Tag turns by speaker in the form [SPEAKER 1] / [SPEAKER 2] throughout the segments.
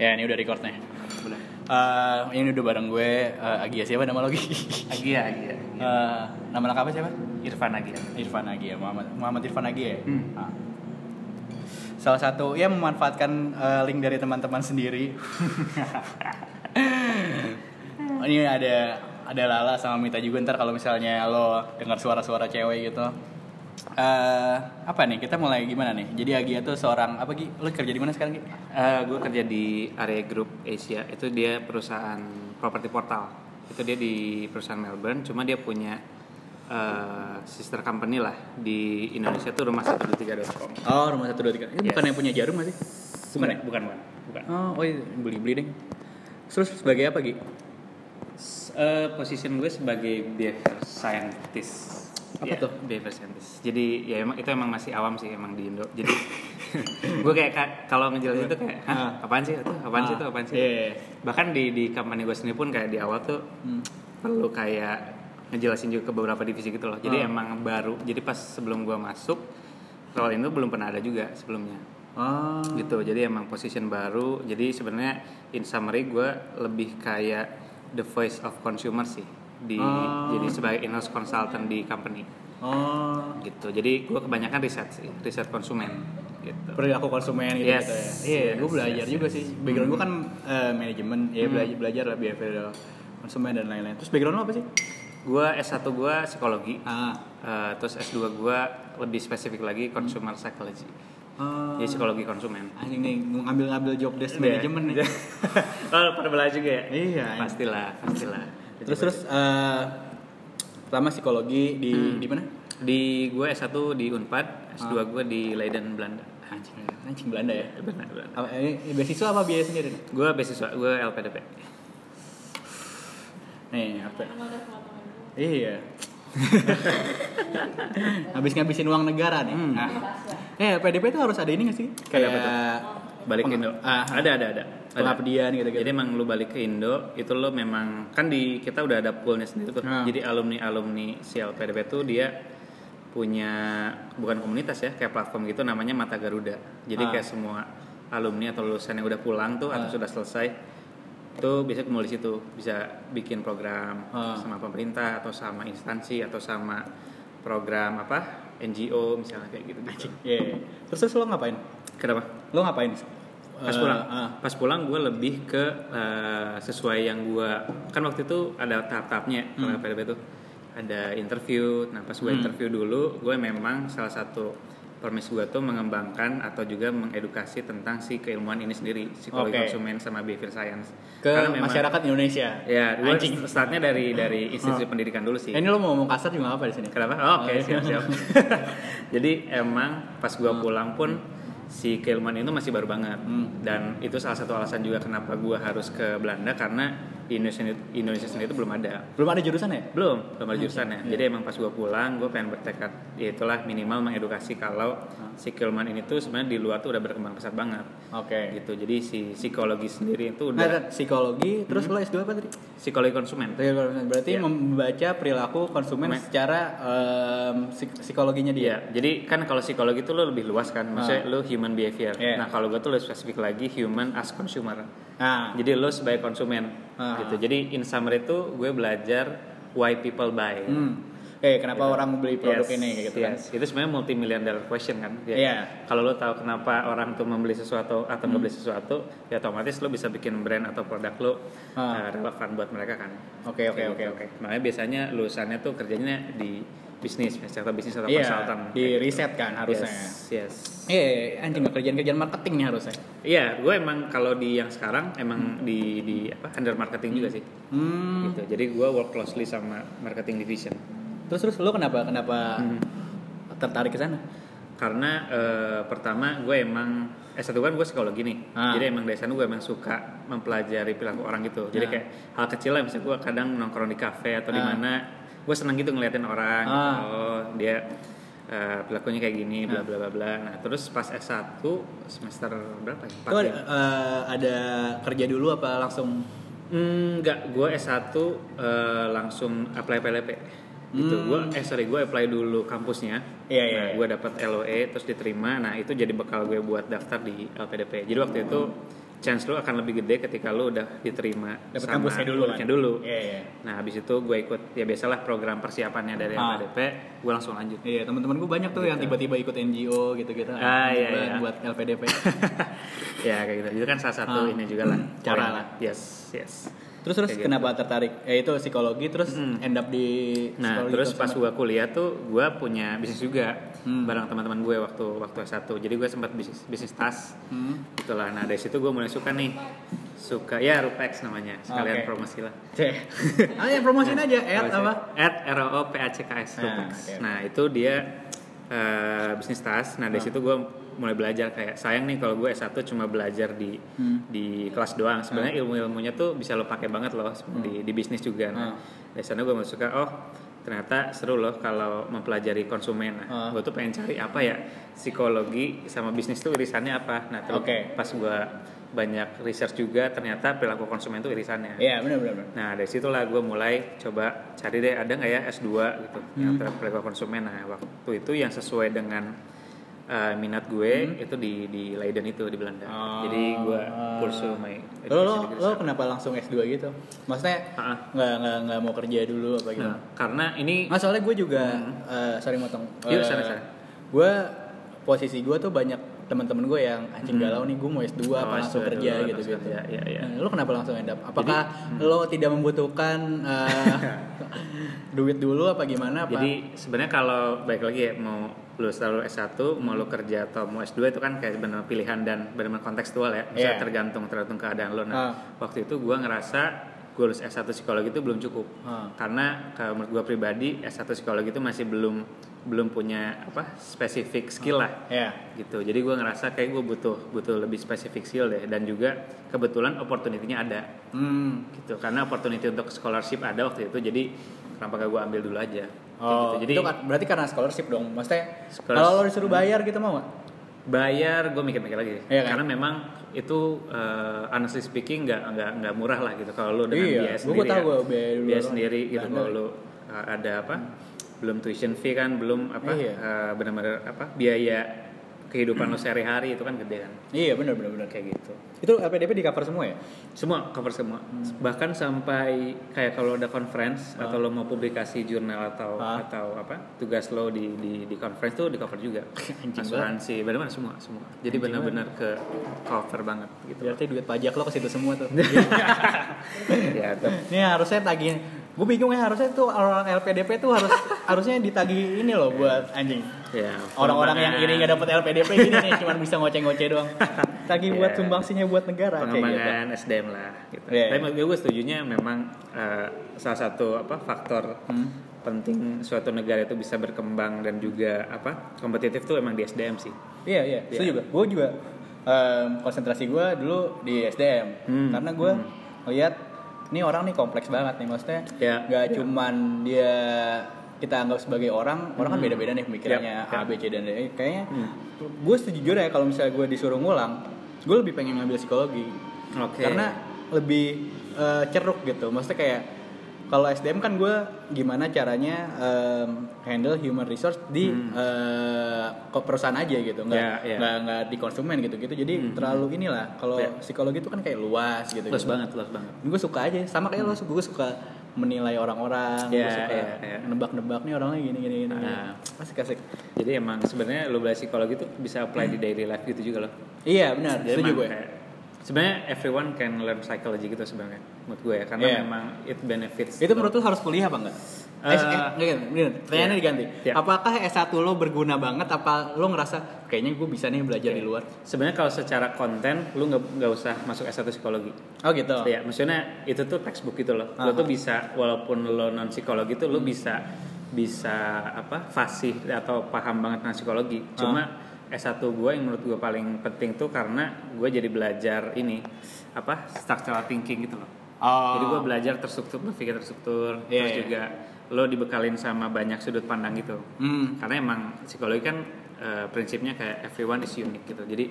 [SPEAKER 1] Ya ini udah recordnya.
[SPEAKER 2] Boleh.
[SPEAKER 1] Eh, ini udah bareng gue eh, Agia siapa nama lo Gi?
[SPEAKER 2] Agia, Agia.
[SPEAKER 1] Eh, nama lengkapnya siapa?
[SPEAKER 2] Irfan Agia.
[SPEAKER 1] Irfan Agia, Muhammad Muhammad Irfan Agia ya.
[SPEAKER 2] Hmm.
[SPEAKER 1] Ah. Salah satu ya memanfaatkan eh, link dari teman-teman sendiri. ini ada ada Lala sama Mita juga ntar kalau misalnya lo dengar suara-suara cewek gitu. Eh, apa nih kita mulai gimana nih? Jadi Agia tuh seorang apa Gi? Lo kerja di mana sekarang Gi?
[SPEAKER 2] gue Eh, kerja di area grup Asia. Itu dia perusahaan properti portal. Itu dia di perusahaan Melbourne. Cuma dia punya eh, sister company lah di Indonesia tuh rumah 123.com.
[SPEAKER 1] Oh, rumah 123. Itu
[SPEAKER 2] Yes.
[SPEAKER 1] bukan yang punya jarum gak sih? Bukan ya?
[SPEAKER 2] bukan, bukan. bukan.
[SPEAKER 1] Oh, oh iya, beli-beli deh. Terus sebagai apa, Gi?
[SPEAKER 2] S- eh, position gue sebagai behavior scientist. Ya,
[SPEAKER 1] Apa tuh?
[SPEAKER 2] Behavior scientist. Jadi ya emang itu emang masih awam sih emang di Indo. Jadi gue kayak ka- kalau ngejelasin itu kayak, Hah, apaan sih itu? Apaan sih itu? Apaan sih? itu?"
[SPEAKER 1] Iya, iya.
[SPEAKER 2] Bahkan di di company gue sendiri pun kayak di awal tuh
[SPEAKER 1] Hmm.
[SPEAKER 2] perlu kayak ngejelasin juga ke beberapa divisi gitu loh. Jadi
[SPEAKER 1] Ah.
[SPEAKER 2] emang baru. Jadi pas sebelum gue masuk role itu belum pernah ada juga sebelumnya
[SPEAKER 1] Oh.
[SPEAKER 2] gitu jadi emang position baru jadi sebenarnya in summary gue lebih kayak the voice of consumer sih di
[SPEAKER 1] Oh.
[SPEAKER 2] jadi sebagai in-house consultant di company
[SPEAKER 1] Oh.
[SPEAKER 2] gitu jadi gue kebanyakan riset sih riset konsumen gitu
[SPEAKER 1] Perilaku konsumen gitu,
[SPEAKER 2] Yes.
[SPEAKER 1] gitu ya. Iya,
[SPEAKER 2] Yes,
[SPEAKER 1] gue belajar
[SPEAKER 2] yes,
[SPEAKER 1] juga sih. Background gue kan eh, manajemen, ya belajar belajar lah behavioral konsumen dan lain-lain. Terus background lo apa sih?
[SPEAKER 2] gue S1 gue psikologi
[SPEAKER 1] Ah.
[SPEAKER 2] eh, terus S2 gue lebih spesifik lagi consumer psychology
[SPEAKER 1] Oh. Ah,
[SPEAKER 2] jadi psikologi konsumen
[SPEAKER 1] Anjing nih ngambil-ngambil job desk manajemen nih.
[SPEAKER 2] oh pada belajar juga ya
[SPEAKER 1] Iya.
[SPEAKER 2] pastilah pastilah
[SPEAKER 1] Terus terus eh pertama psikologi di
[SPEAKER 2] Hmm.
[SPEAKER 1] di mana?
[SPEAKER 2] di gue S1 di Unpad S2
[SPEAKER 1] Ah.
[SPEAKER 2] gue di Leiden Belanda anjing
[SPEAKER 1] Anjing Belanda ya.
[SPEAKER 2] Belanda Belanda
[SPEAKER 1] Apa, ini, ini beasiswa apa biaya sendiri? nih?
[SPEAKER 2] gue beasiswa gue LPDP
[SPEAKER 1] Nih, apa? Iya. Habis ngabisin uang negara nih.
[SPEAKER 2] Hmm.
[SPEAKER 1] Nah. Eh, PDP itu harus ada ini gak sih? Kayak
[SPEAKER 2] apa tuh? balik ke
[SPEAKER 1] Peng-
[SPEAKER 2] Indo
[SPEAKER 1] ah,
[SPEAKER 2] ada ada ada ada
[SPEAKER 1] pengabdian gitu-gitu.
[SPEAKER 2] jadi emang lu balik ke Indo itu lo memang kan di kita udah ada poolnya sendiri tuh
[SPEAKER 1] Hmm.
[SPEAKER 2] jadi alumni alumni si LPDP tuh dia punya bukan komunitas ya kayak platform gitu namanya Mata Garuda jadi
[SPEAKER 1] Ah.
[SPEAKER 2] kayak semua alumni atau lulusan yang udah pulang tuh atau
[SPEAKER 1] Ah.
[SPEAKER 2] sudah selesai itu bisa kembali situ bisa bikin program
[SPEAKER 1] Ah.
[SPEAKER 2] sama pemerintah atau sama instansi atau sama program apa NGO misalnya kayak gitu gitu
[SPEAKER 1] Iya. Terus terus lo ngapain?
[SPEAKER 2] kenapa
[SPEAKER 1] Lo ngapain?
[SPEAKER 2] pas
[SPEAKER 1] Eh,
[SPEAKER 2] pulang
[SPEAKER 1] ah.
[SPEAKER 2] pas pulang gue lebih ke eh, sesuai yang gue kan waktu itu ada tahap-tahapnya kalau
[SPEAKER 1] Hmm.
[SPEAKER 2] PDB itu ada interview nah pas gue
[SPEAKER 1] Hmm.
[SPEAKER 2] interview dulu gue memang salah satu permis gue tuh mengembangkan atau juga mengedukasi tentang si keilmuan ini sendiri psikologi
[SPEAKER 1] Oke.
[SPEAKER 2] konsumen sama behavior science
[SPEAKER 1] ke
[SPEAKER 2] Karena memang-
[SPEAKER 1] masyarakat Indonesia.
[SPEAKER 2] ya gue
[SPEAKER 1] anjing.
[SPEAKER 2] startnya dari dari institusi
[SPEAKER 1] Ah.
[SPEAKER 2] pendidikan dulu sih
[SPEAKER 1] Eh, ini lo mau ngomong kasar juga nggak apa di sini?
[SPEAKER 2] Kenapa? Oh, Oke, siap-siap. Jadi emang pas gua pulang pun si Kelman itu masih baru banget.
[SPEAKER 1] Hmm.
[SPEAKER 2] Dan itu salah satu alasan juga kenapa gua harus ke Belanda karena di Indonesia Indonesia sendiri itu belum ada.
[SPEAKER 1] Belum ada jurusan ya?
[SPEAKER 2] Belum, belum ada jurusannya. Jadi emang pas gua pulang, gua pengen bertekad ya itulah minimal mengedukasi kalau si Kelman ini tuh sebenarnya di luar tuh udah berkembang pesat banget.
[SPEAKER 1] Oke.
[SPEAKER 2] Gitu. Jadi si psikologi sendiri itu
[SPEAKER 1] Nah,
[SPEAKER 2] udah Hmm.
[SPEAKER 1] psikologi, terus lo S2 apa tadi?
[SPEAKER 2] psikologi konsumen.
[SPEAKER 1] Berarti
[SPEAKER 2] Iya.
[SPEAKER 1] membaca perilaku konsumen
[SPEAKER 2] Me-
[SPEAKER 1] secara em, psik- psikologinya dia.
[SPEAKER 2] Iya, jadi kan kalau psikologi itu lo lebih luas kan, maksudnya lo human behavior.
[SPEAKER 1] Ah. Iya.
[SPEAKER 2] Nah kalau gue tuh lebih spesifik lagi human as consumer.
[SPEAKER 1] Nah,
[SPEAKER 2] Jadi lo sebagai konsumen
[SPEAKER 1] Ah.
[SPEAKER 2] gitu. Jadi in summary itu gue belajar why people buy.
[SPEAKER 1] hmm. eh kenapa
[SPEAKER 2] Gitu.
[SPEAKER 1] orang beli produk
[SPEAKER 2] Yes,
[SPEAKER 1] ini kayak gitu
[SPEAKER 2] yes. Itu sebenarnya multi million dollar question kan. Ya.
[SPEAKER 1] Iya. Hmm.
[SPEAKER 2] Kalau lo tahu kenapa orang tuh membeli sesuatu atau nggak beli sesuatu, ya otomatis lo bisa bikin brand atau produk lo
[SPEAKER 1] Ah.
[SPEAKER 2] eh, relevan buat mereka kan.
[SPEAKER 1] kan? Oke oke
[SPEAKER 2] Kayak
[SPEAKER 1] oke
[SPEAKER 2] gitu.
[SPEAKER 1] oke.
[SPEAKER 2] Makanya biasanya lulusannya tuh kerjanya di bisnis, atau bisnis atau
[SPEAKER 1] Iya,
[SPEAKER 2] konsultan.
[SPEAKER 1] di
[SPEAKER 2] kayak gitu.
[SPEAKER 1] riset kan harusnya.
[SPEAKER 2] Yes, yes.
[SPEAKER 1] Eh, anjing kerjaan-kerjaan marketing nih harusnya.
[SPEAKER 2] Iya, gue emang kalau di yang sekarang emang di di apa under marketing juga sih.
[SPEAKER 1] Hmm.
[SPEAKER 2] Gitu. Jadi gue work closely sama marketing division.
[SPEAKER 1] Terus terus lu kenapa kenapa
[SPEAKER 2] Hmm.
[SPEAKER 1] tertarik ke sana?
[SPEAKER 2] Karena eh, pertama gue emang S1 kan gue psikologi nih.
[SPEAKER 1] Ah.
[SPEAKER 2] Jadi emang dari sana gue emang suka mempelajari perilaku orang gitu. Jadi
[SPEAKER 1] Ah.
[SPEAKER 2] kayak hal kecil lah misalnya gue kadang nongkrong di kafe atau di
[SPEAKER 1] Ah.
[SPEAKER 2] mana gue seneng gitu ngeliatin orang gitu.
[SPEAKER 1] Ah.
[SPEAKER 2] Oh, dia eh, perilakunya kayak gini bla bla bla bla. Nah, terus pas S1 semester berapa ya? Empat
[SPEAKER 1] Itu
[SPEAKER 2] ya?
[SPEAKER 1] ada, eh, ada kerja dulu apa langsung?
[SPEAKER 2] Hmm, Enggak, gue S1 eh, langsung apply PLP gitu.
[SPEAKER 1] Hmm.
[SPEAKER 2] Gue eh sorry, gue apply dulu kampusnya.
[SPEAKER 1] Iya, iya,
[SPEAKER 2] Nah,
[SPEAKER 1] iya.
[SPEAKER 2] gue E,
[SPEAKER 1] Hmm.
[SPEAKER 2] dapat LOE terus diterima. Nah, itu jadi bekal gue buat daftar di LPDP. Jadi waktu itu chance lu akan lebih gede ketika lu udah diterima
[SPEAKER 1] Dapat
[SPEAKER 2] sama
[SPEAKER 1] kampusnya dulu kan?
[SPEAKER 2] kampusnya dulu.
[SPEAKER 1] Iya, iya.
[SPEAKER 2] Nah, habis itu gue ikut ya biasalah program persiapannya dari
[SPEAKER 1] Ah.
[SPEAKER 2] LPDP, gue langsung lanjut.
[SPEAKER 1] Iya, teman-teman gue banyak tuh yang tiba-tiba ikut NGO gitu-gitu.
[SPEAKER 2] Gitu. Ah, iya,
[SPEAKER 1] Buat-
[SPEAKER 2] iya.
[SPEAKER 1] Buat LPDP.
[SPEAKER 2] ya kayak gitu. Itu kan salah satu
[SPEAKER 1] Ah.
[SPEAKER 2] ini juga lah.
[SPEAKER 1] Cara
[SPEAKER 2] poin.
[SPEAKER 1] lah.
[SPEAKER 2] Yes, yes.
[SPEAKER 1] terus terus
[SPEAKER 2] Kayak gitu. Hmm.
[SPEAKER 1] kenapa tertarik? Eh itu psikologi terus end up di
[SPEAKER 2] Nah,
[SPEAKER 1] psikologi terus
[SPEAKER 2] terus pas
[SPEAKER 1] sama-
[SPEAKER 2] gua kuliah tuh gua punya bisnis juga
[SPEAKER 1] Hmm.
[SPEAKER 2] bareng teman-teman gue waktu waktu S1. Jadi gue sempat bisnis bisnis tas.
[SPEAKER 1] Hmm.
[SPEAKER 2] Itulah. Nah, dari situ gue mulai suka nih. Suka ya Rupex namanya.
[SPEAKER 1] Oke.
[SPEAKER 2] Sekalian promosi lah.
[SPEAKER 1] Cek. ah ya promosiin aja add
[SPEAKER 2] Promosi.
[SPEAKER 1] apa?
[SPEAKER 2] At ROOPACKS
[SPEAKER 1] Ah,
[SPEAKER 2] Rupex.
[SPEAKER 1] oke, oke.
[SPEAKER 2] Nah, itu dia eh, bisnis tas. Nah, dari
[SPEAKER 1] Ah.
[SPEAKER 2] situ gue mulai belajar kayak sayang nih kalau gue S1 cuma belajar di
[SPEAKER 1] Hmm. Nah.
[SPEAKER 2] di kelas doang. Sebenarnya ilmu-ilmunya tuh bisa lo pakai banget loh di di bisnis juga. Nah,
[SPEAKER 1] Ah.
[SPEAKER 2] dari sana gue masuk suka oh ternyata seru loh kalau mempelajari konsumen.
[SPEAKER 1] Ah.
[SPEAKER 2] Nah, gue tuh pengen cari apa ya psikologi sama bisnis tuh irisannya apa. Nah, terus
[SPEAKER 1] Oke.
[SPEAKER 2] pas gue banyak research juga ternyata perilaku konsumen tuh irisannya.
[SPEAKER 1] Iya, benar benar. benar.
[SPEAKER 2] Nah dari situlah gue mulai coba cari deh ada nggak ya S2 gitu
[SPEAKER 1] Hmm.
[SPEAKER 2] yang terhadap perilaku konsumen. Nah waktu itu yang sesuai dengan eh, minat gue
[SPEAKER 1] Hmm.
[SPEAKER 2] itu di di Leiden itu di Belanda.
[SPEAKER 1] Ah.
[SPEAKER 2] Jadi gue pursue
[SPEAKER 1] Lo
[SPEAKER 2] my
[SPEAKER 1] lo,
[SPEAKER 2] education degree
[SPEAKER 1] lo
[SPEAKER 2] sana.
[SPEAKER 1] kenapa langsung S2 gitu? Maksudnya
[SPEAKER 2] Ah, ah.
[SPEAKER 1] nggak nggak nggak mau kerja dulu apa gitu?
[SPEAKER 2] Nah, karena ini
[SPEAKER 1] Nah, soalnya gue juga eh, sorry motong. Eh,
[SPEAKER 2] Yuk, sana, sana.
[SPEAKER 1] Gue posisi gue tuh banyak teman-teman gue yang anjing galau nih gue mau S2 apa
[SPEAKER 2] Hmm. Oh,
[SPEAKER 1] langsung
[SPEAKER 2] S2
[SPEAKER 1] kerja
[SPEAKER 2] dulu,
[SPEAKER 1] gitu gitu.
[SPEAKER 2] langsung kerja, iya, hmm. iya.
[SPEAKER 1] Nah, lo kenapa langsung end up? Apakah lo tidak membutuhkan eh, duit dulu apa gimana apa?
[SPEAKER 2] jadi sebenarnya kalau baik lagi ya mau lu selalu S1 mau lu kerja atau mau S2 itu kan kayak benar pilihan dan benar kontekstual ya
[SPEAKER 1] Iya.
[SPEAKER 2] bisa tergantung tergantung keadaan lo nah
[SPEAKER 1] Ah.
[SPEAKER 2] waktu itu gua ngerasa gue lulus S1 psikologi itu belum cukup
[SPEAKER 1] Ah.
[SPEAKER 2] karena kalau menurut gua pribadi S1 psikologi itu masih belum belum punya apa spesifik skill lah
[SPEAKER 1] ya.
[SPEAKER 2] gitu jadi gue ngerasa kayak gue butuh butuh lebih spesifik skill deh dan juga kebetulan opportunity-nya ada
[SPEAKER 1] Hmm.
[SPEAKER 2] gitu karena opportunity untuk scholarship ada waktu itu jadi kenapa gak gue ambil dulu aja Kayak
[SPEAKER 1] Oh,
[SPEAKER 2] gitu. jadi
[SPEAKER 1] itu kan- berarti karena scholarship dong. Maksudnya
[SPEAKER 2] Scholarship.
[SPEAKER 1] kalau lo disuruh bayar gitu mau nggak?
[SPEAKER 2] bayar gue mikir-mikir lagi
[SPEAKER 1] Iya kan?
[SPEAKER 2] karena memang itu eh, honestly speaking nggak nggak nggak murah lah gitu kalau lo dengan
[SPEAKER 1] Iya,
[SPEAKER 2] biaya
[SPEAKER 1] gua-
[SPEAKER 2] sendiri
[SPEAKER 1] gua tahu
[SPEAKER 2] ya.
[SPEAKER 1] gua biaya dulu
[SPEAKER 2] biaya
[SPEAKER 1] orang
[SPEAKER 2] sendiri gitu
[SPEAKER 1] Belanda.
[SPEAKER 2] kalau lo eh, ada apa belum tuition fee kan belum apa
[SPEAKER 1] Iya.
[SPEAKER 2] eh, benar-benar apa biaya kehidupan lo sehari-hari itu kan gede kan
[SPEAKER 1] Iya benar benar benar.
[SPEAKER 2] kayak gitu
[SPEAKER 1] Itu LPDP di cover semua ya?
[SPEAKER 2] semua cover semua
[SPEAKER 1] Hmm.
[SPEAKER 2] bahkan sampai kayak kalau ada conference atau lo mau publikasi jurnal atau
[SPEAKER 1] Ah.
[SPEAKER 2] atau apa tugas lo di di di conference tuh di cover juga
[SPEAKER 1] Anjing
[SPEAKER 2] asuransi benar-benar semua semua jadi
[SPEAKER 1] Anjing Iya.
[SPEAKER 2] benar-benar ke cover banget gitu
[SPEAKER 1] Berarti duit pajak lo ke situ semua tuh.
[SPEAKER 2] ya tetap.
[SPEAKER 1] Iya. Ini harusnya tagih. Gue bingung ya harusnya tuh orang LPDP tuh harus harusnya ditagih ini loh buat anjing.
[SPEAKER 2] ya
[SPEAKER 1] Orang-orang yang
[SPEAKER 2] pengembangan-
[SPEAKER 1] iri nggak dapet LPDP gini nih cuman bisa ngoceh-ngoceh doang. Tagih buat
[SPEAKER 2] Iya.
[SPEAKER 1] sumbangsinya buat negara kayak gitu.
[SPEAKER 2] pengembangan SDM lah gitu.
[SPEAKER 1] Iya,
[SPEAKER 2] Tapi
[SPEAKER 1] iya.
[SPEAKER 2] menurut gue, gue setujunya memang eh, salah satu apa faktor
[SPEAKER 1] Hmm.
[SPEAKER 2] penting suatu negara itu bisa berkembang dan juga apa kompetitif tuh emang di SDM sih.
[SPEAKER 1] Iya iya,
[SPEAKER 2] Iya.
[SPEAKER 1] setuju gue. Gue juga em, konsentrasi gue dulu di SDM
[SPEAKER 2] Hmm,
[SPEAKER 1] karena gue ngeliat ini orang nih kompleks banget nih maksudnya
[SPEAKER 2] Iya,
[SPEAKER 1] nggak cuman dia kita anggap sebagai orang orang
[SPEAKER 2] Hmm.
[SPEAKER 1] kan beda-beda nih pemikirannya
[SPEAKER 2] Yap, yap.
[SPEAKER 1] A B C dan D Eh, kayaknya
[SPEAKER 2] Hmm.
[SPEAKER 1] gue sejujurnya ya kalau misalnya gue disuruh ngulang gue lebih pengen ngambil psikologi
[SPEAKER 2] Oke.
[SPEAKER 1] karena lebih eh, ceruk gitu maksudnya kayak kalau SDM kan gue gimana caranya em, handle human resource di eh, ke perusahaan aja gitu nggak
[SPEAKER 2] Hmm. Ya, ya.
[SPEAKER 1] nggak nggak di konsumen gitu gitu jadi terlalu inilah kalau
[SPEAKER 2] Ya.
[SPEAKER 1] psikologi itu kan kayak luas gitu,
[SPEAKER 2] Luas banget, luas banget.
[SPEAKER 1] gue suka aja sama kayak lo gue suka menilai orang-orang gue
[SPEAKER 2] Ya,
[SPEAKER 1] suka
[SPEAKER 2] ya, ya.
[SPEAKER 1] nebak-nebak nih orangnya gini gini gini
[SPEAKER 2] Nah.
[SPEAKER 1] asik asik
[SPEAKER 2] Jadi emang sebenarnya lo belajar psikologi itu bisa apply di daily life gitu juga loh.
[SPEAKER 1] iya benar
[SPEAKER 2] Jadi
[SPEAKER 1] setuju
[SPEAKER 2] emang
[SPEAKER 1] gue
[SPEAKER 2] kayak- Sebenarnya everyone can learn psychology gitu sebenarnya menurut gue ya karena
[SPEAKER 1] Iya.
[SPEAKER 2] memang it benefits.
[SPEAKER 1] Itu menurut lu harus kuliah apa enggak? Eh,
[SPEAKER 2] Eh,
[SPEAKER 1] eh, enggak, enggak, bener. Pertanyaannya
[SPEAKER 2] iya.
[SPEAKER 1] diganti.
[SPEAKER 2] Iya.
[SPEAKER 1] Apakah S1 lo berguna banget apa lo ngerasa kayaknya gue bisa nih belajar di luar?
[SPEAKER 2] Sebenarnya kalau secara konten lu nggak nggak usah masuk S1 psikologi.
[SPEAKER 1] Oh gitu.
[SPEAKER 2] Ya, maksudnya itu tuh textbook gitu loh. Lo
[SPEAKER 1] Aha. Hmm.
[SPEAKER 2] tuh bisa walaupun lo non psikologi tuh lo bisa bisa apa fasih atau paham banget tentang psikologi. Cuma
[SPEAKER 1] Ah.
[SPEAKER 2] S1 gue yang menurut gue paling penting tuh karena gue jadi belajar ini apa structural thinking gitu loh.
[SPEAKER 1] Oh.
[SPEAKER 2] Jadi gue belajar terstruktur, berpikir terstruktur,
[SPEAKER 1] Iya,
[SPEAKER 2] terus
[SPEAKER 1] iya.
[SPEAKER 2] juga lo dibekalin sama banyak sudut pandang gitu.
[SPEAKER 1] Hmm.
[SPEAKER 2] Karena emang psikologi kan eh, prinsipnya kayak everyone is unique gitu. Jadi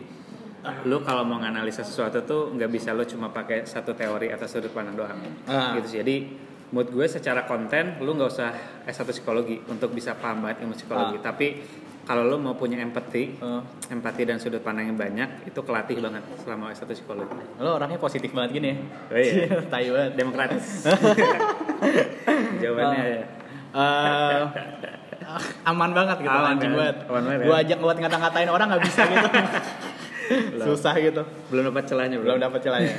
[SPEAKER 2] lo kalau mau nganalisa sesuatu tuh nggak bisa lo cuma pakai satu teori atau sudut pandang doang.
[SPEAKER 1] Ah.
[SPEAKER 2] Gitu sih. Jadi menurut eh,
[SPEAKER 1] Ah.
[SPEAKER 2] gue secara konten lo nggak usah S1 psikologi untuk bisa paham banget ilmu psikologi. Tapi kalau lo mau punya empati,
[SPEAKER 1] Eh,
[SPEAKER 2] empati dan sudut pandang yang banyak itu kelatih banget selama S1 psikologi.
[SPEAKER 1] lo orangnya positif banget gini ya?
[SPEAKER 2] Oh iya.
[SPEAKER 1] Tai banget.
[SPEAKER 2] Demokratis. Jawabannya ya.
[SPEAKER 1] Eh, aman banget gitu
[SPEAKER 2] Aman
[SPEAKER 1] anjing
[SPEAKER 2] kan?
[SPEAKER 1] banget.
[SPEAKER 2] Aman banget,
[SPEAKER 1] Gua
[SPEAKER 2] ya?
[SPEAKER 1] ajak buat ngata-ngatain orang nggak bisa gitu. Susah gitu.
[SPEAKER 2] Belum dapat celahnya,
[SPEAKER 1] Belum dapat celahnya.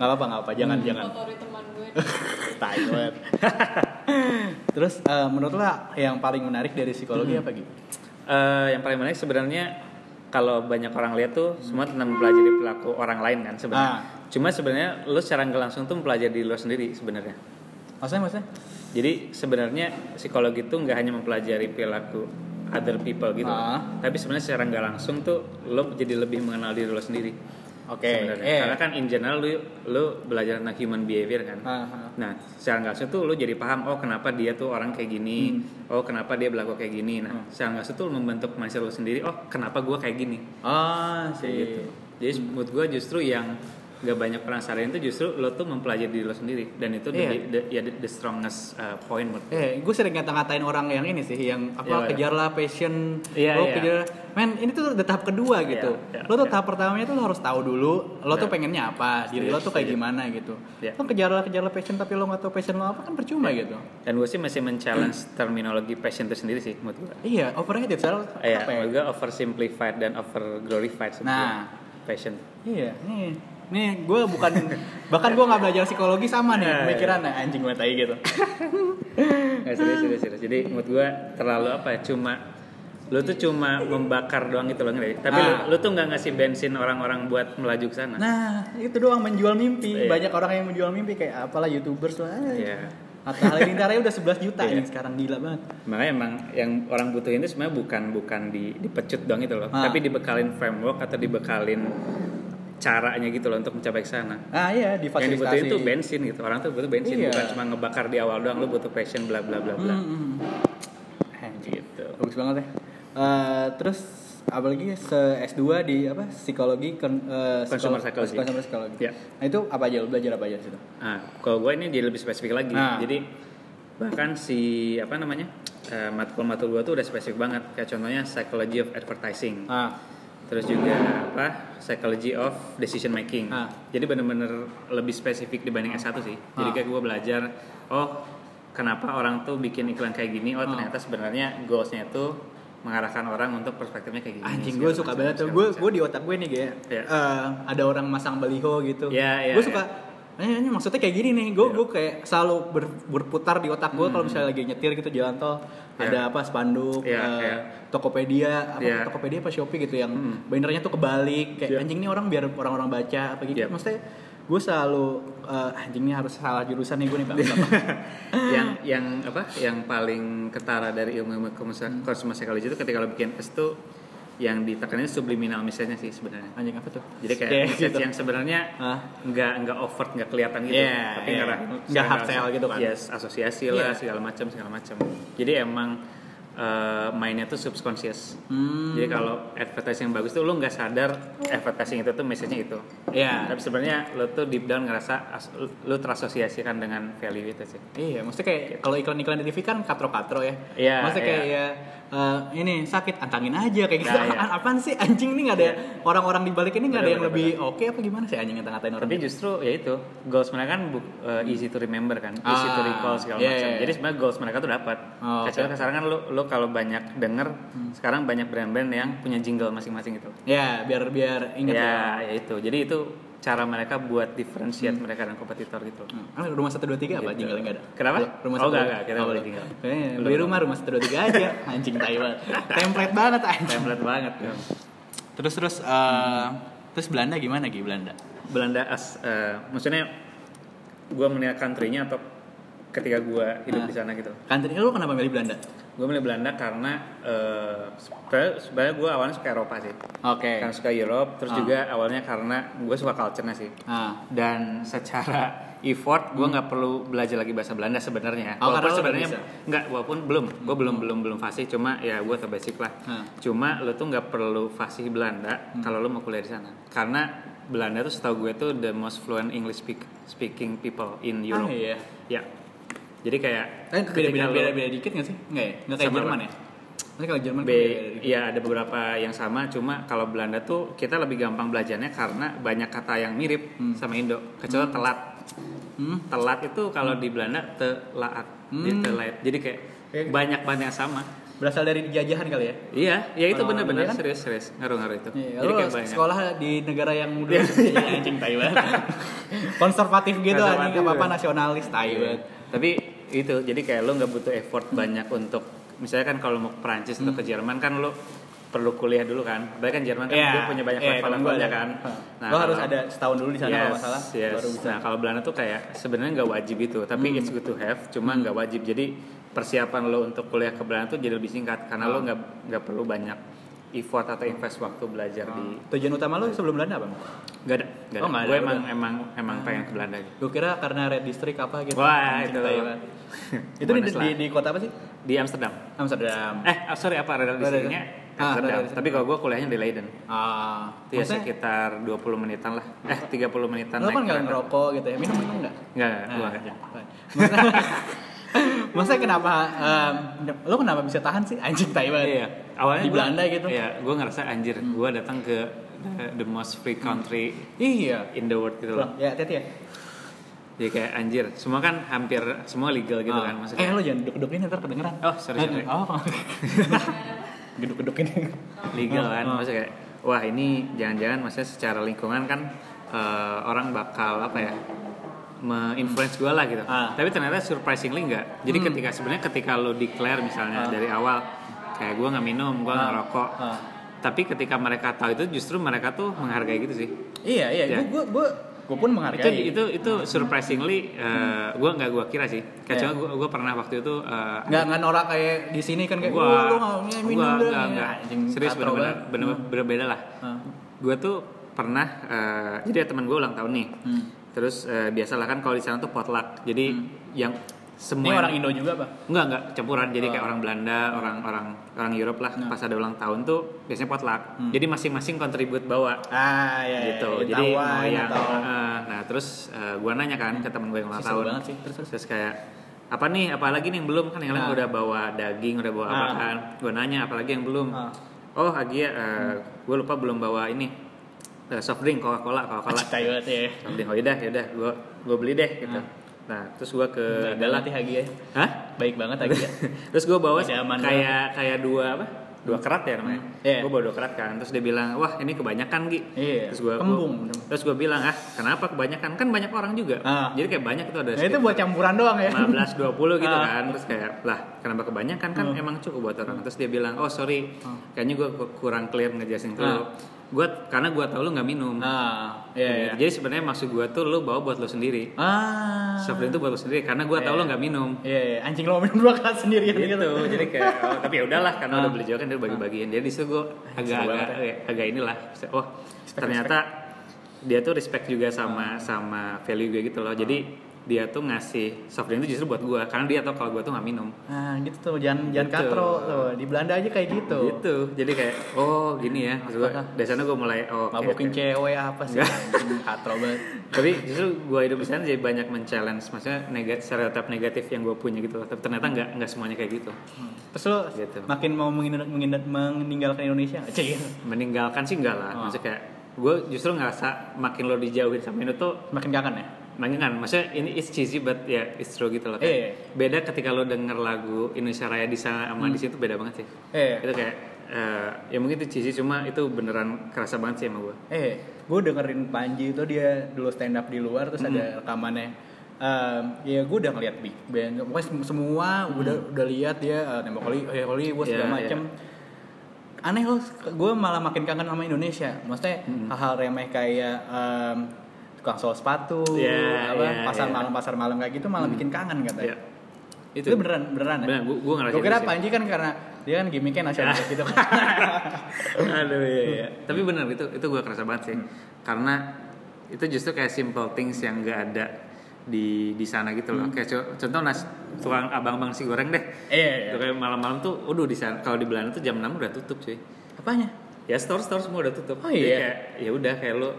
[SPEAKER 1] Gak apa-apa, gak apa. Jangan, jangan.
[SPEAKER 3] Motori teman gue.
[SPEAKER 1] Tai banget. Terus eh, menurut lo yang paling menarik dari psikologi apa gitu?
[SPEAKER 2] Eh, yang paling menarik sebenarnya kalau banyak orang lihat tuh semua tentang mempelajari perilaku orang lain kan sebenarnya.
[SPEAKER 1] Ah.
[SPEAKER 2] Cuma sebenarnya lu secara nggak langsung tuh mempelajari diri lo sendiri sebenarnya.
[SPEAKER 1] Maksudnya, maksudnya?
[SPEAKER 2] Jadi sebenarnya psikologi itu nggak hanya mempelajari perilaku other people gitu,
[SPEAKER 1] Ah.
[SPEAKER 2] tapi sebenarnya secara nggak langsung tuh lo jadi lebih mengenal diri lo sendiri.
[SPEAKER 1] Oke.
[SPEAKER 2] Sebenarnya.
[SPEAKER 1] eh.
[SPEAKER 2] Karena kan in general lo, lo belajar tentang human behavior kan.
[SPEAKER 1] Ah, ah.
[SPEAKER 2] Nah, secara nggak langsung tuh lo jadi paham, oh kenapa dia tuh orang kayak gini,
[SPEAKER 1] Hmm.
[SPEAKER 2] oh kenapa dia berlaku kayak gini. Nah, secara nggak langsung tuh lo membentuk mindset lo sendiri, oh kenapa gue kayak gini.
[SPEAKER 1] Ah,
[SPEAKER 2] Kayak
[SPEAKER 1] sih.
[SPEAKER 2] gitu. Jadi
[SPEAKER 1] Hmm.
[SPEAKER 2] menurut gue justru yang nggak banyak orang sadarin itu justru lo tuh mempelajari diri lo sendiri dan itu the-
[SPEAKER 1] Iya.
[SPEAKER 2] the, ya, the, the strongest uh, point menurut gue.
[SPEAKER 1] Eh, gue sering ngata-ngatain orang yang ini sih, yang apa
[SPEAKER 2] Iya, iya.
[SPEAKER 1] kejarlah passion,
[SPEAKER 2] Iya,
[SPEAKER 1] lo
[SPEAKER 2] iya.
[SPEAKER 1] kejar, men ini tuh udah tahap kedua
[SPEAKER 2] Iya,
[SPEAKER 1] gitu.
[SPEAKER 2] iya,
[SPEAKER 1] lo tuh
[SPEAKER 2] iya.
[SPEAKER 1] tahap pertamanya tuh lo harus tahu dulu, lo tuh
[SPEAKER 2] Iya.
[SPEAKER 1] pengennya apa, diri
[SPEAKER 2] Setuju,
[SPEAKER 1] lo tuh kayak
[SPEAKER 2] setuju.
[SPEAKER 1] gimana gitu.
[SPEAKER 2] Iya.
[SPEAKER 1] Lo kejarlah kejarlah passion tapi lo nggak tahu passion lo apa kan percuma gitu.
[SPEAKER 2] Dan gue sih masih
[SPEAKER 1] Hmm.
[SPEAKER 2] men-challenge terminologi passion itu sendiri sih menurut gue.
[SPEAKER 1] Iya, overrated soal
[SPEAKER 2] Iya,
[SPEAKER 1] apa ya?
[SPEAKER 2] menurut gue oversimplified dan
[SPEAKER 1] Nah.
[SPEAKER 2] overglorified sebenarnya passion.
[SPEAKER 1] Iya, nih, nih gue bukan bahkan gue nggak belajar psikologi sama nih
[SPEAKER 2] Iya, iya.
[SPEAKER 1] pemikirannya anjing banget tai gitu.
[SPEAKER 2] Nggak, Eh, serius, serius, serius. Jadi menurut gue terlalu apa ya, cuma lu tuh cuma membakar doang gitu loh ngerti? Tapi lu,
[SPEAKER 1] Ah.
[SPEAKER 2] lu tuh nggak ngasih bensin orang-orang buat melaju ke sana.
[SPEAKER 1] Nah, itu doang menjual mimpi.
[SPEAKER 2] Iya.
[SPEAKER 1] Banyak orang yang menjual mimpi kayak apalah youtubers lah. Nah,
[SPEAKER 2] Iya.
[SPEAKER 1] Hatta Halilintar aja udah 11 juta
[SPEAKER 2] Iya.
[SPEAKER 1] ini sekarang gila banget.
[SPEAKER 2] Makanya emang yang orang butuhin itu sebenarnya bukan bukan di dipecut doang gitu loh,
[SPEAKER 1] Ah.
[SPEAKER 2] tapi dibekalin framework atau dibekalin caranya gitu loh untuk mencapai ke sana.
[SPEAKER 1] Ah iya,
[SPEAKER 2] Yang
[SPEAKER 1] difasilitasi.
[SPEAKER 2] dibutuhin itu bensin gitu. Orang tuh butuh bensin
[SPEAKER 1] Iya.
[SPEAKER 2] bukan cuma ngebakar di awal doang lu butuh passion bla bla bla bla.
[SPEAKER 1] Hmm, hmm.
[SPEAKER 2] Gitu.
[SPEAKER 1] Bagus banget ya. Eh, terus apalagi se S2 di apa psikologi kon, eh,
[SPEAKER 2] Consumer
[SPEAKER 1] psikolo-
[SPEAKER 2] psychology.
[SPEAKER 1] Consumer psychology.
[SPEAKER 2] Iya.
[SPEAKER 1] Nah, itu apa aja lu belajar apa aja di situ?
[SPEAKER 2] Nah, kalau gue ini jadi lebih spesifik lagi.
[SPEAKER 1] Nah.
[SPEAKER 2] Jadi bahkan si apa namanya? eh, matkul-matkul gue tuh udah spesifik banget. Kayak contohnya psychology of advertising.
[SPEAKER 1] Ah,
[SPEAKER 2] terus juga apa psychology of decision making
[SPEAKER 1] Ah.
[SPEAKER 2] jadi bener-bener lebih spesifik dibanding S1 sih jadi
[SPEAKER 1] Ah.
[SPEAKER 2] kayak gue belajar oh kenapa orang tuh bikin iklan kayak gini
[SPEAKER 1] Ah.
[SPEAKER 2] oh ternyata sebenarnya goalsnya itu mengarahkan orang untuk perspektifnya kayak gini
[SPEAKER 1] anjing
[SPEAKER 2] Iya, segala
[SPEAKER 1] gue suka
[SPEAKER 2] macam,
[SPEAKER 1] banget tuh.
[SPEAKER 2] segala
[SPEAKER 1] Gue
[SPEAKER 2] macam.
[SPEAKER 1] gue di otak gue nih kayak
[SPEAKER 2] Iya.
[SPEAKER 1] eh, ada orang masang baliho gitu.
[SPEAKER 2] Iya, iya,
[SPEAKER 1] gue suka Eh, ini maksudnya kayak gini nih, gue
[SPEAKER 2] Iya. Hmm.
[SPEAKER 1] gue kayak selalu ber- berputar di otak gue kalau misalnya lagi nyetir gitu jalan tol
[SPEAKER 2] Iya.
[SPEAKER 1] ada apa spanduk,
[SPEAKER 2] Iya,
[SPEAKER 1] eh,
[SPEAKER 2] iya.
[SPEAKER 1] Tokopedia, apa
[SPEAKER 2] Iya.
[SPEAKER 1] Tokopedia apa Shopee gitu yang
[SPEAKER 2] Hmm.
[SPEAKER 1] bannernya tuh kebalik kayak
[SPEAKER 2] Iya.
[SPEAKER 1] anjing nih orang biar orang-orang baca apa gitu,
[SPEAKER 2] Iya.
[SPEAKER 1] maksudnya gue selalu eh, anjing nih harus salah jurusan nih gue nih bang.
[SPEAKER 2] yang yang apa yang paling ketara dari ilmu consumer psychology itu ketika lo bikin S tuh yang ditekanin subliminal message-nya sih sebenarnya
[SPEAKER 1] anjing apa tuh?
[SPEAKER 2] jadi kayak
[SPEAKER 1] Iya,
[SPEAKER 2] message
[SPEAKER 1] gitu.
[SPEAKER 2] yang sebenarnya
[SPEAKER 1] Hah?
[SPEAKER 2] nggak nggak overt nggak kelihatan gitu
[SPEAKER 1] Iya,
[SPEAKER 2] tapi
[SPEAKER 1] iya.
[SPEAKER 2] ngarahin
[SPEAKER 1] Nggak hard sell gitu kan.
[SPEAKER 2] yes asosiasi lah
[SPEAKER 1] Iya.
[SPEAKER 2] segala macam segala macam jadi emang eh, mainnya tuh subconscious
[SPEAKER 1] Hmm.
[SPEAKER 2] jadi kalau advertising yang bagus tuh lo nggak sadar advertising itu tuh message-nya itu
[SPEAKER 1] Iya.
[SPEAKER 2] tapi sebenarnya lo tuh deep down ngerasa as- lo terasosiasikan dengan value itu sih
[SPEAKER 1] Iya, maksudnya kayak kalau iklan-iklan di TV kan katro-katro ya.
[SPEAKER 2] Iya,
[SPEAKER 1] Maksudnya kayak
[SPEAKER 2] iya.
[SPEAKER 1] ya eh, ini sakit angkangin aja kayak gitu.
[SPEAKER 2] Nah, iya.
[SPEAKER 1] Apaan- Apaan sih anjing nih nggak ada orang-orang di balik ini nggak ada yang
[SPEAKER 2] Bener, bener,
[SPEAKER 1] lebih oke apa gimana sih anjing ngata-ngatain orang. gitu?
[SPEAKER 2] tapi justru ya itu goals mereka kan bu- eh, easy to remember kan easy to
[SPEAKER 1] Ah,
[SPEAKER 2] recall segala
[SPEAKER 1] iya,
[SPEAKER 2] macam
[SPEAKER 1] iya.
[SPEAKER 2] jadi sebenarnya goals mereka tuh dapat
[SPEAKER 1] Oh,
[SPEAKER 2] kecuali sekarang kan lo lo kalau banyak denger sekarang banyak brand-brand yang punya jingle masing-masing gitu
[SPEAKER 1] Ya, biar biar inget ya.
[SPEAKER 2] ya, ya itu jadi itu cara mereka buat differentiate mereka dan kompetitor gitu
[SPEAKER 1] Hmm. Ah, rumah 123 apa
[SPEAKER 2] Gitu.
[SPEAKER 1] jinggalnya nggak ada?
[SPEAKER 2] Kenapa?
[SPEAKER 1] Rumah
[SPEAKER 2] Oh,
[SPEAKER 1] 123.
[SPEAKER 2] nggak, nggak, kita
[SPEAKER 1] Oh,
[SPEAKER 2] beli
[SPEAKER 1] belum.
[SPEAKER 2] jingle.
[SPEAKER 1] Kayaknya
[SPEAKER 2] Belum,
[SPEAKER 1] beli
[SPEAKER 2] belum.
[SPEAKER 1] rumah rumah 123 aja. Anjing tai banget. Template banget anjing. Hmm.
[SPEAKER 2] template banget
[SPEAKER 1] Terus terus eh, terus Belanda gimana Gi Belanda?
[SPEAKER 2] Belanda as eh, maksudnya gue melihat country-nya atau ketika gue
[SPEAKER 1] Ah.
[SPEAKER 2] hidup di sana gitu
[SPEAKER 1] Kantin lu kenapa milih Belanda?
[SPEAKER 2] gue milih Belanda karena eh, sebenarnya- sebenarnya gue awalnya suka Eropa sih
[SPEAKER 1] Oke.
[SPEAKER 2] karena Kan suka Europe terus
[SPEAKER 1] Ah.
[SPEAKER 2] juga awalnya karena gue suka culture-nya sih
[SPEAKER 1] Ah.
[SPEAKER 2] dan secara effort gue nggak perlu belajar lagi bahasa Belanda sebenarnya
[SPEAKER 1] Oh, karena
[SPEAKER 2] walaupun
[SPEAKER 1] lo udah
[SPEAKER 2] sebenarnya
[SPEAKER 1] bisa.
[SPEAKER 2] nggak walaupun belum gue belum belum belum fasih cuma ya gue terbasic lah
[SPEAKER 1] Hmm.
[SPEAKER 2] cuma lo tuh nggak perlu fasih Belanda kalau lo mau kuliah di sana karena Belanda tuh setahu gue tuh the most fluent English speak, speaking people in Europe
[SPEAKER 1] Ah, iya.
[SPEAKER 2] ya jadi kayak
[SPEAKER 1] Kan
[SPEAKER 2] ketika
[SPEAKER 1] beda-beda
[SPEAKER 2] lo-
[SPEAKER 1] beda-beda dikit nggak sih? Nggak ya? Nggak kayak
[SPEAKER 2] Sama
[SPEAKER 1] Jerman
[SPEAKER 2] apa?
[SPEAKER 1] ya? Nanti kalau Jerman
[SPEAKER 2] B,
[SPEAKER 1] kan beda dari-
[SPEAKER 2] ya ada beberapa yang sama, cuma kalau Belanda tuh kita lebih gampang belajarnya karena banyak kata yang mirip sama Indo, kecuali telat.
[SPEAKER 1] Hmm?
[SPEAKER 2] Telat itu kalau di Belanda telaat, jadi
[SPEAKER 1] Hmm.
[SPEAKER 2] telat. Jadi kayak
[SPEAKER 1] Kayak-
[SPEAKER 2] banyak banget yang sama.
[SPEAKER 1] Berasal dari jajahan kali ya?
[SPEAKER 2] Iya, ya
[SPEAKER 1] Orang-orang
[SPEAKER 2] itu bener-bener
[SPEAKER 1] Belanda kan?
[SPEAKER 2] serius-serius ngaruh-ngaruh itu.
[SPEAKER 1] Iya,
[SPEAKER 2] jadi
[SPEAKER 1] lu
[SPEAKER 2] kayak banyak.
[SPEAKER 1] sekolah di negara yang muda anjing tai banget. Iya. Konservatif gitu anjing
[SPEAKER 2] Konservatif
[SPEAKER 1] enggak apa-apa
[SPEAKER 2] banget.
[SPEAKER 1] nasionalis tai
[SPEAKER 2] Iya.
[SPEAKER 1] banget.
[SPEAKER 2] Tapi itu jadi kayak lo nggak butuh effort
[SPEAKER 1] Hmm.
[SPEAKER 2] banyak untuk misalnya kan kalau mau ke Prancis atau ke Jerman kan lo perlu kuliah dulu kan. Bahkan kan Jerman kan
[SPEAKER 1] Iya,
[SPEAKER 2] dia punya banyak
[SPEAKER 1] iya, temen gua
[SPEAKER 2] level-levelnya kan.
[SPEAKER 1] ada. lo harus
[SPEAKER 2] kalau-
[SPEAKER 1] ada setahun dulu di sana kalau
[SPEAKER 2] Yes,
[SPEAKER 1] nggak salah
[SPEAKER 2] yes.
[SPEAKER 1] baru bisa.
[SPEAKER 2] Nah kalau Belanda tuh kayak sebenarnya nggak wajib itu, tapi
[SPEAKER 1] Hmm.
[SPEAKER 2] it's good to have. Cuma nggak wajib. Jadi persiapan lo untuk kuliah ke Belanda tuh jadi lebih singkat karena
[SPEAKER 1] Ah.
[SPEAKER 2] lo nggak nggak perlu banyak effort atau invest waktu belajar di
[SPEAKER 1] Tujuan utama lo sebelum Belanda apa?
[SPEAKER 2] nggak ada. Nggak
[SPEAKER 1] Ah. Oh, nggak
[SPEAKER 2] ada.
[SPEAKER 1] ada,
[SPEAKER 2] Gue emang
[SPEAKER 1] udah.
[SPEAKER 2] emang emang pengen ke Belanda. gitu.
[SPEAKER 1] Gue kira karena red district apa gitu.
[SPEAKER 2] Wah
[SPEAKER 1] Anjing,
[SPEAKER 2] itu.
[SPEAKER 1] tai banget. Itu di,
[SPEAKER 2] Bonus lah.
[SPEAKER 1] di, di kota apa sih?
[SPEAKER 2] di Amsterdam.
[SPEAKER 1] Amsterdam.
[SPEAKER 2] Eh, ah, sorry apa radar
[SPEAKER 1] Radar.
[SPEAKER 2] listriknya?
[SPEAKER 1] Ah, radar
[SPEAKER 2] Amsterdam.
[SPEAKER 1] listrik.
[SPEAKER 2] Tapi kalau gue kuliahnya di Leiden.
[SPEAKER 1] Ah,
[SPEAKER 2] Itu ya sekitar 20 menitan lah. Eh, 30 menitan
[SPEAKER 1] Lo kan nggak
[SPEAKER 2] kereta.
[SPEAKER 1] ngerokok gitu ya? Minum minum nggak?
[SPEAKER 2] Nggak, nggak, gua
[SPEAKER 1] Nah,
[SPEAKER 2] nggak.
[SPEAKER 1] Maksudnya- Maksudnya kenapa? em, lo kenapa bisa tahan sih anjing tai banget?
[SPEAKER 2] Iya, awalnya
[SPEAKER 1] di
[SPEAKER 2] gua-
[SPEAKER 1] Belanda gitu. Hmm.
[SPEAKER 2] Iya, gue ngerasa anjir, gue datang ke the, the most free country
[SPEAKER 1] Iya.
[SPEAKER 2] in the world gitu
[SPEAKER 1] Bro,
[SPEAKER 2] loh.
[SPEAKER 1] ya hati-hati ya.
[SPEAKER 2] Jadi kayak anjir, semua kan hampir semua legal gitu
[SPEAKER 1] Ah.
[SPEAKER 2] kan
[SPEAKER 1] Eh
[SPEAKER 2] maksudnya.
[SPEAKER 1] lo jangan geduk-gedukin ntar kedengeran.
[SPEAKER 2] Oh, sorry, sorry.
[SPEAKER 1] Oh. Geduk-gedukin.
[SPEAKER 2] legal
[SPEAKER 1] Ah,
[SPEAKER 2] kan
[SPEAKER 1] ah.
[SPEAKER 2] maksudnya kayak wah ini jangan-jangan maksudnya secara lingkungan kan eh, orang bakal apa ya menginfluence gue lah gitu
[SPEAKER 1] Ah.
[SPEAKER 2] tapi ternyata surprisingly enggak jadi
[SPEAKER 1] Hmm.
[SPEAKER 2] ketika sebenarnya ketika lo declare misalnya
[SPEAKER 1] Ah.
[SPEAKER 2] dari awal kayak gue nggak minum gue nggak
[SPEAKER 1] Ah.
[SPEAKER 2] rokok
[SPEAKER 1] Ah.
[SPEAKER 2] tapi ketika mereka tahu itu justru mereka tuh menghargai gitu sih
[SPEAKER 1] Iya, iya.
[SPEAKER 2] Iya.
[SPEAKER 1] Gue gue gue gue pun
[SPEAKER 2] itu
[SPEAKER 1] menghargai.
[SPEAKER 2] itu itu surprisingly gue nggak gue kira sih
[SPEAKER 1] Iya.
[SPEAKER 2] kecuali gue pernah waktu itu eh,
[SPEAKER 1] nggak nggak norak kayak di sini kan kayak
[SPEAKER 2] gua
[SPEAKER 1] "Oh, lu nggak minum dah."
[SPEAKER 2] gua enggak, enggak.
[SPEAKER 1] Anjing,
[SPEAKER 2] serius
[SPEAKER 1] katro
[SPEAKER 2] benar-benar
[SPEAKER 1] banget.
[SPEAKER 2] benar berbeda lah
[SPEAKER 1] Hmm.
[SPEAKER 2] gue tuh pernah eh, jadi ada teman gue ulang tahun nih
[SPEAKER 1] Hmm.
[SPEAKER 2] terus eh, biasalah kan kalau di sana tuh potluck jadi yang
[SPEAKER 1] Ini
[SPEAKER 2] semua
[SPEAKER 1] orang Indo juga apa?
[SPEAKER 2] Enggak, enggak campuran. Jadi kayak
[SPEAKER 1] Oh. Nah.
[SPEAKER 2] orang Belanda, orang orang orang Eropa lah. Pas ada ulang tahun tuh biasanya potluck.
[SPEAKER 1] Hmm.
[SPEAKER 2] Jadi masing-masing kontribut bawa
[SPEAKER 1] Ah, iya. iya,
[SPEAKER 2] gitu.
[SPEAKER 1] iya.
[SPEAKER 2] Jadi
[SPEAKER 1] Tawai
[SPEAKER 2] mau yang
[SPEAKER 1] atau
[SPEAKER 2] eh, nah terus eh, gua nanya kan ke temen gue yang ulang
[SPEAKER 1] Sih, seru
[SPEAKER 2] tahun.
[SPEAKER 1] banget sih. Terus, terus.
[SPEAKER 2] kayak apa nih apalagi nih yang belum kan yang lain
[SPEAKER 1] Ah.
[SPEAKER 2] udah bawa daging udah bawa apa
[SPEAKER 1] Ah.
[SPEAKER 2] kan gue nanya apalagi yang belum
[SPEAKER 1] Ah. Hmm.
[SPEAKER 2] oh Agia gue lupa belum bawa ini eh, soft drink coca cola coca cola
[SPEAKER 1] Tai banget ya.
[SPEAKER 2] soft drink oh yaudah yaudah gue gue beli deh gitu
[SPEAKER 1] Ah.
[SPEAKER 2] nah terus gue ke
[SPEAKER 1] Ada
[SPEAKER 2] dalam
[SPEAKER 1] latih Hagi ya.
[SPEAKER 2] hah
[SPEAKER 1] Baik banget Hagi ya.
[SPEAKER 2] terus gue bawa
[SPEAKER 1] Masih aman
[SPEAKER 2] kayak kayak dua apa Iya, dua kerat ya namanya
[SPEAKER 1] Hmm. Iya.
[SPEAKER 2] gue bawa dua kerat kan terus dia bilang wah ini kebanyakan Gi
[SPEAKER 1] Iya.
[SPEAKER 2] terus gue
[SPEAKER 1] Kembung.
[SPEAKER 2] terus gue bilang ah kenapa kebanyakan kan banyak orang juga
[SPEAKER 1] Ah.
[SPEAKER 2] jadi kayak banyak itu ada
[SPEAKER 1] Nah, itu buat campuran doang ya.
[SPEAKER 2] 15 20 gitu
[SPEAKER 1] Ah.
[SPEAKER 2] kan terus kayak lah kenapa kebanyakan kan
[SPEAKER 1] Hmm.
[SPEAKER 2] emang cukup buat orang terus dia bilang oh sorry
[SPEAKER 1] Hmm.
[SPEAKER 2] kayaknya gue kurang clear ngejelasin ke
[SPEAKER 1] Ah.
[SPEAKER 2] lo gue karena gue tau lo nggak minum
[SPEAKER 1] Ah, iya iya.
[SPEAKER 2] jadi sebenarnya maksud gue tuh lo bawa buat lo sendiri
[SPEAKER 1] Ah.
[SPEAKER 2] soft drink tuh buat lo sendiri karena gue tau
[SPEAKER 1] Iya.
[SPEAKER 2] lo nggak minum
[SPEAKER 1] Iya, iya. anjing lo minum dua kelas sendirian gitu.
[SPEAKER 2] gitu jadi kayak oh, tapi ya udahlah karena
[SPEAKER 1] Ah.
[SPEAKER 2] udah beli jauh kan dia bagi-bagiin jadi disitu gue agak
[SPEAKER 1] Seru banget ya.
[SPEAKER 2] agak, agak inilah oh ternyata dia tuh respect juga
[SPEAKER 1] Ah.
[SPEAKER 2] sama sama value gue gitu loh jadi dia tuh ngasih soft drink itu justru buat gue karena dia tau kalau gue tuh nggak minum
[SPEAKER 1] Nah, gitu tuh jangan jangan
[SPEAKER 2] Gitu.
[SPEAKER 1] katro tuh. Di Belanda aja kayak gitu.
[SPEAKER 2] gitu jadi kayak oh gini ya Maksud gue
[SPEAKER 1] Apakah?
[SPEAKER 2] dari sana gue mulai oh oke,
[SPEAKER 1] Mabokin
[SPEAKER 2] oke.
[SPEAKER 1] cewek apa sih? Anjing, katro banget.
[SPEAKER 2] tapi justru gue hidup di sana jadi banyak men-challenge maksudnya negatif stereotip negatif yang gue punya gitu loh tapi ternyata nggak nggak semuanya kayak gitu
[SPEAKER 1] Terus lo
[SPEAKER 2] Gitu.
[SPEAKER 1] makin mau menghindar- menghindar- meninggalkan Indonesia nggak sih?
[SPEAKER 2] meninggalkan sih enggak lah
[SPEAKER 1] Oh.
[SPEAKER 2] maksudnya kayak gue justru ngerasa makin lo dijauhin sama Indo tuh
[SPEAKER 1] Makin kangen ya?
[SPEAKER 2] makin kan maksudnya ini it's cheesy but ya it's true gitu loh
[SPEAKER 1] Iya, iya.
[SPEAKER 2] kayak beda ketika lo denger lagu Indonesia Raya di sana sama di situ beda banget sih
[SPEAKER 1] Iya.
[SPEAKER 2] itu kayak eh, ya mungkin itu cheesy cuma itu beneran kerasa banget sih sama gue
[SPEAKER 1] Eh, gue dengerin Panji itu dia dulu stand up di luar terus ada rekamannya. Em, ya gue udah ngeliat big band, pokoknya sem- semua udah udah lihat dia eh, tembok kali, eh kali gue segala
[SPEAKER 2] Mm. Iya,
[SPEAKER 1] macem. Aneh loh, gue malah makin kangen sama Indonesia. Maksudnya hal-hal remeh kayak em, tukang sol sepatu,
[SPEAKER 2] Iya,
[SPEAKER 1] apa,
[SPEAKER 2] iya,
[SPEAKER 1] pasar
[SPEAKER 2] iya.
[SPEAKER 1] malam pasar malam kayak gitu malah bikin kangen katanya.
[SPEAKER 2] Iya.
[SPEAKER 1] Itu, beneran beneran. ya?
[SPEAKER 2] beneran gue gue ngerasa
[SPEAKER 1] Gue
[SPEAKER 2] itu
[SPEAKER 1] kira
[SPEAKER 2] sih.
[SPEAKER 1] Panji kan karena dia kan gimmicknya nasional gitu kan.
[SPEAKER 2] Aduh iya, iya. Hmm. Tapi benar itu itu gue kerasa banget sih. Karena itu justru kayak simple things yang gak ada di di sana gitu loh. Kayak co- contoh nasi tukang abang-abang si goreng deh.
[SPEAKER 1] Iya, iya.
[SPEAKER 2] Itu kayak malam-malam tuh, waduh di sana kalau di Belanda tuh jam 6 udah tutup sih.
[SPEAKER 1] Apanya?
[SPEAKER 2] Ya store-store semua udah tutup.
[SPEAKER 1] Oh,
[SPEAKER 2] Jadi
[SPEAKER 1] iya.
[SPEAKER 2] kayak ya udah kayak lu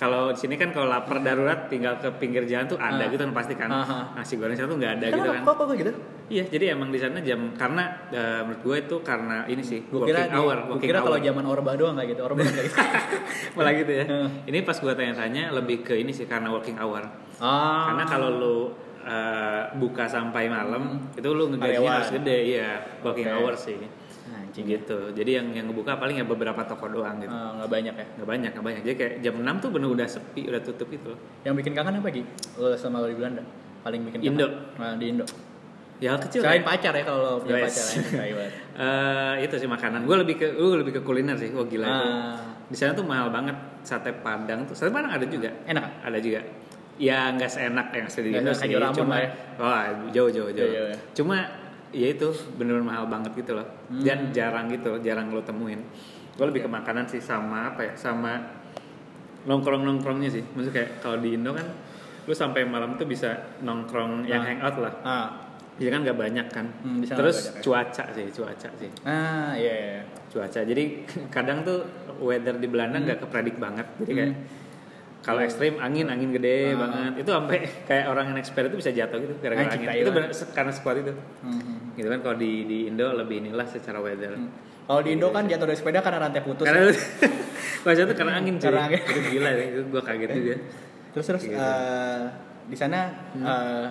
[SPEAKER 2] kalau di sini kan kalau lapar darurat tinggal ke pinggir jalan tuh ada
[SPEAKER 1] Ah.
[SPEAKER 2] gitu kan pasti kan.
[SPEAKER 1] Aha.
[SPEAKER 2] Nasi goreng satu nggak ada gitu kan.
[SPEAKER 1] Kenapa? Kok apa gitu?
[SPEAKER 2] Iya, jadi emang di sana jam karena eh, menurut gue itu karena ini sih
[SPEAKER 1] Gue kira,
[SPEAKER 2] working hour,
[SPEAKER 1] gue
[SPEAKER 2] working
[SPEAKER 1] kira kalau
[SPEAKER 2] hour.
[SPEAKER 1] zaman Orba doang nggak gitu, Orba nggak gitu.
[SPEAKER 2] malah gitu ya.
[SPEAKER 1] Heeh.
[SPEAKER 2] Ini pas gue tanya-tanya lebih ke ini sih karena working hour.
[SPEAKER 1] Ah.
[SPEAKER 2] Karena kalau lu uh, buka sampai malam itu lu
[SPEAKER 1] Hmm. Karyawan.
[SPEAKER 2] ngegajinya harus gede, iya, working
[SPEAKER 1] Oke.
[SPEAKER 2] hours sih.
[SPEAKER 1] anjing gitu.
[SPEAKER 2] Gitu. Jadi yang yang ngebuka paling ya beberapa toko doang gitu.
[SPEAKER 1] Ah, nggak banyak ya.
[SPEAKER 2] Nggak banyak, nggak banyak. Jadi kayak jam 6 tuh bener udah sepi, udah tutup gitu itu.
[SPEAKER 1] Yang bikin kangen apa Gi? Lo selama lo di Belanda? Paling bikin kangen?
[SPEAKER 2] Indo.
[SPEAKER 1] Nah, di Indo.
[SPEAKER 2] Ya hal kecil
[SPEAKER 1] Selain
[SPEAKER 2] kayak-
[SPEAKER 1] pacar ya gitu. kalau lo punya
[SPEAKER 2] Wes.
[SPEAKER 1] pacar. anjing, tai banget.
[SPEAKER 2] Eh, itu sih makanan. Gue lebih ke gue lebih ke kuliner sih. Wah gila itu.
[SPEAKER 1] Ah.
[SPEAKER 2] Di sana tuh mahal banget sate Padang tuh. Sate Padang ada juga.
[SPEAKER 1] Enak kan?
[SPEAKER 2] Ada juga. Ya nggak seenak yang asli di
[SPEAKER 1] Nggak
[SPEAKER 2] Indo
[SPEAKER 1] seenak
[SPEAKER 2] sih.
[SPEAKER 1] kayak di Ramon
[SPEAKER 2] Cuma
[SPEAKER 1] lah ya.
[SPEAKER 2] wah jauh jauh jauh.
[SPEAKER 1] Jauh, jauh ya.
[SPEAKER 2] Cuma ya itu bener-bener mahal banget gitu loh.
[SPEAKER 1] Hmm.
[SPEAKER 2] Dan jarang gitu, jarang lo temuin. Gue lebih
[SPEAKER 1] Iya.
[SPEAKER 2] ke makanan sih sama apa ya? Sama nongkrong nongkrongnya sih. Maksudnya kayak kalau di Indo kan lu sampai malam tuh bisa nongkrong yang
[SPEAKER 1] Ah.
[SPEAKER 2] hangout lah.
[SPEAKER 1] Ah,
[SPEAKER 2] Iya kan nggak banyak kan.
[SPEAKER 1] Hmm, di sana
[SPEAKER 2] Terus
[SPEAKER 1] nggak banyak.
[SPEAKER 2] cuaca sih, cuaca sih,
[SPEAKER 1] ah iya. iya.
[SPEAKER 2] cuaca. Jadi kadang tuh weather di Belanda nggak kepredik banget. Jadi kayak
[SPEAKER 1] Hmm.
[SPEAKER 2] kalau ekstrim angin angin gede
[SPEAKER 1] Ah.
[SPEAKER 2] banget. Itu sampai kayak orang yang expert itu bisa jatuh gitu gara-gara
[SPEAKER 1] Anjing,
[SPEAKER 2] angin.
[SPEAKER 1] tai
[SPEAKER 2] Itu
[SPEAKER 1] banget.
[SPEAKER 2] bener- se- karena sekuat itu.
[SPEAKER 1] Mhm.
[SPEAKER 2] Gitu kan kalau di di Indo lebih inilah secara weather.
[SPEAKER 1] Kalau di Indo kan jatuh dari sepeda karena rantai putus.
[SPEAKER 2] Karena cuaca tuh karena angin cuy.
[SPEAKER 1] Karena angin.
[SPEAKER 2] Itu gila sih, itu gua kaget juga.
[SPEAKER 1] Terus terus
[SPEAKER 2] Gitu. Hmm.
[SPEAKER 1] eh, di sana eh,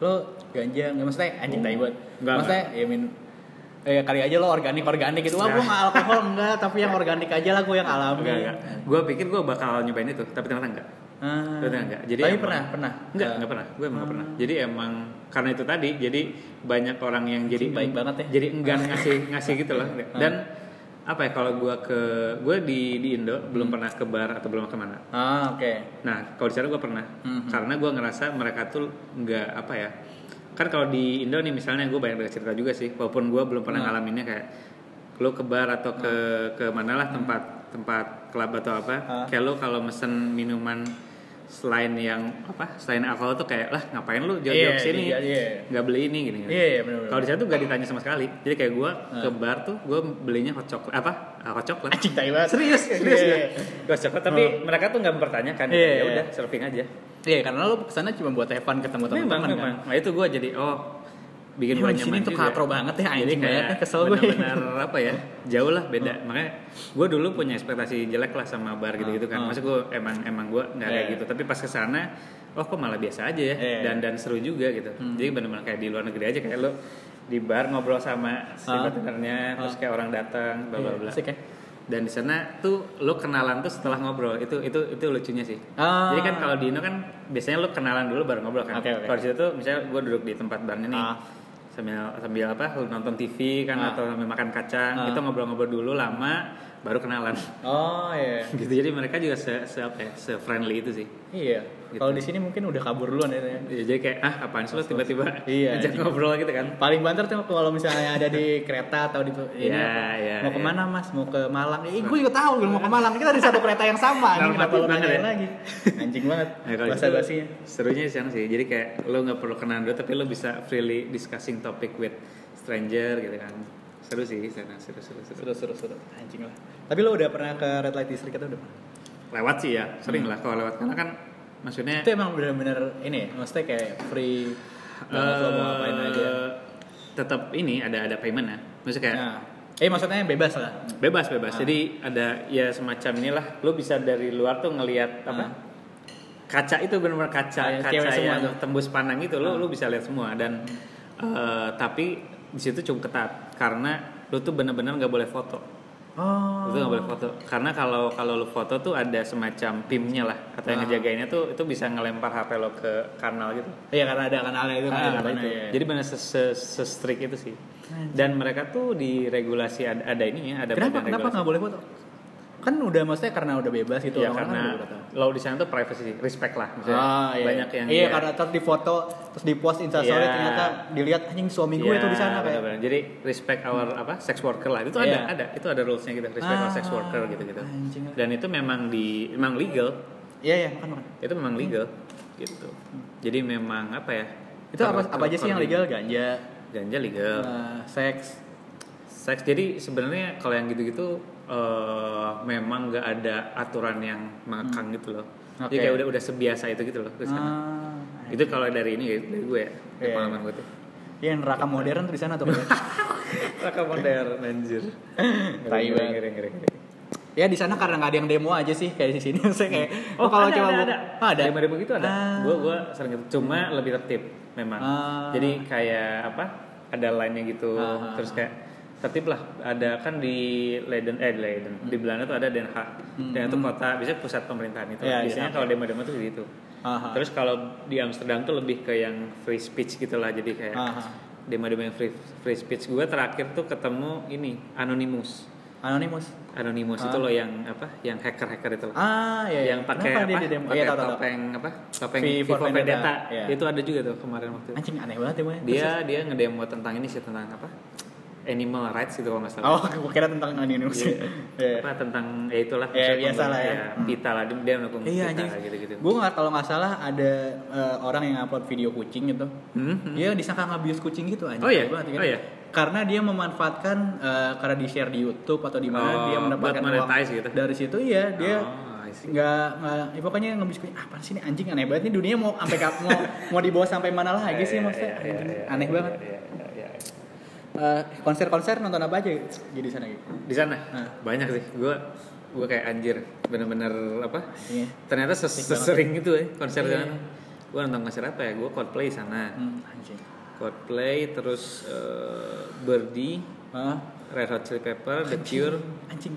[SPEAKER 1] lo ganja nggak maksudnya anjing tai banget.
[SPEAKER 2] Nggak, Nah.
[SPEAKER 1] Maksudnya ya min eh, kali aja lo organik organik gitu. Wah, gue nggak alkohol enggak, tapi yang organik aja lah gue yang alami.
[SPEAKER 2] Enggak, enggak. Gua pikir gua bakal nyobain itu, tapi ternyata enggak.
[SPEAKER 1] Ah.
[SPEAKER 2] Ternyata enggak. Jadi
[SPEAKER 1] tapi
[SPEAKER 2] emang-
[SPEAKER 1] pernah, pernah.
[SPEAKER 2] Enggak,
[SPEAKER 1] Eh,
[SPEAKER 2] enggak pernah. Gue emang enggak pernah. Jadi emang karena itu tadi, jadi banyak orang yang jadi
[SPEAKER 1] Anjing, baik banget ya. Hmm.
[SPEAKER 2] Jadi enggan ngasih ngasih gitu loh. Dan apa ya kalau gue ke gue di di Indo
[SPEAKER 1] Hmm.
[SPEAKER 2] belum pernah ke bar atau belum kemana.
[SPEAKER 1] Ah, oke.
[SPEAKER 2] Nah kalau di sana gue pernah
[SPEAKER 1] Mhm.
[SPEAKER 2] karena gue ngerasa mereka tuh nggak apa ya. Kan kalau di Indo nih misalnya gue banyak dengar cerita juga sih, walaupun gue belum
[SPEAKER 1] Hmm.
[SPEAKER 2] pernah ngalaminnya kayak lo ke bar atau ke
[SPEAKER 1] Mhm.
[SPEAKER 2] ke mana lah tempat tempat klub atau apa,
[SPEAKER 1] Ah.
[SPEAKER 2] kayak lo kalau mesen minuman selain yang apa selain alkohol tuh kayak lah ngapain lu jauh-jauh
[SPEAKER 1] Iya,
[SPEAKER 2] sini
[SPEAKER 1] iya, iya.
[SPEAKER 2] nggak beli ini gini, gini.
[SPEAKER 1] Iya, iya, benar.
[SPEAKER 2] kalau di sana tuh nggak ditanya sama sekali jadi kayak gue ke
[SPEAKER 1] Ah.
[SPEAKER 2] bar tuh gue belinya hot coklat apa Ah, hot coklat
[SPEAKER 1] Anjing tai banget.
[SPEAKER 2] serius serius
[SPEAKER 1] Iya, Oh.
[SPEAKER 2] ya hot coklat tapi mereka tuh nggak mempertanyakan
[SPEAKER 1] Iya,
[SPEAKER 2] ya
[SPEAKER 1] iya.
[SPEAKER 2] udah surfing aja
[SPEAKER 1] Iya, karena lo kesana cuma buat have fun ketemu
[SPEAKER 2] memang
[SPEAKER 1] teman-teman kan.
[SPEAKER 2] memang nah itu gue jadi oh
[SPEAKER 1] Iya,
[SPEAKER 2] bikin gue
[SPEAKER 1] di sini
[SPEAKER 2] nyaman
[SPEAKER 1] tuh
[SPEAKER 2] juga.
[SPEAKER 1] katro banget ya,
[SPEAKER 2] Jadi
[SPEAKER 1] anjing
[SPEAKER 2] kayak
[SPEAKER 1] banget ya, Oh. kesel gue.
[SPEAKER 2] benar-benar apa ya jauh lah beda makanya gue dulu punya ekspektasi jelek lah sama bar gitu gitu kan
[SPEAKER 1] Ah, ah.
[SPEAKER 2] maksud gue emang emang gue nggak kayak
[SPEAKER 1] Iya.
[SPEAKER 2] gitu tapi pas kesana oh kok malah biasa aja ya
[SPEAKER 1] Iya. Hmm.
[SPEAKER 2] dan dan seru juga gitu jadi benar-benar kayak di luar negeri aja kayak lo di bar ngobrol sama si
[SPEAKER 1] Ah.
[SPEAKER 2] bartendernya terus
[SPEAKER 1] Ah.
[SPEAKER 2] kayak orang datang bla bla
[SPEAKER 1] Iya,
[SPEAKER 2] bla
[SPEAKER 1] asik ya.
[SPEAKER 2] dan di sana tuh lo kenalan tuh setelah ngobrol itu itu itu lucunya sih
[SPEAKER 1] Ah.
[SPEAKER 2] jadi kan kalau di Indo kan biasanya lo kenalan dulu baru ngobrol kan
[SPEAKER 1] Oke, oke.
[SPEAKER 2] kalau di situ tuh misalnya gue duduk di tempat barnya nih
[SPEAKER 1] Ah.
[SPEAKER 2] sambil sambil apa lu nonton TV kan
[SPEAKER 1] Ah.
[SPEAKER 2] atau sambil makan kacang
[SPEAKER 1] Ah.
[SPEAKER 2] kita ngobrol-ngobrol dulu lama baru kenalan
[SPEAKER 1] Oh, iya.
[SPEAKER 2] gitu jadi mereka juga se se apa ya, se friendly itu sih
[SPEAKER 1] Iya.
[SPEAKER 2] Gitu.
[SPEAKER 1] Kalau di sini mungkin udah kabur duluan ya. ternyata.
[SPEAKER 2] Ya, jadi kayak ah apaan sih lo tiba-tiba
[SPEAKER 1] Iya,
[SPEAKER 2] ajak
[SPEAKER 1] iya.
[SPEAKER 2] ngobrol gitu kan
[SPEAKER 1] Paling banter tuh kalau misalnya ada di kereta atau di ini
[SPEAKER 2] Iya,
[SPEAKER 1] apa,
[SPEAKER 2] iya,
[SPEAKER 1] mau
[SPEAKER 2] iya.
[SPEAKER 1] kemana mas mau ke Malang eh gue juga tahu gue mau ke Malang kita di satu kereta yang sama anjing kenapa lu
[SPEAKER 2] Normatif banget
[SPEAKER 1] nanyain
[SPEAKER 2] ya.
[SPEAKER 1] lagi anjing banget
[SPEAKER 2] Nah, kalau
[SPEAKER 1] bahasa ya?
[SPEAKER 2] gitu,
[SPEAKER 1] basinya
[SPEAKER 2] serunya di sana sih jadi kayak lo nggak perlu kenalan dulu tapi lo bisa freely discussing topic with stranger gitu kan seru sih di sana seru seru seru
[SPEAKER 1] seru seru seru anjing lah tapi lo udah pernah ke red light district atau udah pernah?
[SPEAKER 2] lewat sih ya sering
[SPEAKER 1] Hmm.
[SPEAKER 2] lah kalau lewat karena kan maksudnya
[SPEAKER 1] itu emang bener-bener ini ya maksudnya kayak free banget
[SPEAKER 2] Eh,
[SPEAKER 1] lo mau ngapain aja
[SPEAKER 2] tetap ini ada ada payment ya maksudnya kayak
[SPEAKER 1] nah, eh maksudnya bebas lah
[SPEAKER 2] bebas bebas
[SPEAKER 1] Ah.
[SPEAKER 2] jadi ada ya semacam inilah lo bisa dari luar tuh ngelihat apa
[SPEAKER 1] Ah.
[SPEAKER 2] kaca itu benar-benar kaca
[SPEAKER 1] Ah, yang
[SPEAKER 2] kaca
[SPEAKER 1] cewek semua
[SPEAKER 2] yang
[SPEAKER 1] tuh.
[SPEAKER 2] tembus pandang itu
[SPEAKER 1] Ah.
[SPEAKER 2] lo lo bisa lihat semua dan eh, tapi di situ cukup ketat karena lo tuh benar-benar nggak boleh foto
[SPEAKER 1] oh
[SPEAKER 2] itu nggak boleh foto karena kalau kalau lu foto tuh ada semacam pimnya lah kata yang
[SPEAKER 1] Ah.
[SPEAKER 2] ngejagainnya tuh itu bisa ngelempar hp lo ke kanal gitu
[SPEAKER 1] iya karena ada kanalnya itu kan
[SPEAKER 2] Ah,
[SPEAKER 1] ada
[SPEAKER 2] apa
[SPEAKER 1] kanalnya,
[SPEAKER 2] itu.
[SPEAKER 1] iya.
[SPEAKER 2] jadi benar se, se, se-strict itu sih dan mereka tuh di regulasi ada, ada ini ya ada
[SPEAKER 1] kenapa
[SPEAKER 2] badan
[SPEAKER 1] kenapa
[SPEAKER 2] regulasi.
[SPEAKER 1] nggak boleh foto kan udah maksudnya karena udah bebas gitu
[SPEAKER 2] Iya,
[SPEAKER 1] orang-orang
[SPEAKER 2] karena
[SPEAKER 1] kan udah tahu.
[SPEAKER 2] law di sana tuh privacy respect lah maksudnya
[SPEAKER 1] Ah, iya.
[SPEAKER 2] banyak yang
[SPEAKER 1] iya
[SPEAKER 2] dia-
[SPEAKER 1] karena terus di foto terus di post instastory
[SPEAKER 2] Iya.
[SPEAKER 1] ternyata dilihat anjing suami gue
[SPEAKER 2] Iya,
[SPEAKER 1] itu di sana kayak
[SPEAKER 2] benar-benar. jadi respect our apa sex worker lah itu
[SPEAKER 1] Iya.
[SPEAKER 2] ada ada itu ada rulesnya gitu respect our sex
[SPEAKER 1] Ah,
[SPEAKER 2] worker gitu gitu
[SPEAKER 1] anjing.
[SPEAKER 2] dan itu memang di memang legal
[SPEAKER 1] iya iya makan makan
[SPEAKER 2] itu memang legal gitu jadi memang apa ya
[SPEAKER 1] itu apa
[SPEAKER 2] kalau- gitu? Iya.
[SPEAKER 1] apa aja sih
[SPEAKER 2] kalau
[SPEAKER 1] yang legal ganja
[SPEAKER 2] ganja legal
[SPEAKER 1] eh, seks
[SPEAKER 2] seks. Jadi sebenarnya kalau yang gitu-gitu eh, memang nggak ada aturan yang mengekang gitu loh. Jadi
[SPEAKER 1] Hmm. Oke.
[SPEAKER 2] kayak udah udah sebiasa itu gitu loh. Terus kan.
[SPEAKER 1] Ah,
[SPEAKER 2] Itu kalau dari ini ya, dari gue ya, dari
[SPEAKER 1] Iya.
[SPEAKER 2] pengalaman gue tuh.
[SPEAKER 1] ya neraka modern tuh di sana tuh. Pak.
[SPEAKER 2] Raka modern anjir.
[SPEAKER 1] Tai banget.
[SPEAKER 2] Ngeri, ngeri, ngeri.
[SPEAKER 1] ya di sana karena nggak ada yang demo aja sih kayak di sini saya kayak
[SPEAKER 2] Oh, kalau ada,
[SPEAKER 1] cuma
[SPEAKER 2] ada,
[SPEAKER 1] mau-
[SPEAKER 2] ada.
[SPEAKER 1] Oh, ada.
[SPEAKER 2] Demo-demo gitu ada.
[SPEAKER 1] Ah. Hmm.
[SPEAKER 2] Gue gua sering gitu. Cuma lebih tertib memang.
[SPEAKER 1] Ah.
[SPEAKER 2] Jadi kayak apa? Ada line-nya gitu.
[SPEAKER 1] Ah, ah,
[SPEAKER 2] Terus kayak tertib lah. Ada kan di Leiden eh di Leiden. Di
[SPEAKER 1] Hmm.
[SPEAKER 2] Belanda tuh ada Den Haag. Den Haag tuh kota biasanya pusat pemerintahan itu.
[SPEAKER 1] Iya, Den
[SPEAKER 2] biasanya
[SPEAKER 1] Haag.
[SPEAKER 2] kalau demo-demo tuh gitu.
[SPEAKER 1] Aha.
[SPEAKER 2] Terus kalau di Amsterdam tuh lebih ke yang free speech gitu lah. Jadi kayak
[SPEAKER 1] Aha.
[SPEAKER 2] demo-demo yang free, free speech gue terakhir tuh ketemu ini Anonymous.
[SPEAKER 1] Anonymous
[SPEAKER 2] Anonymous itu loh yang apa? Yang hacker-hacker itu. loh
[SPEAKER 1] ah ya
[SPEAKER 2] yang
[SPEAKER 1] Ah.
[SPEAKER 2] pakai
[SPEAKER 1] Kenapa
[SPEAKER 2] apa?
[SPEAKER 1] dia di demo?
[SPEAKER 2] Pakai
[SPEAKER 1] Iya, tahu, tahu, tahu.
[SPEAKER 2] topeng apa? Topeng
[SPEAKER 1] V
[SPEAKER 2] Vivo
[SPEAKER 1] for
[SPEAKER 2] Vendetta.
[SPEAKER 1] Vendetta. Iya.
[SPEAKER 2] Itu ada juga tuh kemarin waktu itu.
[SPEAKER 1] anjing aneh banget ya Moy.
[SPEAKER 2] Dia dia ngedemo tentang ini sih tentang apa? Animal rights gitu kalau nggak salah.
[SPEAKER 1] oh gue kira tentang Anonymous
[SPEAKER 2] Iya.
[SPEAKER 1] Iya.
[SPEAKER 2] Apa tentang ya itulah.
[SPEAKER 1] Iya,
[SPEAKER 2] maksudnya
[SPEAKER 1] biasa lah ya.
[SPEAKER 2] pembunuh, Pita lah dia, dia mendukung
[SPEAKER 1] Iya
[SPEAKER 2] pita
[SPEAKER 1] anjing.
[SPEAKER 2] gitu-gitu.
[SPEAKER 1] Gue nggak kalau nggak salah ada eh, orang yang upload video kucing gitu.
[SPEAKER 2] Hmm, hmm.
[SPEAKER 1] Dia disangka ngabius kucing gitu anjing.
[SPEAKER 2] Oh iya?
[SPEAKER 1] Keren banget, gitu.
[SPEAKER 2] Oh iya?
[SPEAKER 1] Karena dia memanfaatkan eh, karena di share di YouTube atau di mana
[SPEAKER 2] Oh,
[SPEAKER 1] dia mendapatkan
[SPEAKER 2] buat monetize gitu.
[SPEAKER 1] Dari situ iya dia
[SPEAKER 2] Oh, I see.
[SPEAKER 1] nggak nggak ya pokoknya ngabius kucing. Apa sih ini anjing aneh banget nih dunia mau sampai kap- mau mau dibawa sampai mana lagi sih
[SPEAKER 2] Iya,
[SPEAKER 1] maksudnya?
[SPEAKER 2] iya,
[SPEAKER 1] Anjing,
[SPEAKER 2] iya,
[SPEAKER 1] aneh
[SPEAKER 2] iya,
[SPEAKER 1] banget.
[SPEAKER 2] iya, iya, iya.
[SPEAKER 1] Eh, konser-konser nonton apa aja jadi di sana gitu.
[SPEAKER 2] Di sana
[SPEAKER 1] Nah.
[SPEAKER 2] banyak sih. Gue gue kayak anjir bener-bener apa?
[SPEAKER 1] Iya.
[SPEAKER 2] Ternyata ses- sesering itu ya konser
[SPEAKER 1] Iya.
[SPEAKER 2] sana. Gue nonton konser apa ya? Gue Coldplay sana.
[SPEAKER 1] Hmm, anjing.
[SPEAKER 2] Coldplay, terus eh, Birdie,
[SPEAKER 1] Hah?
[SPEAKER 2] Red Hot Chili Pepper, The Cure,
[SPEAKER 1] Anjing.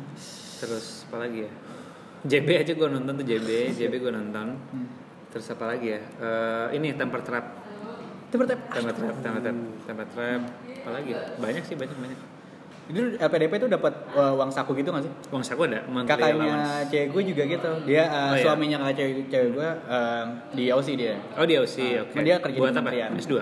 [SPEAKER 2] terus apa lagi ya? JB aja gue nonton tuh JB, JB gue nonton.
[SPEAKER 1] Hmm.
[SPEAKER 2] Terus apa lagi ya? Eh, ini Temper Trap,
[SPEAKER 1] Temper tap.
[SPEAKER 2] Temper Trap, Temper Trap, Temper Trap. Apa lagi? ya? Banyak sih banyak banyak.
[SPEAKER 1] Itu LPDP tuh dapat eh, uang saku gitu nggak sih?
[SPEAKER 2] Uang saku ada, monthly allowance.
[SPEAKER 1] kakaknya cewek gue juga gitu dia uh,
[SPEAKER 2] Oh, iya.
[SPEAKER 1] suaminya kakak cewek, cewek gue um, di Aussie dia
[SPEAKER 2] Oh di OC,
[SPEAKER 1] Ah,
[SPEAKER 2] oke.
[SPEAKER 1] dia kerja di
[SPEAKER 2] Buat apa?
[SPEAKER 1] kementerian.
[SPEAKER 2] S2.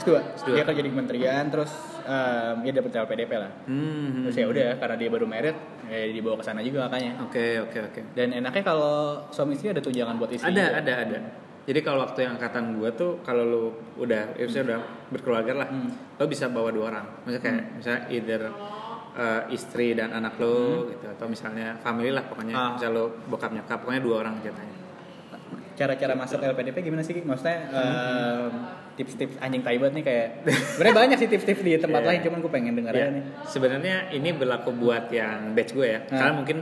[SPEAKER 1] S2, dia kerja di kementerian terus um, dia dapet LPDP lah
[SPEAKER 2] Hmm.
[SPEAKER 1] terus ya udah karena dia baru married ya dibawa ke sana juga kakaknya
[SPEAKER 2] Oke, oke, oke.
[SPEAKER 1] dan enaknya kalau suami istri ada tunjangan buat istri
[SPEAKER 2] ada
[SPEAKER 1] juga.
[SPEAKER 2] ada ada jadi kalau waktu yang angkatan gua tuh kalau lu udah ya misalnya udah berkeluarga lah
[SPEAKER 1] Hmm.
[SPEAKER 2] lo bisa bawa dua orang misalnya kayak misalnya either uh, istri dan anak lo gitu atau misalnya family lah pokoknya
[SPEAKER 1] Hmm. Ah.
[SPEAKER 2] misalnya lo bokap nyokap pokoknya dua orang jatahnya
[SPEAKER 1] cara-cara masuk
[SPEAKER 2] Gitu.
[SPEAKER 1] LPDP gimana sih Ki? maksudnya
[SPEAKER 2] Hmm.
[SPEAKER 1] um, tips-tips anjing tai banget nih kayak sebenarnya banyak sih tips-tips di tempat
[SPEAKER 2] Iya.
[SPEAKER 1] lain cuman gue pengen denger
[SPEAKER 2] Ya,
[SPEAKER 1] aja nih
[SPEAKER 2] sebenarnya ini berlaku buat yang batch gue ya
[SPEAKER 1] Ah.
[SPEAKER 2] karena mungkin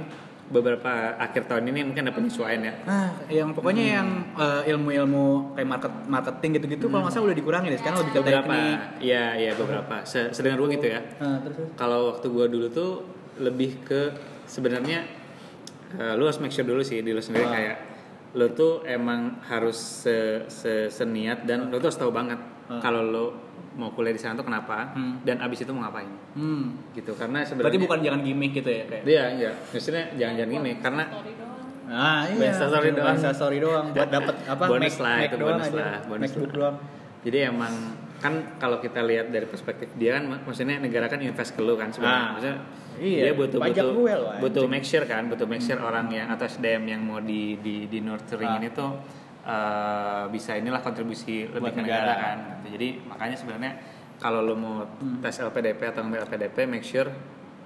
[SPEAKER 2] beberapa akhir tahun ini mungkin ada penyesuaian ya
[SPEAKER 1] Ah, yang pokoknya
[SPEAKER 2] Hmm.
[SPEAKER 1] yang eh, ilmu-ilmu kayak market marketing gitu-gitu kalau nggak salah udah dikurangin deh sekarang lebih ke
[SPEAKER 2] beberapa
[SPEAKER 1] teknik.
[SPEAKER 2] iya iya beberapa Se- sedengar gue gitu ya
[SPEAKER 1] Ah, terus terus.
[SPEAKER 2] kalau waktu gua dulu tuh lebih ke sebenarnya eh, lu harus make sure dulu sih di lu sendiri
[SPEAKER 1] Ah.
[SPEAKER 2] kayak lu tuh emang harus se, se- seniat dan lu tuh harus tahu banget
[SPEAKER 1] Ah.
[SPEAKER 2] kalau lu mau kuliah di sana tuh kenapa
[SPEAKER 1] Hmm.
[SPEAKER 2] dan abis itu mau ngapain
[SPEAKER 1] Hmm.
[SPEAKER 2] gitu karena sebenarnya
[SPEAKER 1] Berarti bukan jangan gimmick gitu ya kayak.
[SPEAKER 2] iya iya maksudnya jangan-jangan gini karena
[SPEAKER 1] Ah, iya.
[SPEAKER 2] Bahasa story
[SPEAKER 1] Cuma
[SPEAKER 2] doang.
[SPEAKER 1] bahasa story doang buat dapat apa?
[SPEAKER 2] Bonus
[SPEAKER 1] Mac-
[SPEAKER 2] lah,
[SPEAKER 1] Mac
[SPEAKER 2] itu
[SPEAKER 1] doang
[SPEAKER 2] bonus
[SPEAKER 1] aja.
[SPEAKER 2] lah, bonus
[SPEAKER 1] MacBook
[SPEAKER 2] lah.
[SPEAKER 1] doang.
[SPEAKER 2] jadi emang kan kalau kita lihat dari perspektif dia kan mak- maksudnya negara kan invest ke lu kan sebenarnya
[SPEAKER 1] Ah.
[SPEAKER 2] maksudnya
[SPEAKER 1] Iya,
[SPEAKER 2] dia butuh
[SPEAKER 1] pajak
[SPEAKER 2] butuh
[SPEAKER 1] gue loh, anjing.
[SPEAKER 2] butuh make sure kan butuh make sure orang yang atas SDM yang mau di di di nurturing
[SPEAKER 1] Ah.
[SPEAKER 2] ini tuh eh, bisa inilah kontribusi lebih
[SPEAKER 1] Buat
[SPEAKER 2] ke negara,
[SPEAKER 1] negara.
[SPEAKER 2] kan gitu. jadi makanya sebenarnya kalau lo mau
[SPEAKER 1] Hmm.
[SPEAKER 2] tes LPDP atau ngambil LPDP make sure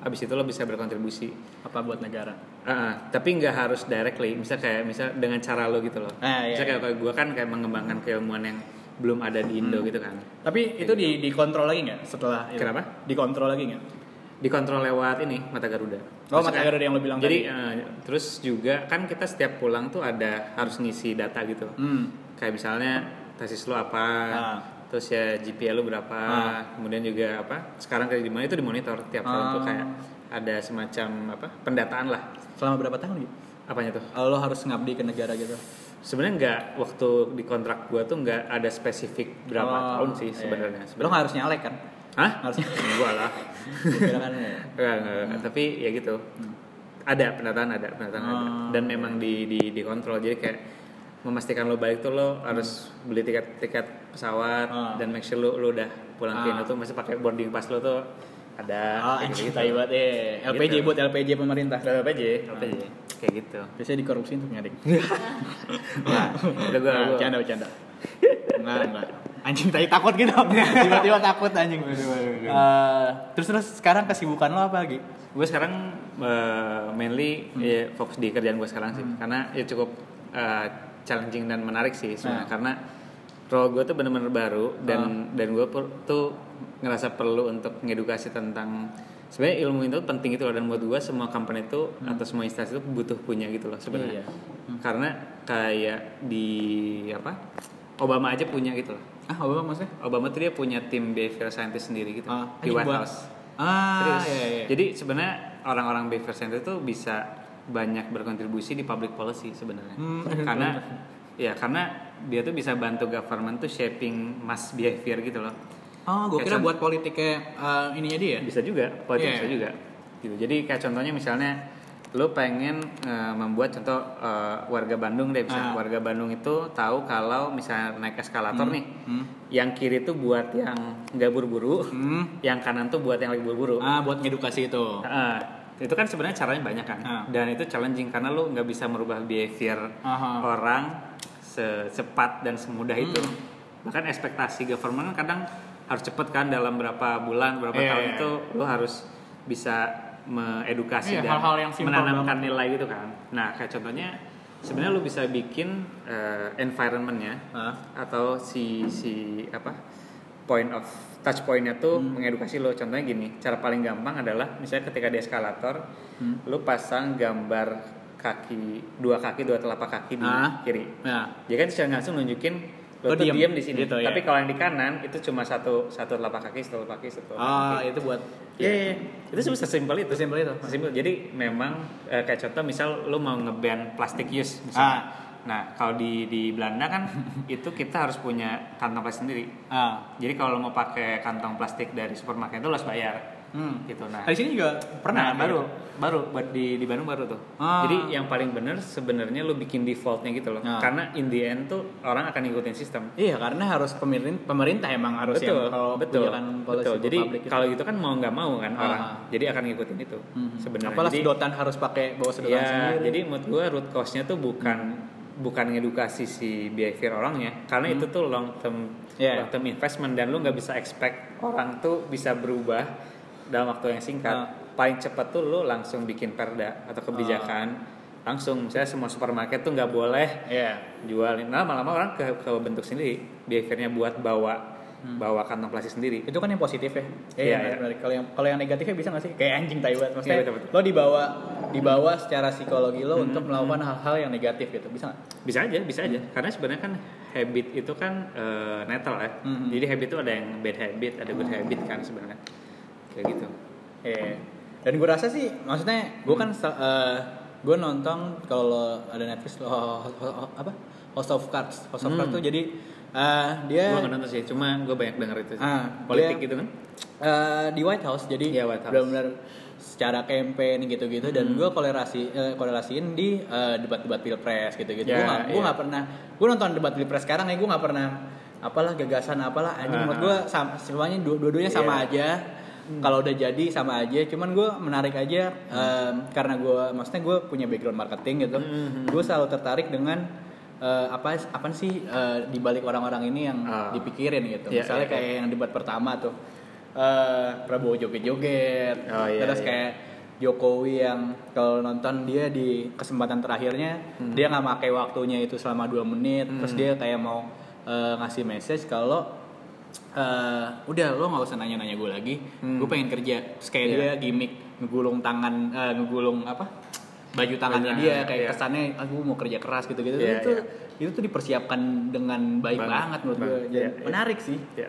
[SPEAKER 2] abis itu lo bisa berkontribusi
[SPEAKER 1] Apa buat negara?
[SPEAKER 2] Ah, tapi nggak harus directly misal kayak misal dengan cara lo gitu loh
[SPEAKER 1] Ah, iya, Hmm.
[SPEAKER 2] misal kayak gue kan kayak mengembangkan keilmuan yang belum ada di Indo gitu kan
[SPEAKER 1] Tapi itu di dikontrol lagi nggak setelah itu?
[SPEAKER 2] Kenapa?
[SPEAKER 1] Dikontrol lagi nggak?
[SPEAKER 2] dikontrol lewat ini mata Garuda.
[SPEAKER 1] Oh,
[SPEAKER 2] Maksudnya-
[SPEAKER 1] Mata Garuda yang lo bilang tadi.
[SPEAKER 2] Jadi eh, terus juga kan kita setiap pulang tuh ada harus ngisi data gitu.
[SPEAKER 1] Hmm.
[SPEAKER 2] Kayak misalnya tesis lo apa,
[SPEAKER 1] Ah.
[SPEAKER 2] terus ya GPA lo berapa,
[SPEAKER 1] Ah.
[SPEAKER 2] kemudian juga apa? Sekarang kerja di mana itu dimonitor tiap tahun
[SPEAKER 1] Ah.
[SPEAKER 2] tuh kayak ada semacam apa? pendataan lah.
[SPEAKER 1] Selama berapa tahun gitu?
[SPEAKER 2] Apanya tuh?
[SPEAKER 1] Lo harus ngabdi ke negara gitu.
[SPEAKER 2] Sebenarnya nggak waktu di kontrak gua tuh nggak ada spesifik berapa
[SPEAKER 1] Oh,
[SPEAKER 2] tahun sih
[SPEAKER 1] iya.
[SPEAKER 2] sebenarnya.
[SPEAKER 1] Lo
[SPEAKER 2] Sebenarnya.
[SPEAKER 1] nggak harus nyalek kan?
[SPEAKER 2] Hah?
[SPEAKER 1] Harusnya.
[SPEAKER 2] Gua lah.
[SPEAKER 1] Kira kan ya.
[SPEAKER 2] Enggak, enggak, enggak. tapi ya gitu. Ada pendataan ada, pendataan ada.
[SPEAKER 1] Hmm.
[SPEAKER 2] Dan memang di di dikontrol. Jadi kayak memastikan lo balik tuh lo harus beli tiket tiket pesawat
[SPEAKER 1] Ah.
[SPEAKER 2] dan make sure lo, lo udah pulang ke
[SPEAKER 1] Ah.
[SPEAKER 2] Indo tuh masih pakai boarding pass lo tuh ada
[SPEAKER 1] Ah,
[SPEAKER 2] kayak
[SPEAKER 1] anjing
[SPEAKER 2] gitu.
[SPEAKER 1] tai banget eh. LPJ
[SPEAKER 2] Gitu.
[SPEAKER 1] buat LPJ pemerintah. Ah.
[SPEAKER 2] LPJ, LPJ. Kayak gitu.
[SPEAKER 1] Biasanya dikorupsi untuk nyari.
[SPEAKER 2] Nah, udah gua,
[SPEAKER 1] Nah,
[SPEAKER 2] gua-
[SPEAKER 1] bercanda bercanda. Enggak, enggak.
[SPEAKER 3] anjing tadi takut gitu tiba-tiba takut anjing
[SPEAKER 1] Eh, terus terus sekarang kesibukan lo apa Gi?
[SPEAKER 2] gue sekarang eh, mainly
[SPEAKER 1] Hmm.
[SPEAKER 2] ya, fokus di kerjaan gue sekarang sih karena ya cukup eh, challenging dan menarik sih sebenarnya
[SPEAKER 1] Nah. Ah.
[SPEAKER 2] karena role gue tuh bener-bener baru dan dan gue per- tuh ngerasa perlu untuk ngedukasi tentang sebenarnya ilmu itu penting gitu loh dan buat gue semua company itu atau semua instansi itu butuh punya gitu loh sebenarnya
[SPEAKER 1] Hmm. Iya.
[SPEAKER 2] karena kayak di apa Obama aja punya gitu loh
[SPEAKER 1] Ah, apa maksudnya?
[SPEAKER 2] Obama tuh dia punya tim behavior scientist sendiri gitu
[SPEAKER 1] Ah,
[SPEAKER 2] di
[SPEAKER 1] anjing,
[SPEAKER 2] White
[SPEAKER 1] gua-
[SPEAKER 2] House
[SPEAKER 1] Ah,
[SPEAKER 2] Serius.
[SPEAKER 1] iya, iya.
[SPEAKER 2] Jadi sebenarnya orang-orang behavior scientist itu bisa banyak berkontribusi di public policy sebenarnya.
[SPEAKER 1] Hmm.
[SPEAKER 2] Karena ya karena dia tuh bisa bantu government tuh shaping mass behavior gitu loh.
[SPEAKER 1] Oh, gue
[SPEAKER 2] Kayak
[SPEAKER 1] kira
[SPEAKER 2] contoh-
[SPEAKER 1] buat politiknya eh, ininya dia.
[SPEAKER 2] Bisa juga, politik
[SPEAKER 1] Iya,
[SPEAKER 2] bisa
[SPEAKER 1] iya.
[SPEAKER 2] juga. Gitu. Jadi kayak contohnya misalnya lu pengen eh, membuat contoh eh, warga Bandung deh misalnya
[SPEAKER 1] Ah.
[SPEAKER 2] warga Bandung itu tahu kalau misalnya naik eskalator nih
[SPEAKER 1] hmm.
[SPEAKER 2] yang kiri tuh buat yang nggak buru-buru
[SPEAKER 1] Hmm.
[SPEAKER 2] yang kanan tuh buat yang lagi buru-buru
[SPEAKER 1] Ah, buat edukasi itu.
[SPEAKER 2] Heeh. itu kan sebenarnya caranya banyak kan
[SPEAKER 1] Ah.
[SPEAKER 2] dan itu challenging karena lu nggak bisa merubah behavior
[SPEAKER 1] Aha.
[SPEAKER 2] orang secepat dan semudah itu
[SPEAKER 1] Hmm.
[SPEAKER 2] bahkan ekspektasi government kan kadang harus cepet kan dalam berapa bulan berapa
[SPEAKER 1] Iya,
[SPEAKER 2] tahun
[SPEAKER 1] iya,
[SPEAKER 2] itu lu harus bisa
[SPEAKER 1] Iya,
[SPEAKER 2] meedukasi dan
[SPEAKER 1] hal-hal yang simpel
[SPEAKER 2] menanamkan nilai gitu kan nah kayak contohnya sebenarnya lu bisa bikin eh, environmentnya
[SPEAKER 1] Ah.
[SPEAKER 2] atau si si apa point of touch pointnya tuh
[SPEAKER 1] Hmm.
[SPEAKER 2] mengedukasi lo contohnya gini cara paling gampang adalah misalnya ketika di eskalator
[SPEAKER 1] Hmm.
[SPEAKER 2] lo pasang gambar kaki dua kaki dua telapak kaki di
[SPEAKER 1] Ah.
[SPEAKER 2] kiri
[SPEAKER 1] Nah,
[SPEAKER 2] dia kan secara langsung nunjukin lo
[SPEAKER 1] Lo
[SPEAKER 2] tuh
[SPEAKER 1] diem.
[SPEAKER 2] diem di sini
[SPEAKER 1] Gitu, ya.
[SPEAKER 2] tapi kalau yang di kanan itu cuma satu satu telapak kaki satu telapak kaki satu telapak
[SPEAKER 1] ah
[SPEAKER 2] kaki
[SPEAKER 1] itu buat
[SPEAKER 2] Iya, iya, iya. itu sebenarnya sesimpel itu
[SPEAKER 1] Sesimpel itu.
[SPEAKER 2] Sesimpel. jadi memang eh, kayak contoh misal lo mau ngeban plastik use
[SPEAKER 1] Ah.
[SPEAKER 2] misalnya nah kalau di di Belanda kan itu kita harus punya kantong plastik sendiri
[SPEAKER 1] ah.
[SPEAKER 2] jadi kalau lo mau pakai kantong plastik dari supermarket itu lo harus bayar
[SPEAKER 1] Hmm. Nah,
[SPEAKER 2] gitu nah
[SPEAKER 1] Di sini juga pernah iya.
[SPEAKER 2] pernah gitu. baru baru buat di di Bandung baru tuh
[SPEAKER 1] Ah.
[SPEAKER 2] jadi yang paling bener sebenarnya lo bikin defaultnya gitu loh
[SPEAKER 1] Ah.
[SPEAKER 2] karena in the end tuh orang akan ngikutin sistem
[SPEAKER 1] Iya, karena harus pemerintah, pemerintah emang harus
[SPEAKER 2] betul,
[SPEAKER 1] yang kalau
[SPEAKER 2] betul,
[SPEAKER 1] punya kan policy
[SPEAKER 2] betul. Jadi
[SPEAKER 1] public itu.
[SPEAKER 2] kalau gitu kan mau nggak mau kan
[SPEAKER 1] Ah.
[SPEAKER 2] orang, jadi akan ngikutin itu
[SPEAKER 1] Mhm.
[SPEAKER 2] sebenarnya.
[SPEAKER 1] Apalah
[SPEAKER 2] Jadi-
[SPEAKER 1] sedotan harus pakai bawa sedotan
[SPEAKER 2] ya,
[SPEAKER 1] sendiri.
[SPEAKER 2] jadi menurut gue root cause-nya tuh bukan bukan ngedukasi si behavior orangnya,
[SPEAKER 1] Hmm.
[SPEAKER 2] karena itu tuh long term
[SPEAKER 1] Yeah.
[SPEAKER 2] long term investment dan lu nggak bisa expect orang tuh bisa berubah dalam waktu yang singkat.
[SPEAKER 1] Ah.
[SPEAKER 2] Paling cepat tuh lu langsung bikin perda atau kebijakan
[SPEAKER 1] Ah.
[SPEAKER 2] langsung misalnya semua supermarket tuh nggak boleh
[SPEAKER 1] Iya.
[SPEAKER 2] jualin. Nah, lama-lama orang ke, ke bentuk sendiri behaviornya buat bawa
[SPEAKER 1] Hmm.
[SPEAKER 2] bawa kantong plastik sendiri.
[SPEAKER 1] Itu kan yang positif ya.
[SPEAKER 2] Iya,
[SPEAKER 1] Iya,
[SPEAKER 2] iya.
[SPEAKER 1] benar, benar. Kalau yang kalau yang negatifnya bisa nggak sih? Kayak anjing tai banget maksudnya.
[SPEAKER 2] Iya, betul, Hmm, betul.
[SPEAKER 1] Lo dibawa dibawa secara psikologi lo untuk melakukan hal-hal yang negatif gitu. Bisa nggak?
[SPEAKER 2] bisa aja bisa aja karena sebenarnya kan habit itu kan eh, netral ya
[SPEAKER 1] Mhm.
[SPEAKER 2] jadi habit itu ada yang bad habit ada good habit kan sebenarnya kayak gitu
[SPEAKER 1] Iya. Dan gue rasa sih, maksudnya gue kan gue nonton kalau ada Netflix lo, ho- ho- ho- apa House of Cards. House of
[SPEAKER 2] Hmm.
[SPEAKER 1] Cards tuh jadi eh, dia
[SPEAKER 2] gue nggak nonton sih cuma gue banyak denger itu sih.
[SPEAKER 1] Ah,
[SPEAKER 2] politik
[SPEAKER 1] dia-
[SPEAKER 2] gitu kan
[SPEAKER 1] eh, di White House jadi
[SPEAKER 2] Iya, White House.
[SPEAKER 1] benar-benar secara campaign gitu-gitu dan
[SPEAKER 2] Hmm.
[SPEAKER 1] gue kolerasi eh, korelasiin di eh, debat-debat pilpres gitu-gitu gue
[SPEAKER 2] Ya,
[SPEAKER 1] nggak gua
[SPEAKER 2] iya.
[SPEAKER 1] nggak pernah gue nonton debat pilpres sekarang ya gue nggak pernah apalah gagasan apalah anjing
[SPEAKER 2] Ah.
[SPEAKER 1] menurut gue sama semuanya dua- dua-duanya sama
[SPEAKER 2] Iya.
[SPEAKER 1] aja kalau udah jadi sama aja cuman gue menarik aja em, karena gue maksudnya gue punya background marketing gitu
[SPEAKER 2] Hmm.
[SPEAKER 1] gue selalu tertarik dengan eh, apa apa sih eh, di balik orang-orang ini yang
[SPEAKER 2] Ah.
[SPEAKER 1] dipikirin gitu
[SPEAKER 2] Iya,
[SPEAKER 1] misalnya
[SPEAKER 2] iya, iya.
[SPEAKER 1] kayak yang debat pertama tuh eh, Prabowo joget-joget
[SPEAKER 2] Oh, iya,
[SPEAKER 1] terus
[SPEAKER 2] iya.
[SPEAKER 1] kayak Jokowi yang kalau nonton dia di kesempatan terakhirnya
[SPEAKER 2] Hmm.
[SPEAKER 1] dia nggak pakai waktunya itu selama dua menit terus dia kayak mau eh, ngasih message kalau eh, udah lo nggak usah nanya-nanya gue lagi
[SPEAKER 2] Hmm.
[SPEAKER 1] gue pengen kerja terus kayak
[SPEAKER 2] Iya.
[SPEAKER 1] dia gimmick ngegulung tangan eh, ngegulung apa baju tangannya
[SPEAKER 2] Baju
[SPEAKER 1] dia
[SPEAKER 2] tangan,
[SPEAKER 1] kayak
[SPEAKER 2] iya.
[SPEAKER 1] kesannya aku mau kerja keras gitu-gitu
[SPEAKER 2] Iya,
[SPEAKER 1] itu
[SPEAKER 2] iya.
[SPEAKER 1] itu tuh dipersiapkan dengan baik
[SPEAKER 2] Banget,
[SPEAKER 1] banget, menurut gue
[SPEAKER 2] banget.
[SPEAKER 1] Jadi
[SPEAKER 2] Iya, iya.
[SPEAKER 1] menarik sih
[SPEAKER 2] ya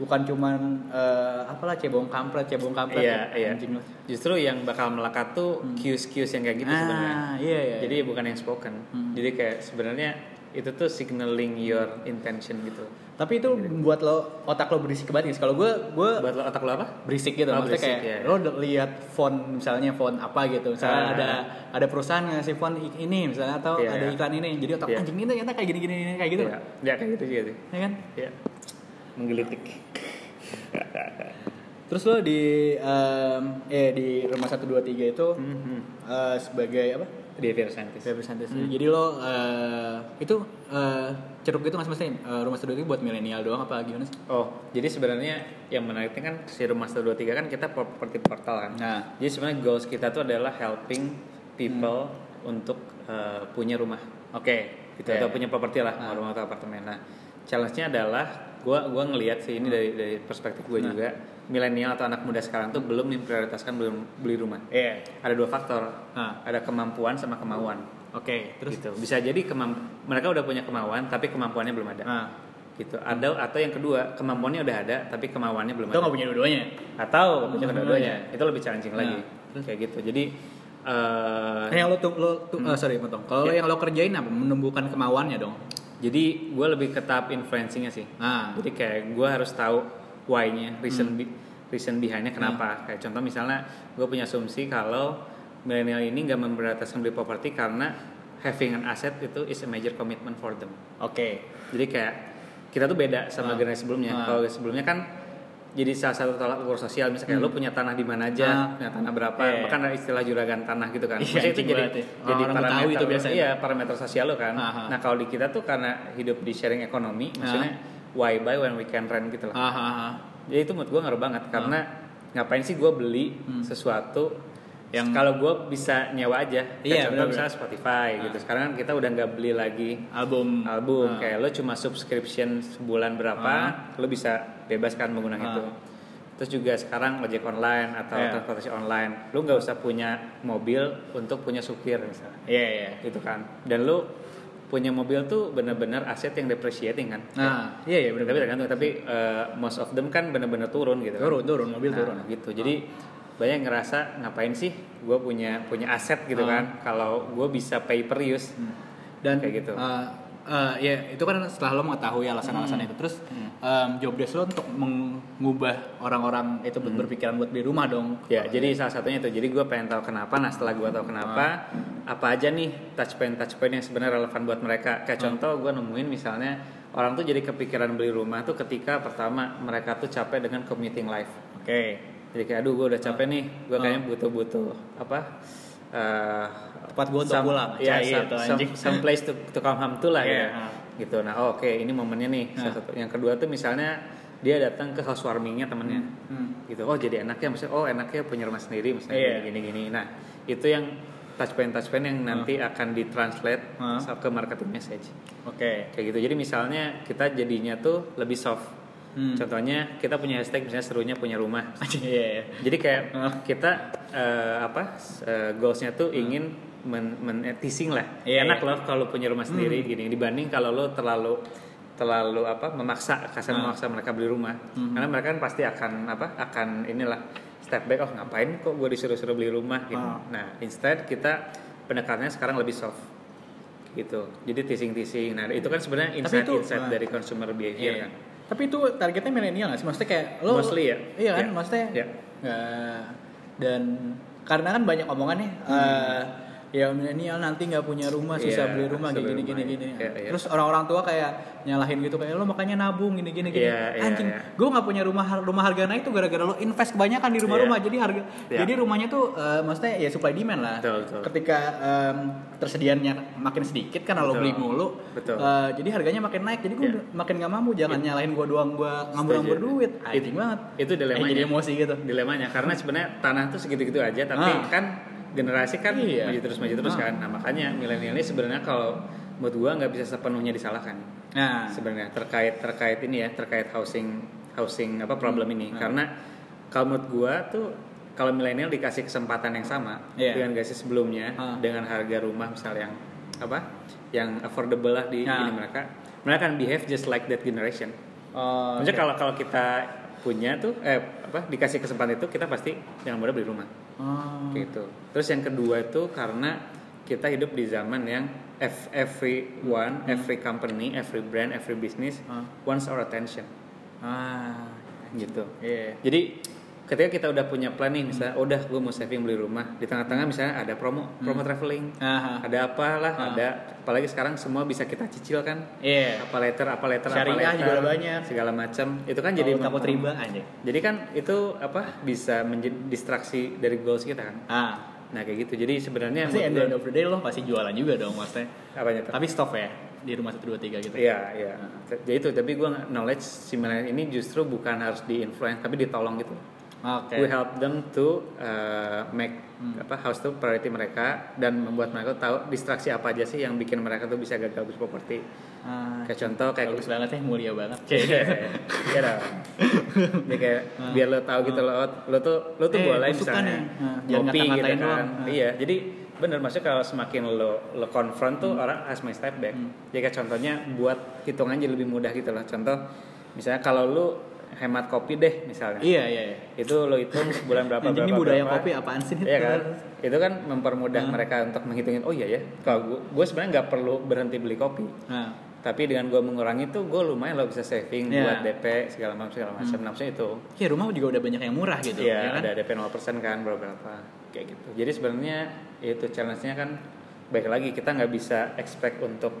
[SPEAKER 1] bukan cuman eh, apalah cebong kampret cebong kampret
[SPEAKER 2] iya
[SPEAKER 1] ya,
[SPEAKER 2] iya
[SPEAKER 1] anjing lah. Hmm.
[SPEAKER 2] justru yang bakal melekat tuh cues cues yang kayak gitu sebenarnya
[SPEAKER 1] ah iya iya
[SPEAKER 2] jadi bukan yang spoken
[SPEAKER 1] Hmm.
[SPEAKER 2] jadi kayak sebenarnya itu tuh signaling your intention gitu
[SPEAKER 1] tapi itu buat lo otak lo berisik banget guys kalau gue gue
[SPEAKER 2] buat lo otak lo apa
[SPEAKER 1] berisik gitu
[SPEAKER 2] Oh,
[SPEAKER 1] maksudnya kayak
[SPEAKER 2] berisik, iya, iya.
[SPEAKER 1] lo udah lihat font misalnya font apa gitu misalnya
[SPEAKER 2] Ah.
[SPEAKER 1] ada ada perusahaan ngasih font i- ini misalnya atau
[SPEAKER 2] Iya,
[SPEAKER 1] ada
[SPEAKER 2] iya.
[SPEAKER 1] iklan ini jadi otak
[SPEAKER 2] Iya.
[SPEAKER 1] anjing ini ternyata kayak gini gini, gini kayak gitu
[SPEAKER 2] ya, ya kayak gitu juga sih
[SPEAKER 1] ya kan
[SPEAKER 2] ya menggelitik
[SPEAKER 1] terus lo di em, eh di rumah 123 itu
[SPEAKER 2] Mhm.
[SPEAKER 1] eh, sebagai apa
[SPEAKER 2] behavior scientist.
[SPEAKER 1] Behavior scientist. Hmm. Jadi lo eh, itu eh, ceruk itu mas masin rumah studio itu buat milenial doang apa gimana sih?
[SPEAKER 2] Oh, jadi sebenarnya yang menariknya kan si Rumah Master 23 kan kita properti portal kan.
[SPEAKER 1] Nah.
[SPEAKER 2] Jadi sebenarnya goals kita tuh adalah helping people untuk eh, punya rumah. Oke, gitu
[SPEAKER 1] Oke.
[SPEAKER 2] atau punya properti lah, mau rumah atau apartemen. Nah, challenge-nya adalah gua gua ngelihat sih ini dari dari perspektif gue juga milenial atau anak muda sekarang tuh belum memprioritaskan belum beli rumah.
[SPEAKER 1] Iya.
[SPEAKER 2] Ada dua faktor.
[SPEAKER 1] Ah.
[SPEAKER 2] Ada kemampuan sama kemauan.
[SPEAKER 1] Oke, terus
[SPEAKER 2] Nah. Terus gitu. bisa jadi kemam- mereka udah punya kemauan tapi kemampuannya belum ada
[SPEAKER 1] ah,
[SPEAKER 2] gitu ada atau yang kedua kemampuannya udah ada tapi kemauannya belum
[SPEAKER 1] lo
[SPEAKER 2] ada
[SPEAKER 1] nggak punya dua-duanya?
[SPEAKER 2] atau
[SPEAKER 1] Belum
[SPEAKER 2] punya
[SPEAKER 1] ada
[SPEAKER 2] dua-duanya itu lebih challenging
[SPEAKER 1] Nah,
[SPEAKER 2] lagi kayak gitu jadi eh,
[SPEAKER 1] Nah, yang lo tuh lo tuh eh, sorry potong. Kalau yang lo kerjain apa? Menumbuhkan kemauannya dong.
[SPEAKER 2] jadi gue lebih ke tahap influencingnya sih
[SPEAKER 1] Ah.
[SPEAKER 2] jadi kayak gue harus tahu
[SPEAKER 1] Hmm.
[SPEAKER 2] why-nya reason be- reason behind-nya kenapa kayak contoh misalnya gue punya asumsi kalau milenial ini nggak memberantaskan beli properti karena having an asset itu is a major commitment for them
[SPEAKER 1] Oke.
[SPEAKER 2] Jadi kayak kita tuh beda sama
[SPEAKER 1] Ah.
[SPEAKER 2] generasi sebelumnya.
[SPEAKER 1] Ah.
[SPEAKER 2] Kalau sebelumnya kan jadi salah satu tolak ukur sosial misalnya kayak lu punya tanah di mana aja,
[SPEAKER 1] Hmm. Ah.
[SPEAKER 2] punya tanah berapa,
[SPEAKER 1] Iya.
[SPEAKER 2] bahkan ada istilah juragan tanah gitu kan.
[SPEAKER 1] Iya,
[SPEAKER 2] Maksudnya itu
[SPEAKER 1] anjing
[SPEAKER 2] jadi
[SPEAKER 1] banget ya.
[SPEAKER 2] jadi
[SPEAKER 1] Orang-orang
[SPEAKER 2] parameter
[SPEAKER 1] Betawi itu biasanya.
[SPEAKER 2] Iya, parameter sosial lo kan.
[SPEAKER 1] Aha.
[SPEAKER 2] Nah, kalau di kita tuh karena hidup di sharing ekonomi, maksudnya why buy when we can rent gitu lah.
[SPEAKER 1] Ah, ah, ah.
[SPEAKER 2] Jadi itu menurut gue ngaruh banget karena ngapain sih gue beli
[SPEAKER 1] Hmm.
[SPEAKER 2] sesuatu
[SPEAKER 1] Yang-
[SPEAKER 2] yang kalau gue bisa nyewa aja,
[SPEAKER 1] Iya,
[SPEAKER 2] Kayak contoh
[SPEAKER 1] benar-benar. Ah.
[SPEAKER 2] misalnya Spotify gitu. Sekarang kan kita udah nggak beli lagi
[SPEAKER 1] Album.
[SPEAKER 2] album
[SPEAKER 1] Ah.
[SPEAKER 2] kayak lo cuma subscription sebulan berapa lo bisa bebas kan menggunakan
[SPEAKER 1] Ah.
[SPEAKER 2] itu terus juga sekarang ojek online atau
[SPEAKER 1] Iya.
[SPEAKER 2] transportasi online lo nggak usah punya mobil untuk punya supir misalnya
[SPEAKER 1] Iya iya.
[SPEAKER 2] gitu kan dan lo punya mobil tuh bener-bener aset yang depreciating kan
[SPEAKER 1] Nah, iya iya
[SPEAKER 2] tapi
[SPEAKER 1] benar-benar.
[SPEAKER 2] tergantung tapi eh, most of them kan bener-bener turun gitu kan.
[SPEAKER 1] Turun turun mobil
[SPEAKER 2] Nah,
[SPEAKER 1] turun. Ah.
[SPEAKER 2] gitu jadi banyak yang ngerasa ngapain sih gue punya punya aset gitu
[SPEAKER 1] Ah.
[SPEAKER 2] kan kalau gue bisa pay per use
[SPEAKER 1] dan
[SPEAKER 2] Kayak gitu.
[SPEAKER 1] eh, eh, ya itu kan setelah lo mengetahui
[SPEAKER 2] Hmm.
[SPEAKER 1] alasan-alasan itu terus em, job desk lo untuk mengubah orang-orang itu berpikiran buat beli rumah dong
[SPEAKER 2] Hmm. Ya, jadi salah satunya itu. Jadi gue pengen tahu kenapa. Nah, setelah gue tahu kenapa, apa aja nih touch point touch point yang sebenarnya relevan buat
[SPEAKER 1] Hmm.
[SPEAKER 2] mereka. Kayak contoh gue nemuin misalnya orang tuh jadi kepikiran beli rumah tuh ketika pertama mereka tuh capek dengan commuting life.
[SPEAKER 1] oke
[SPEAKER 2] Jadi kayak aduh gue udah capek nih, gue kayaknya
[SPEAKER 1] Hmm.
[SPEAKER 2] butuh-butuh apa eh,
[SPEAKER 1] Tempat gua untuk
[SPEAKER 2] some-
[SPEAKER 1] pulang,
[SPEAKER 2] Iya,
[SPEAKER 1] cai
[SPEAKER 2] some,
[SPEAKER 1] atau
[SPEAKER 2] some-
[SPEAKER 1] anjing.
[SPEAKER 2] some place to, to come home tuh lah
[SPEAKER 1] Iya,
[SPEAKER 2] ya.
[SPEAKER 1] ah.
[SPEAKER 2] Gitu. Nah, oh, oke ini momennya nih. salah
[SPEAKER 1] Ah.
[SPEAKER 2] satu. Yang kedua tuh misalnya dia datang ke housewarmingnya temennya
[SPEAKER 1] Hmm.
[SPEAKER 2] gitu oh jadi enaknya maksudnya oh enaknya punya rumah sendiri misalnya
[SPEAKER 1] Iya.
[SPEAKER 2] gini, gini gini nah itu yang touch point touch point yang nanti akan ditranslate
[SPEAKER 1] Hmm.
[SPEAKER 2] ke marketing message
[SPEAKER 1] oke
[SPEAKER 2] kayak gitu jadi misalnya kita jadinya tuh lebih soft
[SPEAKER 1] Hmm.
[SPEAKER 2] contohnya kita punya hashtag misalnya serunya punya rumah
[SPEAKER 1] Anjing, iya iya.
[SPEAKER 2] jadi kayak
[SPEAKER 1] Hmm.
[SPEAKER 2] kita eh, apa eh, goalsnya tuh ingin men, men- eh, teasing lah
[SPEAKER 1] Iya,
[SPEAKER 2] enak
[SPEAKER 1] iya.
[SPEAKER 2] loh kalau punya rumah sendiri gini dibanding kalau lo terlalu terlalu apa memaksa
[SPEAKER 1] Hmm.
[SPEAKER 2] kasar memaksa mereka beli rumah karena mereka kan pasti akan apa akan inilah step back oh ngapain kok gue disuruh-suruh beli rumah gitu
[SPEAKER 1] Hmm.
[SPEAKER 2] nah instead kita pendekatannya sekarang lebih soft gitu jadi teasing-teasing nah itu kan sebenarnya
[SPEAKER 1] Tapi itu-
[SPEAKER 2] insight-insight
[SPEAKER 1] Hmm.
[SPEAKER 2] dari consumer behavior
[SPEAKER 1] Iya.
[SPEAKER 2] kan
[SPEAKER 1] tapi itu targetnya milenial nggak sih maksudnya kayak lo
[SPEAKER 2] Mostly ya.
[SPEAKER 1] iya kan
[SPEAKER 2] Iya.
[SPEAKER 1] maksudnya
[SPEAKER 2] Iya.
[SPEAKER 1] nggak- dan karena kan banyak omongan nih eh, ya milenial nanti nggak punya rumah susah
[SPEAKER 2] Hmm. Iya,
[SPEAKER 1] beli rumah kayak
[SPEAKER 2] susah
[SPEAKER 1] gini
[SPEAKER 2] beli
[SPEAKER 1] gini
[SPEAKER 2] rumah.
[SPEAKER 1] gini
[SPEAKER 2] Iya, iya.
[SPEAKER 1] terus orang-orang tua kayak nyalahin gitu kayak lo makanya nabung gini gini gini
[SPEAKER 2] Iya, iya,
[SPEAKER 1] anjing
[SPEAKER 2] iya.
[SPEAKER 1] gue nggak punya rumah rumah harga naik tuh gara-gara lo invest kebanyakan di rumah-rumah
[SPEAKER 2] Iya.
[SPEAKER 1] jadi harga
[SPEAKER 2] Iya.
[SPEAKER 1] jadi rumahnya tuh eh, maksudnya ya supply demand lah
[SPEAKER 2] Betul, betul.
[SPEAKER 1] ketika em, tersediaannya makin sedikit karena lo
[SPEAKER 2] Betul.
[SPEAKER 1] beli mulu
[SPEAKER 2] Betul.
[SPEAKER 1] eh, jadi harganya makin naik jadi gue
[SPEAKER 2] Iya.
[SPEAKER 1] makin nggak mampu jangan nyalahin gue doang gue ngambur-ngambur
[SPEAKER 2] Setuju.
[SPEAKER 1] duit Ah,
[SPEAKER 2] Itu- ya.
[SPEAKER 1] anjing banget
[SPEAKER 2] itu dilemanya.
[SPEAKER 1] Eh, jadi emosi gitu
[SPEAKER 2] dilemanya karena sebenarnya tanah tuh segitu-gitu aja tapi
[SPEAKER 1] Ah.
[SPEAKER 2] kan generasi kan
[SPEAKER 1] Iya.
[SPEAKER 2] maju terus maju terus
[SPEAKER 1] Ah.
[SPEAKER 2] kan nah makanya milenial ini sebenarnya kalau menurut gua nggak bisa sepenuhnya disalahkan
[SPEAKER 1] nah
[SPEAKER 2] sebenarnya terkait terkait ini ya terkait housing housing apa problem ini
[SPEAKER 1] Ah.
[SPEAKER 2] karena kalau menurut gua tuh kalau milenial dikasih kesempatan yang sama
[SPEAKER 1] Iya.
[SPEAKER 2] dengan gaji sebelumnya
[SPEAKER 1] Ah.
[SPEAKER 2] dengan harga rumah misalnya yang apa yang affordable lah di
[SPEAKER 1] Ah.
[SPEAKER 2] ini mereka mereka akan behave just like that generation
[SPEAKER 1] eh,
[SPEAKER 2] Maksudnya kalau kalau kita punya tuh eh apa dikasih kesempatan itu kita pasti yang mudah beli rumah
[SPEAKER 1] oh,
[SPEAKER 2] gitu. Terus yang kedua itu karena kita hidup di zaman yang ev- everyone, every company, every brand, every business
[SPEAKER 1] Hmm.
[SPEAKER 2] wants our attention
[SPEAKER 1] ah
[SPEAKER 2] gitu.
[SPEAKER 1] iya
[SPEAKER 2] Jadi ketika kita udah punya plan nih misalnya
[SPEAKER 1] Hmm.
[SPEAKER 2] "Oh, udah gue mau saving beli rumah di tengah-tengah misalnya ada promo promo traveling
[SPEAKER 1] Aha.
[SPEAKER 2] ada apalah
[SPEAKER 1] Hmm.
[SPEAKER 2] ada apalagi sekarang semua bisa kita cicil kan
[SPEAKER 1] iya
[SPEAKER 2] apa letter apa letter apa
[SPEAKER 1] Syariah
[SPEAKER 2] letter
[SPEAKER 1] juga udah banyak.
[SPEAKER 2] segala macam itu kan jadi
[SPEAKER 1] jadi takut
[SPEAKER 2] mem-
[SPEAKER 1] riba anjing
[SPEAKER 2] jadi kan itu apa bisa menjadi distraksi dari goals kita kan.
[SPEAKER 1] ah
[SPEAKER 2] Nah kayak gitu. Jadi sebenarnya
[SPEAKER 1] Pasti
[SPEAKER 2] menurut
[SPEAKER 1] end,
[SPEAKER 2] gua-
[SPEAKER 1] end of the day lo pasti jualan juga dong maksudnya.
[SPEAKER 2] apanya tuh?
[SPEAKER 1] Tapi stop ya di rumah 123 gitu.
[SPEAKER 2] Iya, iya. Jadi itu tapi gue knowledge similar ini justru bukan harus di influence tapi ditolong gitu.
[SPEAKER 1] Oke.
[SPEAKER 2] We help them to uh, make apa house to priority mereka dan membuat mereka tahu distraksi apa aja sih yang bikin mereka tuh bisa gagal berproperti.
[SPEAKER 1] Ah,
[SPEAKER 2] Kayak contoh kayak
[SPEAKER 1] bagus banget ya, mulia banget.
[SPEAKER 2] Iya, iya dong. Dia kayak biar lo tahu gitu lo lo tuh lo
[SPEAKER 1] Ah.
[SPEAKER 2] tuh
[SPEAKER 1] Eh,
[SPEAKER 2] boleh
[SPEAKER 1] gua suka
[SPEAKER 2] misalnya
[SPEAKER 1] nih. Nah, jangan
[SPEAKER 2] ngopi gitu
[SPEAKER 1] ngata-ngatain
[SPEAKER 2] kan.
[SPEAKER 1] doang. Nah.
[SPEAKER 2] Iya, jadi bener maksudnya kalau semakin lo lo confront tuh
[SPEAKER 1] Hmm.
[SPEAKER 2] orang has my step back. Jadi kayak contohnya buat hitungan jadi lebih mudah gitu loh. Contoh misalnya kalau lo hemat kopi deh misalnya.
[SPEAKER 1] Iya, iya, iya.
[SPEAKER 2] Itu lo hitung sebulan berapa
[SPEAKER 1] Anjing,
[SPEAKER 2] berapa.
[SPEAKER 1] ini budaya
[SPEAKER 2] berapa.
[SPEAKER 1] kopi apaan sih? Ah.
[SPEAKER 2] Iya kan? Itu kan mempermudah mereka untuk menghitungin. Oh iya ya. Kalau gue gue sebenarnya nggak perlu berhenti beli kopi
[SPEAKER 1] Nah,
[SPEAKER 2] tapi dengan gue mengurangi tuh gue lumayan lo bisa saving
[SPEAKER 1] Iya.
[SPEAKER 2] buat DP segala macam segala macam nafsu itu
[SPEAKER 1] ya rumah juga udah banyak yang murah gitu.
[SPEAKER 2] Iya,
[SPEAKER 1] ya kan?
[SPEAKER 2] ada DP 0% kan berapa kayak gitu jadi sebenarnya itu challenge-nya kan baik lagi kita nggak bisa expect untuk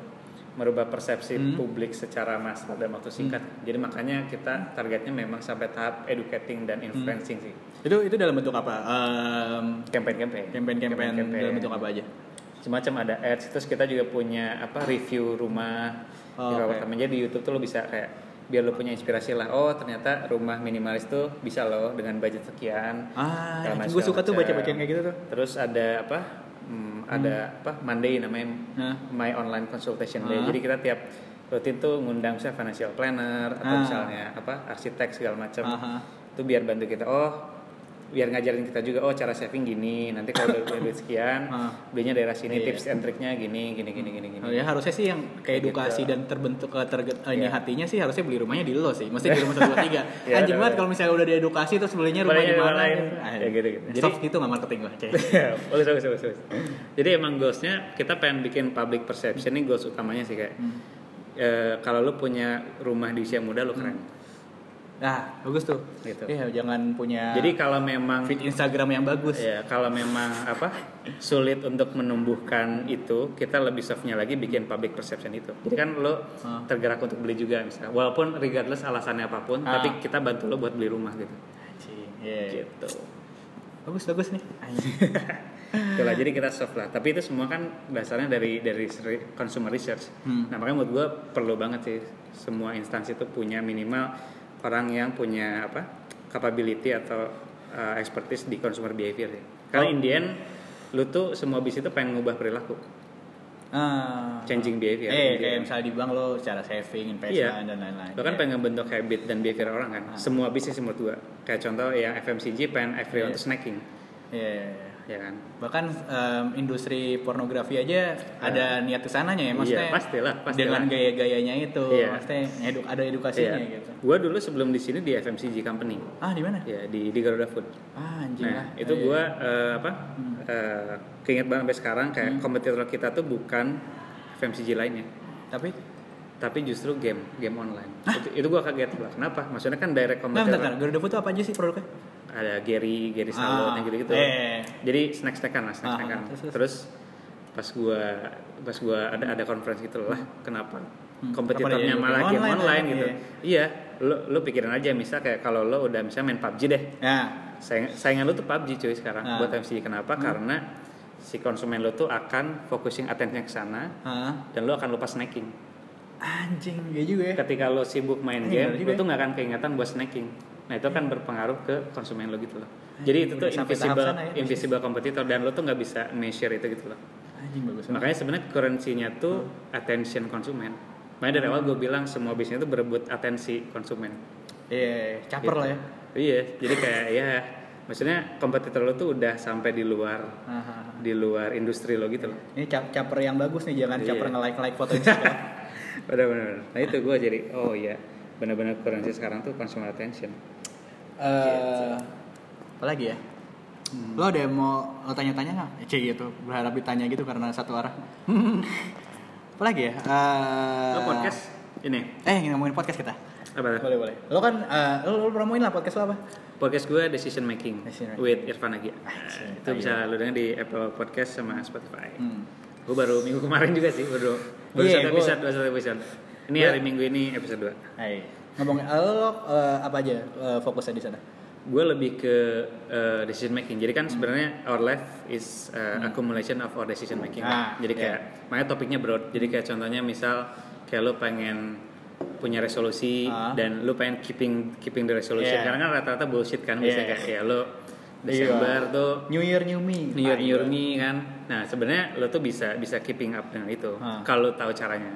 [SPEAKER 2] merubah persepsi
[SPEAKER 1] Hmm.
[SPEAKER 2] publik secara massal dalam waktu singkat jadi makanya kita targetnya memang sampai tahap educating dan
[SPEAKER 1] Hmm.
[SPEAKER 2] influencing sih
[SPEAKER 1] Itu itu dalam bentuk apa? Ehm,
[SPEAKER 2] campaign-campaign
[SPEAKER 1] Campaign-campaign
[SPEAKER 2] Campaign-campaign.
[SPEAKER 1] dalam bentuk apa aja?
[SPEAKER 2] semacam ada ads terus kita juga punya apa review rumah
[SPEAKER 1] Oh,
[SPEAKER 2] review
[SPEAKER 1] oke.
[SPEAKER 2] apartemen jadi di YouTube tuh lo bisa kayak biar lo punya inspirasi lah oh ternyata rumah minimalis tuh bisa lo dengan budget sekian
[SPEAKER 1] Ah,
[SPEAKER 2] Segala
[SPEAKER 1] gue suka tuh
[SPEAKER 2] macam.
[SPEAKER 1] baca-bacaan kayak gitu tuh.
[SPEAKER 2] terus ada apa hmm, ada apa Monday namanya
[SPEAKER 1] Hah?
[SPEAKER 2] my online consultation day
[SPEAKER 1] Hah?
[SPEAKER 2] jadi kita tiap rutin tuh ngundang misalnya financial planner atau
[SPEAKER 1] Ah.
[SPEAKER 2] misalnya apa arsitek segala macam
[SPEAKER 1] Aha.
[SPEAKER 2] itu biar bantu kita oh biar ngajarin kita juga oh cara saving gini nanti kalau udah punya duit sekian
[SPEAKER 1] Ah.
[SPEAKER 2] belinya daerah sini
[SPEAKER 1] Iya.
[SPEAKER 2] tips and triknya gini gini gini gini gini
[SPEAKER 1] Oh, ya harusnya sih yang kayak edukasi
[SPEAKER 2] Gitu.
[SPEAKER 1] dan terbentuk eh, terge- eh, ini
[SPEAKER 2] Iya.
[SPEAKER 1] hatinya sih harusnya beli rumahnya di lo sih, mesti di rumah satu dua tiga.
[SPEAKER 2] Iya,
[SPEAKER 1] Anjing
[SPEAKER 2] bener.
[SPEAKER 1] banget kalau misalnya udah diedukasi terus belinya rumah
[SPEAKER 2] Belinya
[SPEAKER 1] di
[SPEAKER 2] di
[SPEAKER 1] mana?
[SPEAKER 2] mana lain.
[SPEAKER 1] gitu. Ah,
[SPEAKER 2] Ya, gitu-gitu. Jadi-
[SPEAKER 1] Soft gitu nggak marketing lah. Cek.
[SPEAKER 2] bagus bagus bagus bagus. iya. jadi emang goalsnya kita pengen bikin public perception ini goals utamanya sih kayak eh, kalau lu punya rumah di usia muda lu keren
[SPEAKER 1] Nah, bagus tuh.
[SPEAKER 2] Gitu.
[SPEAKER 1] Iya, jangan punya
[SPEAKER 2] jadi kalau memang
[SPEAKER 1] feed Instagram yang bagus.
[SPEAKER 2] Ya, kalau memang apa sulit untuk menumbuhkan itu, kita lebih softnya lagi bikin public perception itu. Jadi kan lo
[SPEAKER 1] Ah.
[SPEAKER 2] tergerak untuk beli juga misalnya. Walaupun regardless alasannya apapun,
[SPEAKER 1] Ah.
[SPEAKER 2] tapi kita bantu lo buat beli rumah gitu.
[SPEAKER 1] Anjing, Iya.
[SPEAKER 2] Gitu.
[SPEAKER 1] Bagus bagus nih. Anjing.
[SPEAKER 2] Itulah jadi kita soft lah. Tapi itu semua kan dasarnya dari dari re- consumer research.
[SPEAKER 1] Hmm.
[SPEAKER 2] Nah, makanya menurut gue perlu banget sih semua instansi itu punya minimal orang yang punya apa? capability atau uh, expertise di consumer behavior ya. Karena in the end lu tuh semua bis itu pengen ngubah perilaku,
[SPEAKER 1] Ah.
[SPEAKER 2] changing behavior.
[SPEAKER 1] eh,
[SPEAKER 2] gitu
[SPEAKER 1] kayak
[SPEAKER 2] kan.
[SPEAKER 1] misalnya di bank lo secara saving, investment dan lain-lain.
[SPEAKER 2] Lo kan pengen ngebentuk habit dan behavior orang kan.
[SPEAKER 1] Iya. Ah.
[SPEAKER 2] Semua bisnis menurut gua. Kayak contoh yang FMCG pengen everyone
[SPEAKER 1] Iya.
[SPEAKER 2] to snacking,
[SPEAKER 1] Iya, iya, iya.
[SPEAKER 2] ya kan?
[SPEAKER 1] bahkan em, industri pornografi aja ada niat kesananya ya maksudnya
[SPEAKER 2] Iya, pastilah, pastilah.
[SPEAKER 1] dengan gaya-gayanya itu
[SPEAKER 2] Iya.
[SPEAKER 1] maksudnya edu- ada edukasinya gitu
[SPEAKER 2] Gua dulu sebelum di sini di FMCG company.
[SPEAKER 1] ah di mana
[SPEAKER 2] Ya, di di Garuda Food.
[SPEAKER 1] ah anjing lah
[SPEAKER 2] Nah, itu gua eh, apa?
[SPEAKER 1] Hmm.
[SPEAKER 2] eh, keinget banget sampai sekarang kayak kompetitor kita tuh bukan FMCG lainnya,
[SPEAKER 1] tapi
[SPEAKER 2] tapi justru game, game online. Itu, itu gua kaget lah. Kenapa? Maksudnya kan direct
[SPEAKER 1] nggak bentar, bentar
[SPEAKER 2] kompetitor
[SPEAKER 1] Garuda Food tuh apa aja sih produknya
[SPEAKER 2] ada Gary, Gary
[SPEAKER 1] Ah,
[SPEAKER 2] Salon yang gitu-gitu.
[SPEAKER 1] eh.
[SPEAKER 2] Jadi snack-snackan lah, snack-snackan.
[SPEAKER 1] Ah, terus,
[SPEAKER 2] terus, pas gua pas gua ada ada conference gitu lah, kenapa kompetitornya
[SPEAKER 1] Hmm. Kenapa dia
[SPEAKER 2] malah
[SPEAKER 1] game
[SPEAKER 2] game
[SPEAKER 1] online ya?
[SPEAKER 2] online,
[SPEAKER 1] lagi,
[SPEAKER 2] gitu. Iya, lo lo pikirin aja misal kayak kalau lo udah misalnya main PUBG deh.
[SPEAKER 1] nah
[SPEAKER 2] Saing- saingan lu tuh PUBG cuy sekarang
[SPEAKER 1] Ah.
[SPEAKER 2] buat MCG kenapa? Karena si konsumen lu tuh akan focusing attention ke sana
[SPEAKER 1] ah,
[SPEAKER 2] dan lu akan lupa snacking.
[SPEAKER 1] anjing ya juga ya
[SPEAKER 2] Ketika lu sibuk main
[SPEAKER 1] Iya,
[SPEAKER 2] game,
[SPEAKER 1] bener
[SPEAKER 2] lu
[SPEAKER 1] juga
[SPEAKER 2] tuh nggak akan keingetan buat snacking. Nah, itu kan berpengaruh ke konsumen lu gitu loh. Jadi itu
[SPEAKER 1] Udah
[SPEAKER 2] tuh
[SPEAKER 1] Nah, iya, sampai tahap
[SPEAKER 2] invisible
[SPEAKER 1] sana ya, bisnis.
[SPEAKER 2] invisible kompetitor dan lu tuh nggak bisa measure itu gitu loh.
[SPEAKER 1] anjing bagus banget
[SPEAKER 2] Makanya sebenarnya currency-nya tuh
[SPEAKER 1] Hmm.
[SPEAKER 2] attention konsumen. Makanya dari awal gue bilang semua bisnis itu berebut atensi konsumen.
[SPEAKER 1] iya caper
[SPEAKER 2] Gitu.
[SPEAKER 1] lah ya
[SPEAKER 2] Iya, jadi kayak ya maksudnya kompetitor lo tuh udah sampai di luar
[SPEAKER 1] Ah, ah, ah.
[SPEAKER 2] di luar industri lo gitu loh.
[SPEAKER 1] ini cap- caper yang bagus nih jangan
[SPEAKER 2] Iya.
[SPEAKER 1] caper nge like like foto Instagram
[SPEAKER 2] Udah benar. Nah itu gue jadi oh iya benar-benar currency sekarang tuh consumer attention.
[SPEAKER 1] eh apa lagi ya? Lo ada yang mau lo tanya-tanya nggak? Cie gitu, berharap ditanya gitu karena satu arah. apa lagi ya? Eh
[SPEAKER 2] Lo podcast ini
[SPEAKER 1] Eh, ngomongin podcast kita.
[SPEAKER 2] apa? tuh?
[SPEAKER 1] Boleh, boleh. Lo kan, eh, lo, lo promoin lah podcast lo apa?
[SPEAKER 2] Podcast gue decision making,
[SPEAKER 1] Decision making. Ah, iya.
[SPEAKER 2] with Irfan Agia.
[SPEAKER 1] Anjing,
[SPEAKER 2] itu bisa lo denger di Apple Podcast sama Spotify.
[SPEAKER 1] Hmm.
[SPEAKER 2] Gue baru minggu kemarin juga sih baru baru
[SPEAKER 1] Iya,
[SPEAKER 2] satu
[SPEAKER 1] gua-
[SPEAKER 2] episode, baru satu episode. Ini
[SPEAKER 1] Gua-
[SPEAKER 2] hari minggu ini episode 2
[SPEAKER 1] Hai. Ngomongin, eh, lo, lo, eh, apa aja eh, fokusnya di sana?
[SPEAKER 2] gue lebih ke uh, decision making. Jadi
[SPEAKER 1] Hmm.
[SPEAKER 2] kan sebenarnya our life is uh, accumulation of our decision making.
[SPEAKER 1] Ah,
[SPEAKER 2] kan.
[SPEAKER 1] iya.
[SPEAKER 2] Jadi kayak makanya topiknya broad. Jadi kayak contohnya misal kayak lo pengen punya resolusi
[SPEAKER 4] Ah.
[SPEAKER 2] dan lo pengen keeping keeping the resolution.
[SPEAKER 1] Iya.
[SPEAKER 2] Karena kan rata-rata bullshit kan biasanya
[SPEAKER 4] Iya.
[SPEAKER 2] kayak ya lo Desember tuh
[SPEAKER 1] Ah,
[SPEAKER 4] New Year New Me.
[SPEAKER 2] New
[SPEAKER 4] Ah,
[SPEAKER 2] Year New Year
[SPEAKER 4] iya.
[SPEAKER 2] me kan. Nah, sebenarnya lo tuh bisa bisa keeping up dengan itu
[SPEAKER 1] Ah.
[SPEAKER 2] kalau tahu caranya.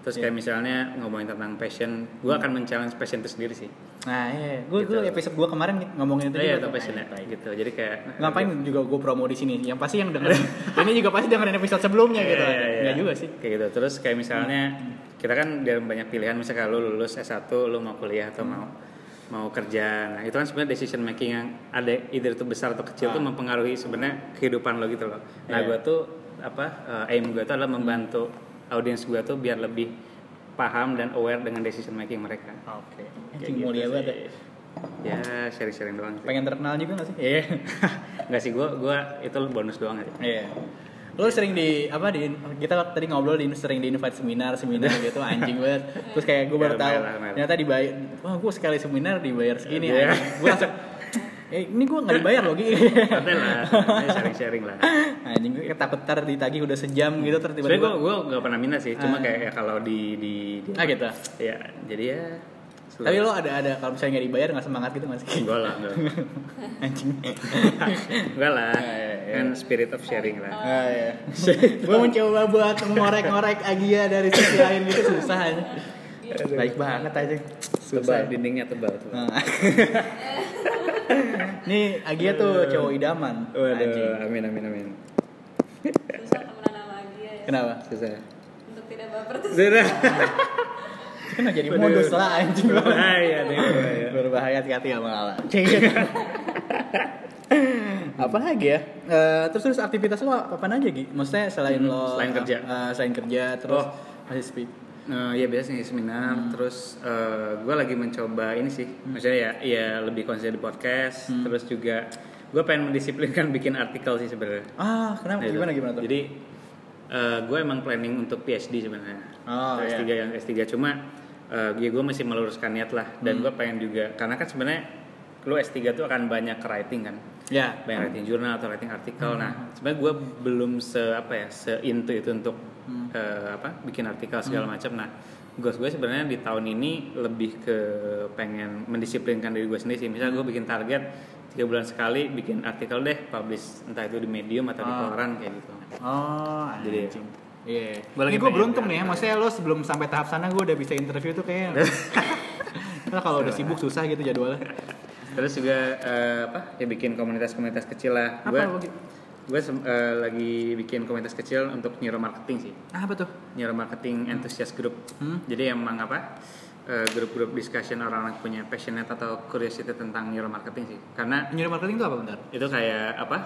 [SPEAKER 2] Terus kayak misalnya ngomongin tentang passion, gue
[SPEAKER 1] Hmm.
[SPEAKER 2] akan men-challenge passion itu sendiri sih.
[SPEAKER 1] Nah, iya. Gue
[SPEAKER 2] Gitu.
[SPEAKER 1] episode gue kemarin ngomongin itu
[SPEAKER 2] Oh,
[SPEAKER 1] juga
[SPEAKER 2] iya, tentang
[SPEAKER 1] tuh.
[SPEAKER 2] passion ya, gitu. Jadi kayak
[SPEAKER 1] Ngapain juga gue promo di sini? Yang pasti yang dengerin ini juga pasti dengerin episode sebelumnya gitu.
[SPEAKER 2] Iya, iya, iya.
[SPEAKER 1] Nggak juga sih.
[SPEAKER 2] Kayak gitu. Terus kayak misalnya kita kan dalam banyak pilihan misalnya kalau lu lulus S1 lu mau kuliah atau mau mau kerja. Nah, itu kan sebenarnya decision making yang ada either itu besar atau kecil
[SPEAKER 1] Ah.
[SPEAKER 2] tuh mempengaruhi sebenarnya kehidupan lo gitu loh. Nah,
[SPEAKER 4] Iya.
[SPEAKER 2] gua tuh apa eh, aim gua tuh adalah membantu audiens gua tuh biar lebih paham dan aware dengan decision making mereka.
[SPEAKER 4] Oke.
[SPEAKER 2] Kayak
[SPEAKER 4] Anjing
[SPEAKER 2] gitu
[SPEAKER 4] mulia
[SPEAKER 2] sih.
[SPEAKER 4] banget. ya.
[SPEAKER 2] Ya, sharing-sharing doang sih.
[SPEAKER 4] Pengen terkenal juga gak sih?
[SPEAKER 2] Iya. Enggak sih gua gua itu bonus doang aja.
[SPEAKER 4] Iya.
[SPEAKER 1] Lo sering di apa di kita tadi ngobrol di sering di invite seminar seminar gitu anjing banget. Terus kayak gue baru
[SPEAKER 2] Merah,
[SPEAKER 1] tahu
[SPEAKER 2] merah, merah.
[SPEAKER 1] ternyata dibayar. Wah gue sekali seminar dibayar segini.
[SPEAKER 2] Iya.
[SPEAKER 1] anjing. Gue langsung eh ini gue nggak dibayar loh gini.
[SPEAKER 2] Santai lah, santai, sharing-sharing lah.
[SPEAKER 1] anjing gue takut tar ditagih udah sejam gitu terus
[SPEAKER 2] Sebenernya gue
[SPEAKER 1] tiba-tiba.
[SPEAKER 2] gue gak pernah minta sih,
[SPEAKER 1] Ah.
[SPEAKER 2] cuma kayak ya kalau di di, di-
[SPEAKER 1] Ah gitu.
[SPEAKER 2] ya jadi ya.
[SPEAKER 1] Tapi lo ada ada kalau misalnya nggak dibayar nggak semangat gitu masih.
[SPEAKER 2] enggak lah, enggak.
[SPEAKER 1] Anjing.
[SPEAKER 2] Enggak lah.
[SPEAKER 4] Ya, ya, ya.
[SPEAKER 2] Kan spirit of sharing lah.
[SPEAKER 4] Ah, iya.
[SPEAKER 1] gue mencoba buat ngorek-ngorek Agia dari sisi lain gitu susah aja. Baik banget aja.
[SPEAKER 2] Tebal dindingnya tebal tuh.
[SPEAKER 1] Nah. Nih Agia tuh cowok idaman. Anjing.
[SPEAKER 2] Waduh, amin amin amin.
[SPEAKER 5] susah temenan sama dia ya
[SPEAKER 1] Kenapa?
[SPEAKER 2] Susah.
[SPEAKER 5] untuk tidak baper tuh
[SPEAKER 2] Susah.
[SPEAKER 1] Kan jadi
[SPEAKER 2] Waduh.
[SPEAKER 1] modus lah anjing banget.
[SPEAKER 2] Ah, iya, nih, iya, iya.
[SPEAKER 1] Berbahaya hati-hati sama Lala. apa lagi ya? Eh, terus terus aktivitas lo apa aja Gi? Maksudnya selain
[SPEAKER 2] Hmm,
[SPEAKER 1] lo
[SPEAKER 2] selain kerja.
[SPEAKER 1] eh, selain kerja terus
[SPEAKER 2] Oh.
[SPEAKER 1] masih speak.
[SPEAKER 2] Eh, ya biasa nih seminar, terus gue lagi mencoba ini sih, maksudnya ya ya lebih konsen di podcast, terus juga gue pengen mendisiplinkan bikin artikel sih sebenarnya.
[SPEAKER 1] Ah, kenapa
[SPEAKER 2] Gitu.
[SPEAKER 1] gimana gimana tuh?
[SPEAKER 2] Jadi gue emang planning untuk PhD sebenarnya.
[SPEAKER 1] Oh,
[SPEAKER 2] Untuk S3 yang S3 cuma gue masih meluruskan niat lah
[SPEAKER 1] Hmm.
[SPEAKER 2] dan gue pengen juga karena kan sebenarnya lu S3 tuh akan banyak writing kan.
[SPEAKER 1] ya.
[SPEAKER 2] Banyak writing jurnal atau writing artikel.
[SPEAKER 1] Hmm.
[SPEAKER 2] Nah, sebenarnya gue belum se apa ya, se into itu untuk
[SPEAKER 1] Hmm.
[SPEAKER 2] eh, apa bikin artikel segala macam. Nah, goals gue sebenarnya di tahun ini lebih ke pengen mendisiplinkan diri gue sendiri sih. Misalnya
[SPEAKER 1] Hmm.
[SPEAKER 2] gue bikin target tiga bulan sekali bikin artikel deh publish entah itu di medium atau di
[SPEAKER 1] Ah.
[SPEAKER 2] koran kayak gitu
[SPEAKER 1] Oh,
[SPEAKER 2] Jadi-
[SPEAKER 1] anjing. Iya.
[SPEAKER 2] Gua lagi
[SPEAKER 1] Ini gue
[SPEAKER 2] pengen
[SPEAKER 1] beruntung
[SPEAKER 2] bilang.
[SPEAKER 1] nih ya, maksudnya lo sebelum sampai tahap sana gue udah bisa interview tuh kayaknya. Karena kalau udah sibuk susah gitu jadwalnya.
[SPEAKER 2] terus juga eh, apa ya bikin komunitas-komunitas kecil lah
[SPEAKER 1] Apa
[SPEAKER 2] gue
[SPEAKER 1] lo, Gi?
[SPEAKER 2] gue sem- eh, lagi bikin komunitas kecil untuk neuromarketing sih
[SPEAKER 1] Ah, apa tuh?
[SPEAKER 2] neuromarketing enthusiast group
[SPEAKER 1] Hmm.
[SPEAKER 2] jadi emang apa eh, grup-grup discussion orang yang punya passionate atau curiosity tentang neuromarketing sih karena
[SPEAKER 1] Nyuri marketing tuh apa bentar?
[SPEAKER 2] itu kayak apa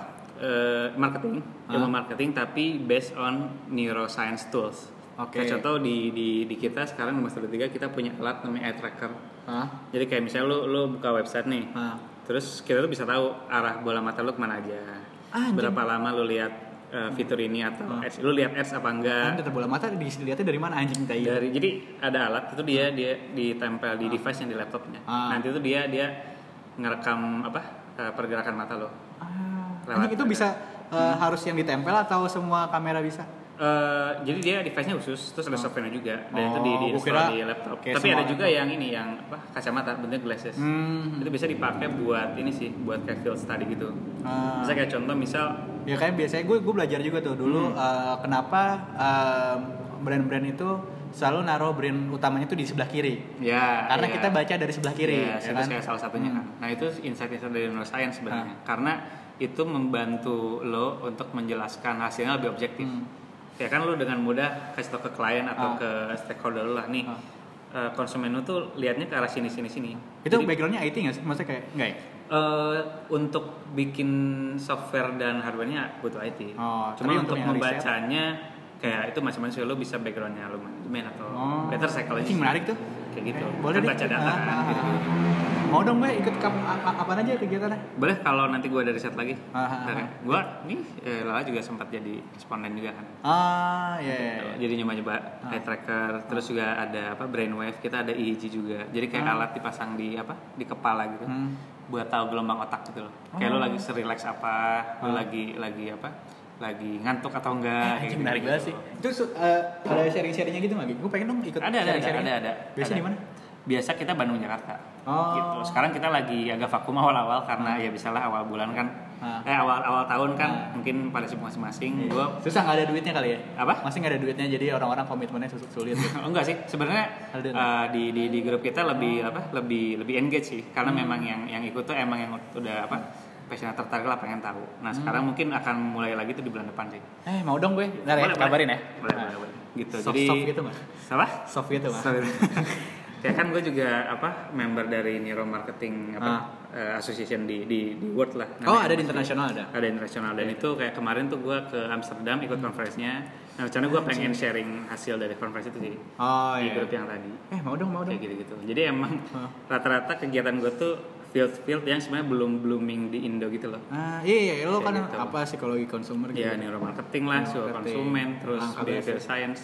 [SPEAKER 2] eh, marketing ilmu marketing tapi based on neuroscience tools
[SPEAKER 1] Oke.
[SPEAKER 2] Kayak contoh di, di di kita sekarang di Master 3 kita punya alat namanya eye tracker
[SPEAKER 1] Hah?
[SPEAKER 2] Jadi kayak misalnya lu lu buka website nih,
[SPEAKER 1] Hah?
[SPEAKER 2] terus kita tuh bisa tahu arah bola mata lu kemana aja.
[SPEAKER 1] Ah, Anjing. Hmm.
[SPEAKER 2] Berapa lama lu lihat uh, fitur ini atau ads, lu lihat ads apa enggak?
[SPEAKER 1] Kan tetap bola mata dilihatnya dari mana anjing tai.
[SPEAKER 2] Dari jadi ada alat itu dia dia ditempel di device yang di laptopnya.
[SPEAKER 1] Ah.
[SPEAKER 2] Nanti tuh dia dia ngerekam apa uh, pergerakan mata lo.
[SPEAKER 1] Ah,
[SPEAKER 2] Lewat
[SPEAKER 1] anjing itu
[SPEAKER 2] ada.
[SPEAKER 1] bisa eh, harus yang ditempel atau semua kamera bisa?
[SPEAKER 2] Eh, jadi dia device-nya khusus, terus ada software-nya juga, dan
[SPEAKER 1] Ah.
[SPEAKER 2] itu
[SPEAKER 1] Oh,
[SPEAKER 2] di, di
[SPEAKER 1] gua
[SPEAKER 2] install
[SPEAKER 1] kira
[SPEAKER 2] di laptop.
[SPEAKER 1] kayak
[SPEAKER 2] Tapi
[SPEAKER 1] semua
[SPEAKER 2] ada juga
[SPEAKER 1] laptop.
[SPEAKER 2] yang ini, yang apa kacamata, bentuknya glasses.
[SPEAKER 1] Hmm.
[SPEAKER 2] Itu bisa dipakai buat ini sih, buat kayak field study gitu.
[SPEAKER 1] Ah.
[SPEAKER 2] Misalnya kayak contoh, misal
[SPEAKER 1] Ya kayak biasanya gue gue belajar juga tuh dulu eh, kenapa eh, brand-brand itu selalu naruh brand utamanya tuh di sebelah kiri.
[SPEAKER 2] ya
[SPEAKER 1] Karena
[SPEAKER 2] iya.
[SPEAKER 1] kita baca dari sebelah kiri,
[SPEAKER 2] Iya,
[SPEAKER 1] ya
[SPEAKER 2] itu
[SPEAKER 1] kan?
[SPEAKER 2] kayak salah satunya kan. Nah, itu insight-insight dari neuroscience sebenarnya.
[SPEAKER 1] Ah.
[SPEAKER 2] Karena itu membantu lo untuk menjelaskan hasilnya lebih objektif. Ya kan lo dengan mudah kasih tau ke klien
[SPEAKER 1] Hmm.
[SPEAKER 2] atau
[SPEAKER 1] Ah.
[SPEAKER 2] ke stakeholder lo lah nih.
[SPEAKER 1] Ah.
[SPEAKER 2] eh, konsumen lo tuh liatnya ke arah sini sini sini.
[SPEAKER 1] Itu
[SPEAKER 2] Jadi,
[SPEAKER 1] backgroundnya IT nggak sih? Maksudnya kayak nggak ya?
[SPEAKER 2] Eh, untuk bikin software dan hardware-nya butuh IT.
[SPEAKER 1] Oh, tapi
[SPEAKER 2] Cuma
[SPEAKER 1] untuk
[SPEAKER 2] untuk
[SPEAKER 1] yang
[SPEAKER 2] membacanya kayak itu macam-macam sih lo bisa background-nya lo manajemen atau
[SPEAKER 1] Oh.
[SPEAKER 2] better psychology.
[SPEAKER 1] Anjing, menarik tuh.
[SPEAKER 2] Kayak gitu.
[SPEAKER 1] Eh,
[SPEAKER 2] Kan baca data
[SPEAKER 1] Ah,
[SPEAKER 2] kan,
[SPEAKER 1] ah,
[SPEAKER 2] gitu-gitu.
[SPEAKER 1] ah. Mau dong mbak ikut kamu apa aja kegiatannya?
[SPEAKER 2] Boleh kalau nanti gue ada riset lagi.
[SPEAKER 1] Ah, ah,
[SPEAKER 2] Ntar ya.
[SPEAKER 1] ah.
[SPEAKER 2] Gue nih eh, Lala juga sempat jadi responden juga kan.
[SPEAKER 1] Ah, ya.
[SPEAKER 2] iya,
[SPEAKER 1] ya, ya.
[SPEAKER 2] Jadi nyoba-nyoba eye tracker, terus E juga ada apa brainwave, kita ada EEG juga. Jadi kayak alat dipasang di apa di kepala gitu.
[SPEAKER 1] Ah. Hmm. Oh.
[SPEAKER 2] buat tahu gelombang otak gitu loh. Kayak lo lagi serileks apa, lo
[SPEAKER 1] Ah.
[SPEAKER 2] lagi lagi apa? Lagi ngantuk atau enggak?
[SPEAKER 1] Eh,
[SPEAKER 2] kayak
[SPEAKER 6] Anjing
[SPEAKER 2] gitu.
[SPEAKER 6] menarik banget sih.
[SPEAKER 1] Itu su- eh, ada sharing-sharingnya gitu nggak? Gue pengen dong ikut
[SPEAKER 2] Ada ada ada
[SPEAKER 1] sharing-sharingnya.
[SPEAKER 2] ada ada.
[SPEAKER 1] Biasanya
[SPEAKER 2] Ada.
[SPEAKER 1] di mana?
[SPEAKER 2] Biasa kita Bandung Jakarta.
[SPEAKER 1] Oh.
[SPEAKER 2] Gitu. Sekarang kita lagi agak vakum awal-awal karena ya bisalah awal bulan kan
[SPEAKER 1] Ah.
[SPEAKER 2] eh awal awal tahun kan
[SPEAKER 1] Ah. Iya.
[SPEAKER 2] mungkin pada sibuk masing-masing. Gue
[SPEAKER 1] Susah nggak ada duitnya kali ya?
[SPEAKER 2] Apa?
[SPEAKER 1] Masih nggak ada duitnya jadi orang-orang komitmennya susut sulit.
[SPEAKER 2] Oh, enggak sih sebenarnya
[SPEAKER 1] Alden. Ah.
[SPEAKER 2] eh, di, di di grup kita lebih apa lebih lebih engage sih karena
[SPEAKER 1] Hmm.
[SPEAKER 2] memang yang yang ikut tuh emang yang udah apa passionate tertarik lah pengen tahu nah
[SPEAKER 1] Hmm.
[SPEAKER 2] sekarang mungkin akan mulai lagi tuh di bulan depan sih
[SPEAKER 1] eh mau dong gue. Ntar ya,
[SPEAKER 2] Boleh,
[SPEAKER 1] kabarin ya.
[SPEAKER 2] boleh boleh, boleh. gitu
[SPEAKER 1] Soft-
[SPEAKER 2] jadi
[SPEAKER 1] soft gitu, Mas.
[SPEAKER 2] apa
[SPEAKER 1] Soft gitu mas.
[SPEAKER 2] Sorry. ya kan gue juga apa member dari neuromarketing apa
[SPEAKER 1] Ah.
[SPEAKER 2] eh, association di di di World lah
[SPEAKER 1] Oh
[SPEAKER 2] Namanya
[SPEAKER 1] ada di
[SPEAKER 2] MSD.
[SPEAKER 1] internasional Iya, Hmm. ada.
[SPEAKER 2] ada internasional dan itu kayak kemarin tuh gue ke Amsterdam ikut konferensinya nah rencana gue pengen sharing hasil dari konferensi itu sih
[SPEAKER 1] Oh
[SPEAKER 2] di
[SPEAKER 1] iya.
[SPEAKER 2] grup yang tadi
[SPEAKER 1] Eh mau dong mau dong.
[SPEAKER 2] kayak gitu-gitu. Jadi emang
[SPEAKER 1] Hah.
[SPEAKER 2] rata-rata kegiatan gue tuh field-field yang sebenarnya belum blooming di Indo gitu loh.
[SPEAKER 1] Ah, iya, iya, lo kan
[SPEAKER 2] Kayak gitu.
[SPEAKER 1] apa psikologi konsumer gitu.
[SPEAKER 2] Ya neuromarketing lah, soal
[SPEAKER 1] Neuromarketing.
[SPEAKER 2] konsumen, terus
[SPEAKER 1] Langkah
[SPEAKER 2] behavior
[SPEAKER 1] basic.
[SPEAKER 2] science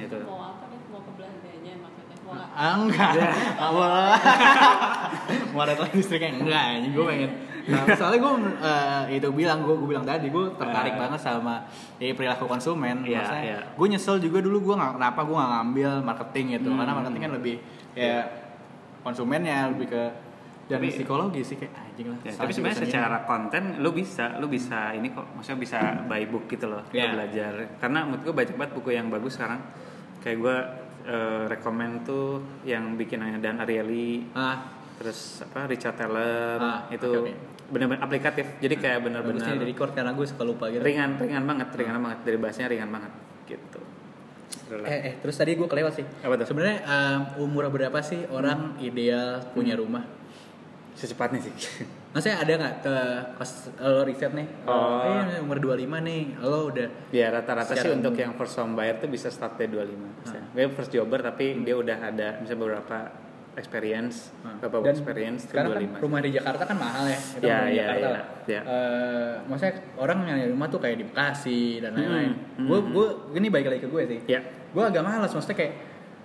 [SPEAKER 2] gitu.
[SPEAKER 7] mau apa nih mau ke Belandanya maksudnya mau nggak
[SPEAKER 1] Ah, enggak.
[SPEAKER 2] Iya.
[SPEAKER 1] Awal. Mau ada telan listriknya enggak, ini gue pengen. Nah, soalnya gue itu bilang gue gue bilang tadi gue tertarik
[SPEAKER 2] Eh.
[SPEAKER 1] banget sama ya, perilaku konsumen.
[SPEAKER 2] Iya,
[SPEAKER 1] Maksudnya,
[SPEAKER 2] iya.
[SPEAKER 1] gue nyesel juga dulu gue nggak kenapa gue nggak ngambil marketing gitu, karena
[SPEAKER 2] Hmm.
[SPEAKER 1] marketing kan lebih ya konsumennya lebih ke dan
[SPEAKER 2] Tapi-
[SPEAKER 1] psikologi sih kayak anjing lah.
[SPEAKER 2] Ya,
[SPEAKER 1] salah
[SPEAKER 2] tapi
[SPEAKER 1] juga
[SPEAKER 2] sebenarnya
[SPEAKER 1] sendiri.
[SPEAKER 2] secara konten lu bisa, lu bisa ini kok, maksudnya bisa by book gitu loh, lu
[SPEAKER 1] Iya.
[SPEAKER 2] belajar. Karena menurut gue banyak banget buku yang bagus sekarang. Kayak gue rekomend tuh yang bikinannya Dan Ariely,
[SPEAKER 1] ah,
[SPEAKER 2] terus apa Richard Taylor
[SPEAKER 1] Ah,
[SPEAKER 2] itu
[SPEAKER 1] oke, oke.
[SPEAKER 2] bener-bener aplikatif. Jadi kayak
[SPEAKER 1] bagusnya di
[SPEAKER 2] bener-bener
[SPEAKER 1] record karena gue suka lupa gitu. Ah.
[SPEAKER 2] ringan ringan banget ringan banget dari bahasanya ringan banget gitu Seru lah.
[SPEAKER 1] Eh, eh, terus tadi gue kelewat sih.
[SPEAKER 2] Apa tuh? Hmm.
[SPEAKER 1] Sebenarnya em, umur berapa sih orang ideal punya rumah?
[SPEAKER 2] secepatnya sih
[SPEAKER 1] Maksudnya ada nggak ke pas lo riset nih?
[SPEAKER 2] Oh.
[SPEAKER 1] Eh, umur 25 nih, lo udah
[SPEAKER 2] ya rata-rata sih
[SPEAKER 1] Secara
[SPEAKER 2] untuk
[SPEAKER 1] umum.
[SPEAKER 2] yang first home buyer tuh bisa start dari 25 misalnya. Dia first jobber
[SPEAKER 1] Hmm.
[SPEAKER 2] tapi dia udah ada misalnya beberapa experience
[SPEAKER 1] Nah,
[SPEAKER 2] beberapa experience tuh
[SPEAKER 1] sekarang kan
[SPEAKER 2] 25
[SPEAKER 1] rumah di Jakarta kan mahal ya. Kita
[SPEAKER 2] Ya,
[SPEAKER 1] ngomong
[SPEAKER 2] ya,
[SPEAKER 1] Jakarta
[SPEAKER 2] ya,
[SPEAKER 1] lah.
[SPEAKER 2] ya.
[SPEAKER 1] Eh, maksudnya orang nyari rumah tuh kayak di Bekasi dan lain-lain.
[SPEAKER 2] hmm,
[SPEAKER 1] Gue
[SPEAKER 2] hmm.
[SPEAKER 1] gue ini balik lagi ke gue sih.
[SPEAKER 2] ya
[SPEAKER 1] Gue agak malas maksudnya kayak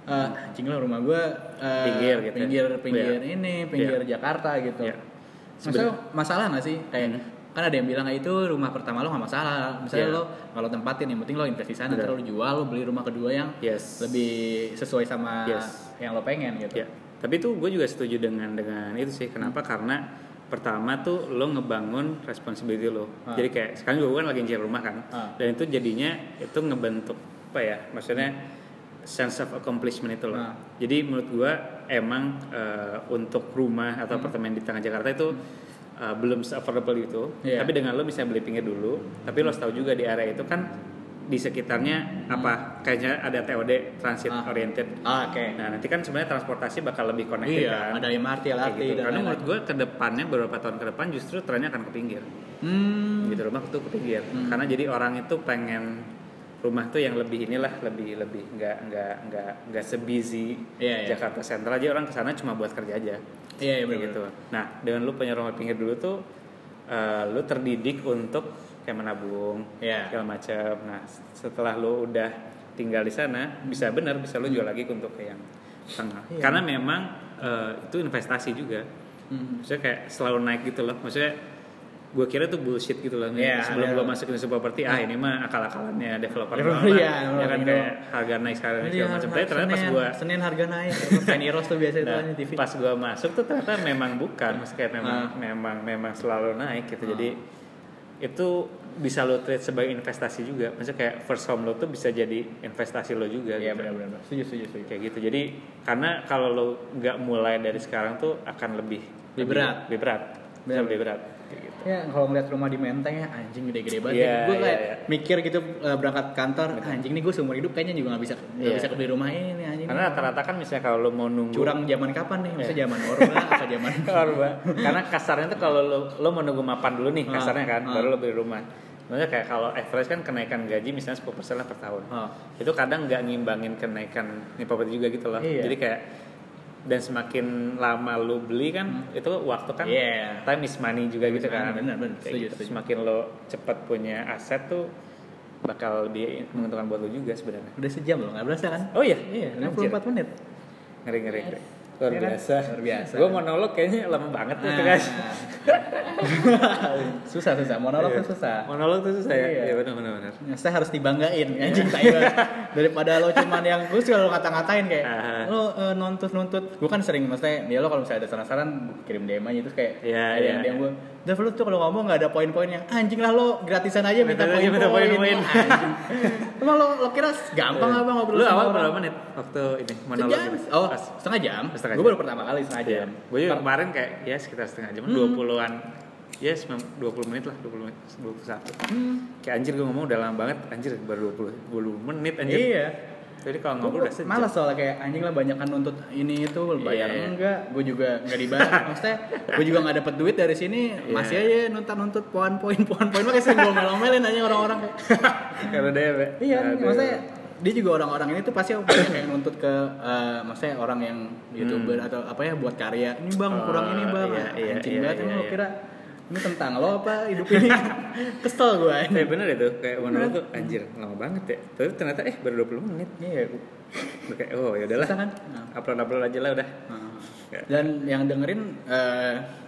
[SPEAKER 1] eh, anjing lah rumah gue eh,
[SPEAKER 2] Pinggir gitu.
[SPEAKER 1] pinggir pinggir
[SPEAKER 2] Ya.
[SPEAKER 1] ini, pinggir Jakarta gitu.
[SPEAKER 2] ya
[SPEAKER 1] Maksudnya masalah nggak sih kayak
[SPEAKER 2] Hmm.
[SPEAKER 1] kan ada yang bilang "Ah, itu rumah pertama lo nggak masalah misalnya
[SPEAKER 2] Iya.
[SPEAKER 1] lo kalau tempatin yang penting lo invest di sana terus
[SPEAKER 2] Betul.
[SPEAKER 1] lo jual lo beli rumah kedua yang
[SPEAKER 2] yes
[SPEAKER 1] lebih sesuai sama
[SPEAKER 2] Yes.
[SPEAKER 1] yang lo pengen gitu Hmm.
[SPEAKER 2] Ya, tapi itu gue juga setuju dengan dengan itu sih. Kenapa? Karena pertama tuh lo ngebangun responsibility lo.
[SPEAKER 1] Ah.
[SPEAKER 2] Jadi kayak sekarang gue kan lagi ngejar rumah kan.
[SPEAKER 1] Ah.
[SPEAKER 2] Dan itu jadinya itu ngebentuk apa ya? Maksudnya sense of accomplishment itu loh.
[SPEAKER 1] Ah.
[SPEAKER 2] Jadi menurut gue emang eh, untuk rumah
[SPEAKER 1] Hmm.
[SPEAKER 2] atau apartemen di tengah Jakarta itu eh, belum affordable itu.
[SPEAKER 1] Iya.
[SPEAKER 2] Tapi dengan lo bisa beli pinggir dulu. Tapi lo harus tahu juga di area itu kan di sekitarnya apa kayaknya ada TOD transit
[SPEAKER 1] Hmm. Ah.
[SPEAKER 2] oriented
[SPEAKER 1] Ah, oke
[SPEAKER 2] Nah nanti kan sebenarnya transportasi bakal lebih connected
[SPEAKER 1] iya
[SPEAKER 2] kan.
[SPEAKER 1] ada MRT
[SPEAKER 2] Kayak
[SPEAKER 1] LRT dan
[SPEAKER 2] gitu. Karena
[SPEAKER 1] lain-lain.
[SPEAKER 2] menurut gue ke depannya beberapa tahun ke depan justru trennya akan ke pinggir.
[SPEAKER 1] hmm
[SPEAKER 2] Gitu rumah tuh ke pinggir.
[SPEAKER 1] Hmm.
[SPEAKER 2] Karena jadi orang itu pengen rumah tuh yang lebih inilah lebih lebih nggak nggak nggak nggak sebusy
[SPEAKER 1] Iya, iya.
[SPEAKER 2] Jakarta Sentral aja orang kesana cuma buat kerja aja
[SPEAKER 1] iya iya
[SPEAKER 2] Kayak
[SPEAKER 1] bener
[SPEAKER 2] gitu. Nah dengan lu punya rumah pinggir dulu tuh eh, lu terdidik untuk kayak menabung
[SPEAKER 1] Iya.
[SPEAKER 2] segala macam. Nah setelah lu udah tinggal di sana bisa benar bisa lu jual lagi ke untuk ke yang tengah.
[SPEAKER 1] Hmm. Iya.
[SPEAKER 2] Karena memang eh, itu investasi juga.
[SPEAKER 1] Hmm.
[SPEAKER 2] Maksudnya kayak selalu naik gitu loh. Maksudnya gue kira tuh bullshit gitu loh.
[SPEAKER 1] Iya,
[SPEAKER 2] Sebelum
[SPEAKER 1] ada.
[SPEAKER 2] gue masuk industri properti, ah ini mah akal-akalannya developer
[SPEAKER 1] Developer,
[SPEAKER 2] banget.
[SPEAKER 1] iya,
[SPEAKER 2] ya kan
[SPEAKER 1] developer.
[SPEAKER 2] kayak harga naik harga naik segala macam. Tapi ternyata pas
[SPEAKER 1] Senin-
[SPEAKER 2] gue
[SPEAKER 1] Senin harga naik Penny Rose tuh biasa itu
[SPEAKER 2] Nah,
[SPEAKER 1] di TV
[SPEAKER 2] pas gua masuk tuh ternyata memang bukan Maksudnya kayak memang
[SPEAKER 1] Ah.
[SPEAKER 2] memang memang selalu naik gitu
[SPEAKER 1] Ah.
[SPEAKER 2] jadi itu bisa lo trade sebagai investasi juga maksudnya kayak first home lo tuh bisa jadi investasi lo juga
[SPEAKER 1] iya
[SPEAKER 2] gitu.
[SPEAKER 1] benar-benar setuju setuju setuju
[SPEAKER 2] kayak gitu jadi karena kalau lo nggak mulai dari sekarang tuh akan lebih
[SPEAKER 1] Lebih berat.
[SPEAKER 2] lebih berat
[SPEAKER 1] Benar.
[SPEAKER 2] lebih berat kayak gitu
[SPEAKER 1] Ya kalau ngeliat rumah di Menteng ya anjing gede-gede banget.
[SPEAKER 2] Iya,
[SPEAKER 1] gue kayak
[SPEAKER 2] iya, iya.
[SPEAKER 1] mikir gitu eh, berangkat kantor "Ah, anjing nih gue seumur hidup kayaknya juga nggak bisa nggak
[SPEAKER 2] Iya.
[SPEAKER 1] bisa kebeli rumah ini anjing.
[SPEAKER 2] karena Iya. rata-rata kan misalnya kalau lo mau nunggu
[SPEAKER 1] curang zaman kapan nih? Maksudnya zaman orba apa zaman?
[SPEAKER 2] Orba. Karena kasarnya tuh kalau lo, lo mau nunggu mapan dulu nih
[SPEAKER 1] Ah,
[SPEAKER 2] kasarnya kan,
[SPEAKER 1] ah.
[SPEAKER 2] baru lo beli rumah. Maksudnya kayak kalau average kan kenaikan gaji misalnya 10% lah per tahun.
[SPEAKER 1] Ah.
[SPEAKER 2] Itu kadang nggak ngimbangin kenaikan nih properti juga gitu loh.
[SPEAKER 1] Iya.
[SPEAKER 2] Jadi kayak dan semakin lama lo beli kan itu waktu kan
[SPEAKER 1] Hmm. Iya.
[SPEAKER 2] time is money juga gitu
[SPEAKER 1] money,
[SPEAKER 2] kan.
[SPEAKER 1] benar, benar.
[SPEAKER 2] Kayak
[SPEAKER 1] Setuju,
[SPEAKER 2] gitu.
[SPEAKER 1] setuju.
[SPEAKER 2] Semakin lo cepat punya aset tuh bakal lebih menguntungkan buat lo juga sebenarnya.
[SPEAKER 1] Udah sejam loh nggak berasa kan?
[SPEAKER 2] Oh iya,
[SPEAKER 1] Iya,
[SPEAKER 2] iya,
[SPEAKER 1] 64 menit.
[SPEAKER 2] Ngeri ngeri. ngeri. luar
[SPEAKER 1] Iya kan?
[SPEAKER 2] biasa.
[SPEAKER 1] Luar biasa.
[SPEAKER 2] Gue monolog kayaknya lama banget tuh
[SPEAKER 1] Nah.
[SPEAKER 2] guys.
[SPEAKER 1] Ah. susah susah monolog tuh susah
[SPEAKER 2] Iya. Monolog tuh susah ya.
[SPEAKER 1] Iya.
[SPEAKER 2] Iya benar benar benar.
[SPEAKER 1] Ya, saya harus dibanggain ya, anjing tai banget. daripada lo cuman yang lu sih lo ngata-ngatain kayak
[SPEAKER 2] Aha.
[SPEAKER 1] lo eh, nuntut-nuntut gue kan sering maksudnya dia lo kalau misalnya ada saran-saran kirim DM aja terus kayak
[SPEAKER 2] Iya,
[SPEAKER 1] ada yang
[SPEAKER 2] iya.
[SPEAKER 1] DM gue Dev lu tuh kalau ngomong gak ada poin-poinnya anjing lah lo gratisan aja minta
[SPEAKER 2] Minta
[SPEAKER 1] poin-poin Nah,
[SPEAKER 2] aja, minta poin-poin. Iya.
[SPEAKER 1] Anjing. emang lo, lo kira gampang apa ngobrol
[SPEAKER 2] Lu
[SPEAKER 1] sama
[SPEAKER 2] awal
[SPEAKER 1] orang?
[SPEAKER 2] berapa menit waktu ini monolog?
[SPEAKER 1] Sejam.
[SPEAKER 2] gitu?
[SPEAKER 1] Oh,
[SPEAKER 2] Pas.
[SPEAKER 1] setengah jam.
[SPEAKER 2] Setengah
[SPEAKER 1] Gue
[SPEAKER 2] jam.
[SPEAKER 1] baru pertama kali setengah jam.
[SPEAKER 2] Gue juga kemarin kayak ya sekitar setengah jam,
[SPEAKER 1] Hmm.
[SPEAKER 2] 20-an. Ya 90 20 menit lah, 20 menit, 21.
[SPEAKER 1] Hmm.
[SPEAKER 2] Kayak anjir gue ngomong udah lama banget, anjir baru 20, 20 menit anjir.
[SPEAKER 1] Iya.
[SPEAKER 2] Jadi kalau
[SPEAKER 1] Gue
[SPEAKER 2] ngobrol udah sejam.
[SPEAKER 1] malas soalnya kayak anjing lah banyak kan nuntut ini itu lu bayar
[SPEAKER 2] Iya.
[SPEAKER 1] enggak gue juga nggak dibayar maksudnya gue juga nggak dapet duit dari sini
[SPEAKER 2] Iya.
[SPEAKER 1] masih aja nuntut nuntut poin poin poin poin makanya sering gue melomel-melin aja orang-orang kayak
[SPEAKER 2] Kalau dia Be.
[SPEAKER 1] iya
[SPEAKER 2] Aduh.
[SPEAKER 1] maksudnya dia juga orang-orang ini tuh pasti banyak yang nuntut ke eh, maksudnya orang yang youtuber atau apa ya buat karya ini bang
[SPEAKER 2] Hmm. Oh,
[SPEAKER 1] kurang ini bang
[SPEAKER 2] iya, iya,
[SPEAKER 1] anjing
[SPEAKER 2] iya,
[SPEAKER 1] banget
[SPEAKER 2] iya,
[SPEAKER 1] ini lo
[SPEAKER 2] iya.
[SPEAKER 1] kira ini tentang lo apa hidup ini kesel gue
[SPEAKER 2] Eh bener itu kayak monolog tuh anjir lama banget ya. Tapi ternyata eh baru 20 menit.
[SPEAKER 1] iya
[SPEAKER 2] Udah Kayak oh ya udahlah.
[SPEAKER 1] susah kan Nah.
[SPEAKER 2] Upload-upload aja lah udah.
[SPEAKER 1] Nah, Dan yang dengerin,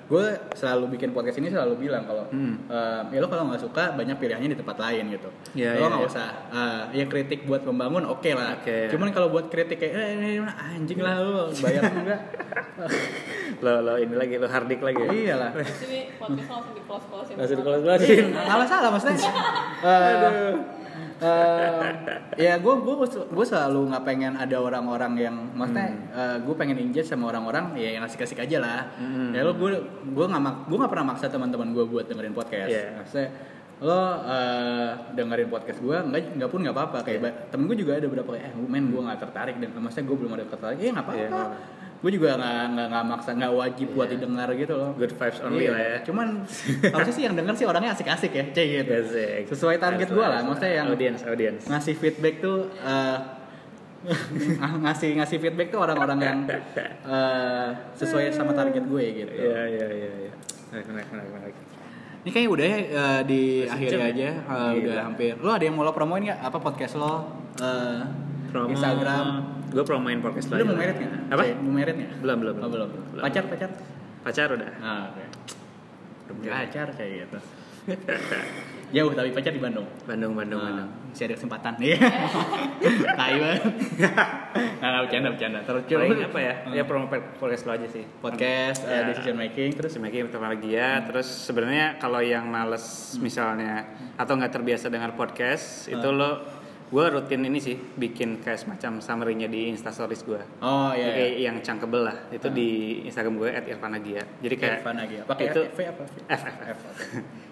[SPEAKER 1] gue selalu bikin podcast ini selalu bilang kalau
[SPEAKER 2] Hmm.
[SPEAKER 1] eh, ya lo kalau nggak suka banyak pilihannya di tempat lain gitu.
[SPEAKER 2] Iya,
[SPEAKER 1] lo
[SPEAKER 2] iya,
[SPEAKER 1] nggak
[SPEAKER 2] iya.
[SPEAKER 1] usah eh, ya kritik buat membangun oke lah.
[SPEAKER 2] Oke.
[SPEAKER 1] Cuman kalau buat kritik kayak eh, ini, ini, anjing lah lo bayar enggak?
[SPEAKER 2] Lo lo ini lagi lo hardik lagi. ya?
[SPEAKER 1] Iyalah.
[SPEAKER 7] Jadi podcast langsung di close close
[SPEAKER 2] Langsung kelas-kelasin.
[SPEAKER 1] Kalau salah Iya. maksudnya.
[SPEAKER 2] Iya.
[SPEAKER 1] eh eh, ya gue gue gue selalu nggak pengen ada orang-orang yang maksudnya gue pengen engage sama orang-orang ya yang asik-asik aja lah
[SPEAKER 2] Hmm.
[SPEAKER 1] ya lo gue gue nggak mak- gue nggak pernah maksa teman-teman gue buat dengerin podcast
[SPEAKER 2] Iya.
[SPEAKER 1] maksudnya lo eh, dengerin podcast gue nggak nggak pun nggak apa-apa
[SPEAKER 2] Iya.
[SPEAKER 1] kayak ba- temen gue juga ada beberapa kayak eh men gue nggak tertarik dan maksudnya gue belum ada tertarik ya nggak
[SPEAKER 2] Iya,
[SPEAKER 1] apa-apa
[SPEAKER 2] nggak apa-apa.
[SPEAKER 1] gue juga nggak nggak nggak maksa nggak wajib buat
[SPEAKER 2] Iya.
[SPEAKER 1] didengar gitu loh
[SPEAKER 2] Good vibes only
[SPEAKER 1] Iya,
[SPEAKER 2] lah ya.
[SPEAKER 1] Cuman harusnya sih yang denger sih orangnya asik-asik ya, cek gitu.
[SPEAKER 2] Iya Asik.
[SPEAKER 1] Sesuai target
[SPEAKER 2] Asik.
[SPEAKER 1] gua lah, maksudnya yang Nah.
[SPEAKER 2] audience audience.
[SPEAKER 1] ngasih feedback tuh eh, ng- ngasih ngasih feedback tuh orang-orang yang eh, sesuai sama target gue gitu.
[SPEAKER 2] Iya iya iya iya. Menarik menarik menarik. menarik.
[SPEAKER 1] Ini kayaknya udah ya eh, di
[SPEAKER 2] Sejam
[SPEAKER 1] akhir
[SPEAKER 2] ya?
[SPEAKER 1] aja, eh,
[SPEAKER 2] Gila.
[SPEAKER 1] udah hampir. Lo ada yang mau lo promoin nggak? Apa podcast lo? Eh, Instagram.
[SPEAKER 2] Gue promoin podcast
[SPEAKER 1] Lo
[SPEAKER 2] lagi.
[SPEAKER 1] mau merit nggak?
[SPEAKER 2] Apa?
[SPEAKER 1] Cek, Mau merit nggak?
[SPEAKER 2] Belum, belum,
[SPEAKER 1] Oh, belum.
[SPEAKER 2] belum.
[SPEAKER 1] Pacar pacar?
[SPEAKER 2] Pacar udah.
[SPEAKER 1] Ah, oke. Pacar kayak gitu. Jauh tapi pacar di Bandung.
[SPEAKER 2] Bandung Bandung
[SPEAKER 1] Ah,
[SPEAKER 2] Bandung.
[SPEAKER 1] Masih ada kesempatan. Iya. Tai banget. Nah, nah, bercanda bercanda. Terus coba Ah.
[SPEAKER 2] Paling apa ya? Ya promo pe- podcast lo aja sih.
[SPEAKER 1] podcast eh,
[SPEAKER 2] Ya.
[SPEAKER 1] decision making terus
[SPEAKER 2] terus semakin
[SPEAKER 1] Hmm.
[SPEAKER 2] berbahagia ya. terus sebenarnya kalau yang males misalnya atau nggak terbiasa dengar podcast
[SPEAKER 1] Ah.
[SPEAKER 2] itu lo gue rutin ini sih bikin kayak semacam summary-nya di instastories gue
[SPEAKER 1] Oh iya.
[SPEAKER 2] Jadi kayak yang cangkebel lah itu di instagram gue at irfanagia jadi kayak
[SPEAKER 1] Irfan lagi. Pakai
[SPEAKER 2] itu
[SPEAKER 1] V apa? V?
[SPEAKER 2] F, F, F.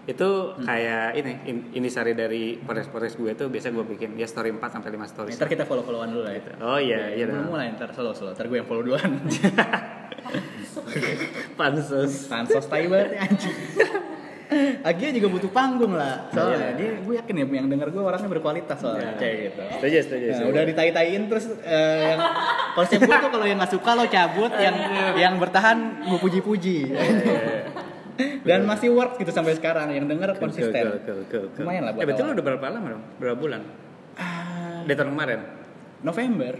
[SPEAKER 2] itu
[SPEAKER 1] Hmm.
[SPEAKER 2] kayak ini in- intisari dari podcast-podcast gue tuh biasa gue bikin ya story 4 sampai 5 stories
[SPEAKER 1] Ntar kita follow followan dulu lah itu.
[SPEAKER 2] oh iya iya
[SPEAKER 1] Belum
[SPEAKER 2] dong.
[SPEAKER 1] mulai ntar slow slow. Ntar gue yang follow duluan.
[SPEAKER 2] pansus
[SPEAKER 1] Sansos tai banget ya, anjing. Agia juga butuh panggung lah. Soalnya
[SPEAKER 2] Iya.
[SPEAKER 1] dia gue yakin ya yang denger gue orangnya berkualitas soalnya
[SPEAKER 2] Iya.
[SPEAKER 1] kayak gitu.
[SPEAKER 2] setuju setuju
[SPEAKER 1] Nah,
[SPEAKER 2] setuju.
[SPEAKER 1] udah ditai-taiin terus eh, yang konsep gue tuh kalau yang nggak suka lo cabut, yang
[SPEAKER 2] Iya.
[SPEAKER 1] yang bertahan gue puji-puji. Dan masih work gitu sampai sekarang yang denger
[SPEAKER 2] Go,
[SPEAKER 1] konsisten.
[SPEAKER 2] go, go, go, go.
[SPEAKER 1] Lumayan lah buat
[SPEAKER 2] Eh betul
[SPEAKER 1] awal.
[SPEAKER 2] lu udah berapa lama dong? Berapa bulan?
[SPEAKER 1] Ah,
[SPEAKER 2] Dari tahun kemarin?
[SPEAKER 1] November.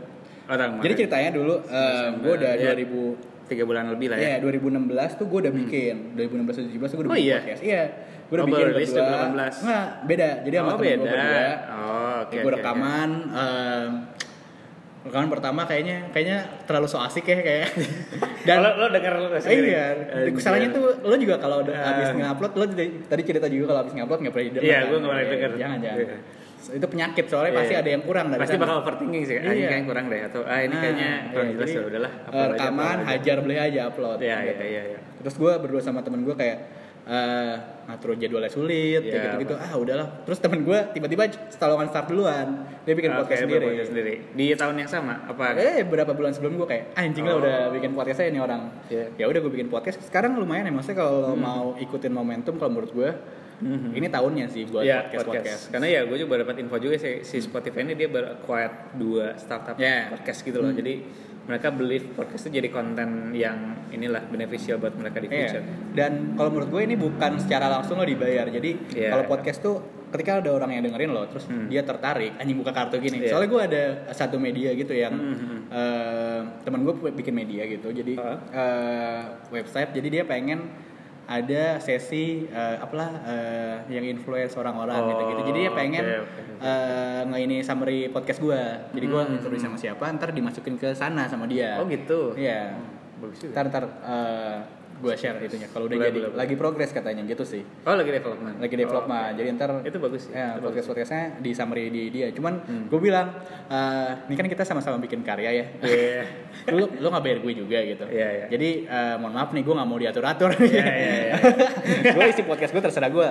[SPEAKER 2] Oh tahun kemarin.
[SPEAKER 1] Jadi ceritanya dulu eh, gue udah
[SPEAKER 2] Iya.
[SPEAKER 1] 2000
[SPEAKER 2] Tiga bulan lebih lah ya? Hmm.
[SPEAKER 1] Iya, 2016 tuh gue udah bikin. 2016 2017 gue udah
[SPEAKER 2] Oh,
[SPEAKER 1] bikin
[SPEAKER 2] iya?
[SPEAKER 1] podcast. Iya. Gue udah
[SPEAKER 2] Oh,
[SPEAKER 1] bikin
[SPEAKER 2] baru rilis
[SPEAKER 1] berdua.
[SPEAKER 2] 2018.
[SPEAKER 1] Nggak, beda. Jadi sama
[SPEAKER 2] oh
[SPEAKER 1] temen
[SPEAKER 2] beda.
[SPEAKER 1] gue berdua.
[SPEAKER 2] Oh oke
[SPEAKER 1] gue
[SPEAKER 2] oke, oke.
[SPEAKER 1] rekaman em, rekaman pertama kayaknya kayaknya terlalu so asik ya kayak.
[SPEAKER 2] Oh, lo,
[SPEAKER 1] Dan
[SPEAKER 2] lo denger lo
[SPEAKER 1] Eh,
[SPEAKER 2] sendiri?
[SPEAKER 1] iya,
[SPEAKER 2] Anjir.
[SPEAKER 1] kesalahannya tuh lo juga kalau udah
[SPEAKER 2] Ah.
[SPEAKER 1] habis ngupload lo jadi- tadi cerita juga kalau habis ngupload nggak pernah didengar.
[SPEAKER 2] Iya,
[SPEAKER 1] kan?
[SPEAKER 2] gua nggak pernah
[SPEAKER 1] Oke,
[SPEAKER 2] denger.
[SPEAKER 1] Jangan jangan.
[SPEAKER 2] Iya.
[SPEAKER 1] Itu penyakit soalnya
[SPEAKER 2] Iya.
[SPEAKER 1] pasti ada yang kurang dari
[SPEAKER 2] Pasti
[SPEAKER 1] sana.
[SPEAKER 2] bakal overthinking sih, ah, ini
[SPEAKER 1] Iya.
[SPEAKER 2] kayaknya kurang deh atau ah ini kayaknya
[SPEAKER 1] Nah,
[SPEAKER 2] kurang
[SPEAKER 1] iya,
[SPEAKER 2] jelas
[SPEAKER 1] jadi,
[SPEAKER 2] ya udahlah
[SPEAKER 1] eh,
[SPEAKER 2] upload aja,
[SPEAKER 1] Rekaman
[SPEAKER 2] upload aja.
[SPEAKER 1] hajar beli aja upload.
[SPEAKER 2] Iya iya
[SPEAKER 1] Gitu.
[SPEAKER 2] iya iya.
[SPEAKER 1] terus gue berdua sama temen gue kayak eh ngatur jadwalnya sulit kayak
[SPEAKER 2] Iya,
[SPEAKER 1] gitu-gitu ah udahlah terus temen gue tiba-tiba stolongan start duluan dia bikin
[SPEAKER 2] Ah, Oke,
[SPEAKER 1] podcast
[SPEAKER 2] buat
[SPEAKER 1] sendiri
[SPEAKER 2] podcast sendiri. Di tahun yang sama apa?
[SPEAKER 1] eh berapa bulan sebelum gue kayak anjing lah
[SPEAKER 2] Oh.
[SPEAKER 1] udah bikin podcast aja nih orang
[SPEAKER 2] Iya. Hmm.
[SPEAKER 1] ya udah gue bikin podcast sekarang lumayan ya maksudnya kalau mau ikutin momentum kalau menurut gue
[SPEAKER 2] Mhm.
[SPEAKER 1] ini tahunnya sih buat
[SPEAKER 2] Iya,
[SPEAKER 1] podcast podcast
[SPEAKER 2] Karena ya gue juga dapat info juga sih si Spotify ini dia baru acquired dua startup
[SPEAKER 1] Yeah.
[SPEAKER 2] podcast gitu loh.
[SPEAKER 1] Hmm.
[SPEAKER 2] Jadi mereka believe podcast itu jadi konten yang inilah beneficial buat mereka di
[SPEAKER 1] Iya.
[SPEAKER 2] future.
[SPEAKER 1] Dan kalau menurut gue ini bukan secara langsung lo dibayar. Jadi
[SPEAKER 2] Iya.
[SPEAKER 1] kalau podcast tuh ketika ada orang yang dengerin lo terus
[SPEAKER 2] Hmm.
[SPEAKER 1] dia tertarik anjing buka kartu gini
[SPEAKER 2] Iya.
[SPEAKER 1] soalnya gue ada satu media gitu yang
[SPEAKER 2] Hmm, hmm, hmm.
[SPEAKER 1] eh, teman gue bikin media gitu jadi
[SPEAKER 2] Heeh.
[SPEAKER 1] eh, website jadi dia pengen ada sesi eh, apalah eh, yang influence orang-orang
[SPEAKER 2] Oh,
[SPEAKER 1] gitu gitu jadi dia pengen
[SPEAKER 2] oke, oke, oke.
[SPEAKER 1] eh, nge ini summary podcast gue jadi gue
[SPEAKER 2] Hmm.
[SPEAKER 1] interview sama siapa ntar dimasukin ke sana sama dia
[SPEAKER 2] Oh gitu.
[SPEAKER 1] iya
[SPEAKER 2] Bagus juga.
[SPEAKER 1] ntar ntar gue share itunya kalau udah
[SPEAKER 2] Boleh,
[SPEAKER 1] jadi
[SPEAKER 2] boleh, boleh.
[SPEAKER 1] lagi progres katanya gitu sih
[SPEAKER 2] Oh lagi development. Oh,
[SPEAKER 1] lagi development jadi ntar
[SPEAKER 2] Itu bagus Hmm. sih,
[SPEAKER 1] ya,
[SPEAKER 2] itu
[SPEAKER 1] podcast podcastnya di summary di dia cuman gue bilang eh, ini kan kita sama-sama bikin karya ya
[SPEAKER 2] Iya.
[SPEAKER 1] lu lu nggak bayar gue juga gitu
[SPEAKER 2] Iya, iya.
[SPEAKER 1] jadi eh, mohon maaf nih gue nggak mau diatur atur
[SPEAKER 2] Iya, iya, iya.
[SPEAKER 1] gue isi podcast gue terserah gue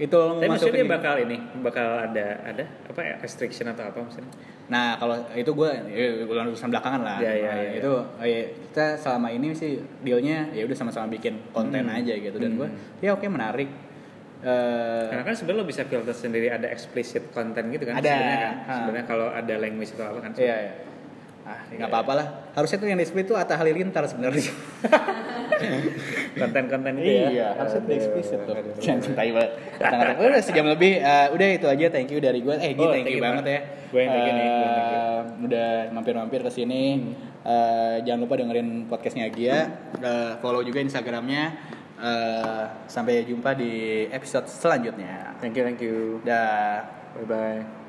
[SPEAKER 1] itu lo mau
[SPEAKER 2] Tapi
[SPEAKER 1] masukin
[SPEAKER 2] maksudnya dia
[SPEAKER 1] di-
[SPEAKER 2] bakal ini, bakal ada ada apa ya restriction atau apa maksudnya?
[SPEAKER 1] Nah kalau itu gue urusan belakangan lah.
[SPEAKER 2] Iya, iya,
[SPEAKER 1] Nah,
[SPEAKER 2] iya,
[SPEAKER 1] itu oh iya, kita selama ini sih dealnya ya udah sama-sama bikin konten
[SPEAKER 2] Hmm.
[SPEAKER 1] aja gitu dan gue ya oke menarik. Eh,
[SPEAKER 2] Karena kan sebenarnya lo bisa filter sendiri ada explicit content gitu kan
[SPEAKER 1] Ada.
[SPEAKER 2] sebenarnya kan.
[SPEAKER 1] Ha.
[SPEAKER 2] Sebenarnya kalau ada language atau apa kan.
[SPEAKER 1] iya iya. Ah
[SPEAKER 2] iya.
[SPEAKER 1] nggak apa-apa lah. Harusnya tuh yang disebut itu Atta Halilintar sebenarnya.
[SPEAKER 2] Konten-konten itu ya.
[SPEAKER 1] Iya, harusnya
[SPEAKER 2] Aduh.
[SPEAKER 1] tuh eksplisit tuh. Jangan cintai banget. Kata-kata udah sejam lebih. eh, udah itu aja thank you dari gue. Eh, Gi,
[SPEAKER 2] Oh,
[SPEAKER 1] thank, you banget ya.
[SPEAKER 2] Gua yang thank you nih, gua yang thank you. Hmm.
[SPEAKER 1] Eh, udah mampir-mampir ke sini. Eh, jangan lupa dengerin podcastnya Agia. Eh, follow juga Instagramnya. Eh, sampai jumpa di episode selanjutnya.
[SPEAKER 2] Thank you, thank you.
[SPEAKER 1] Dah.
[SPEAKER 2] Bye bye.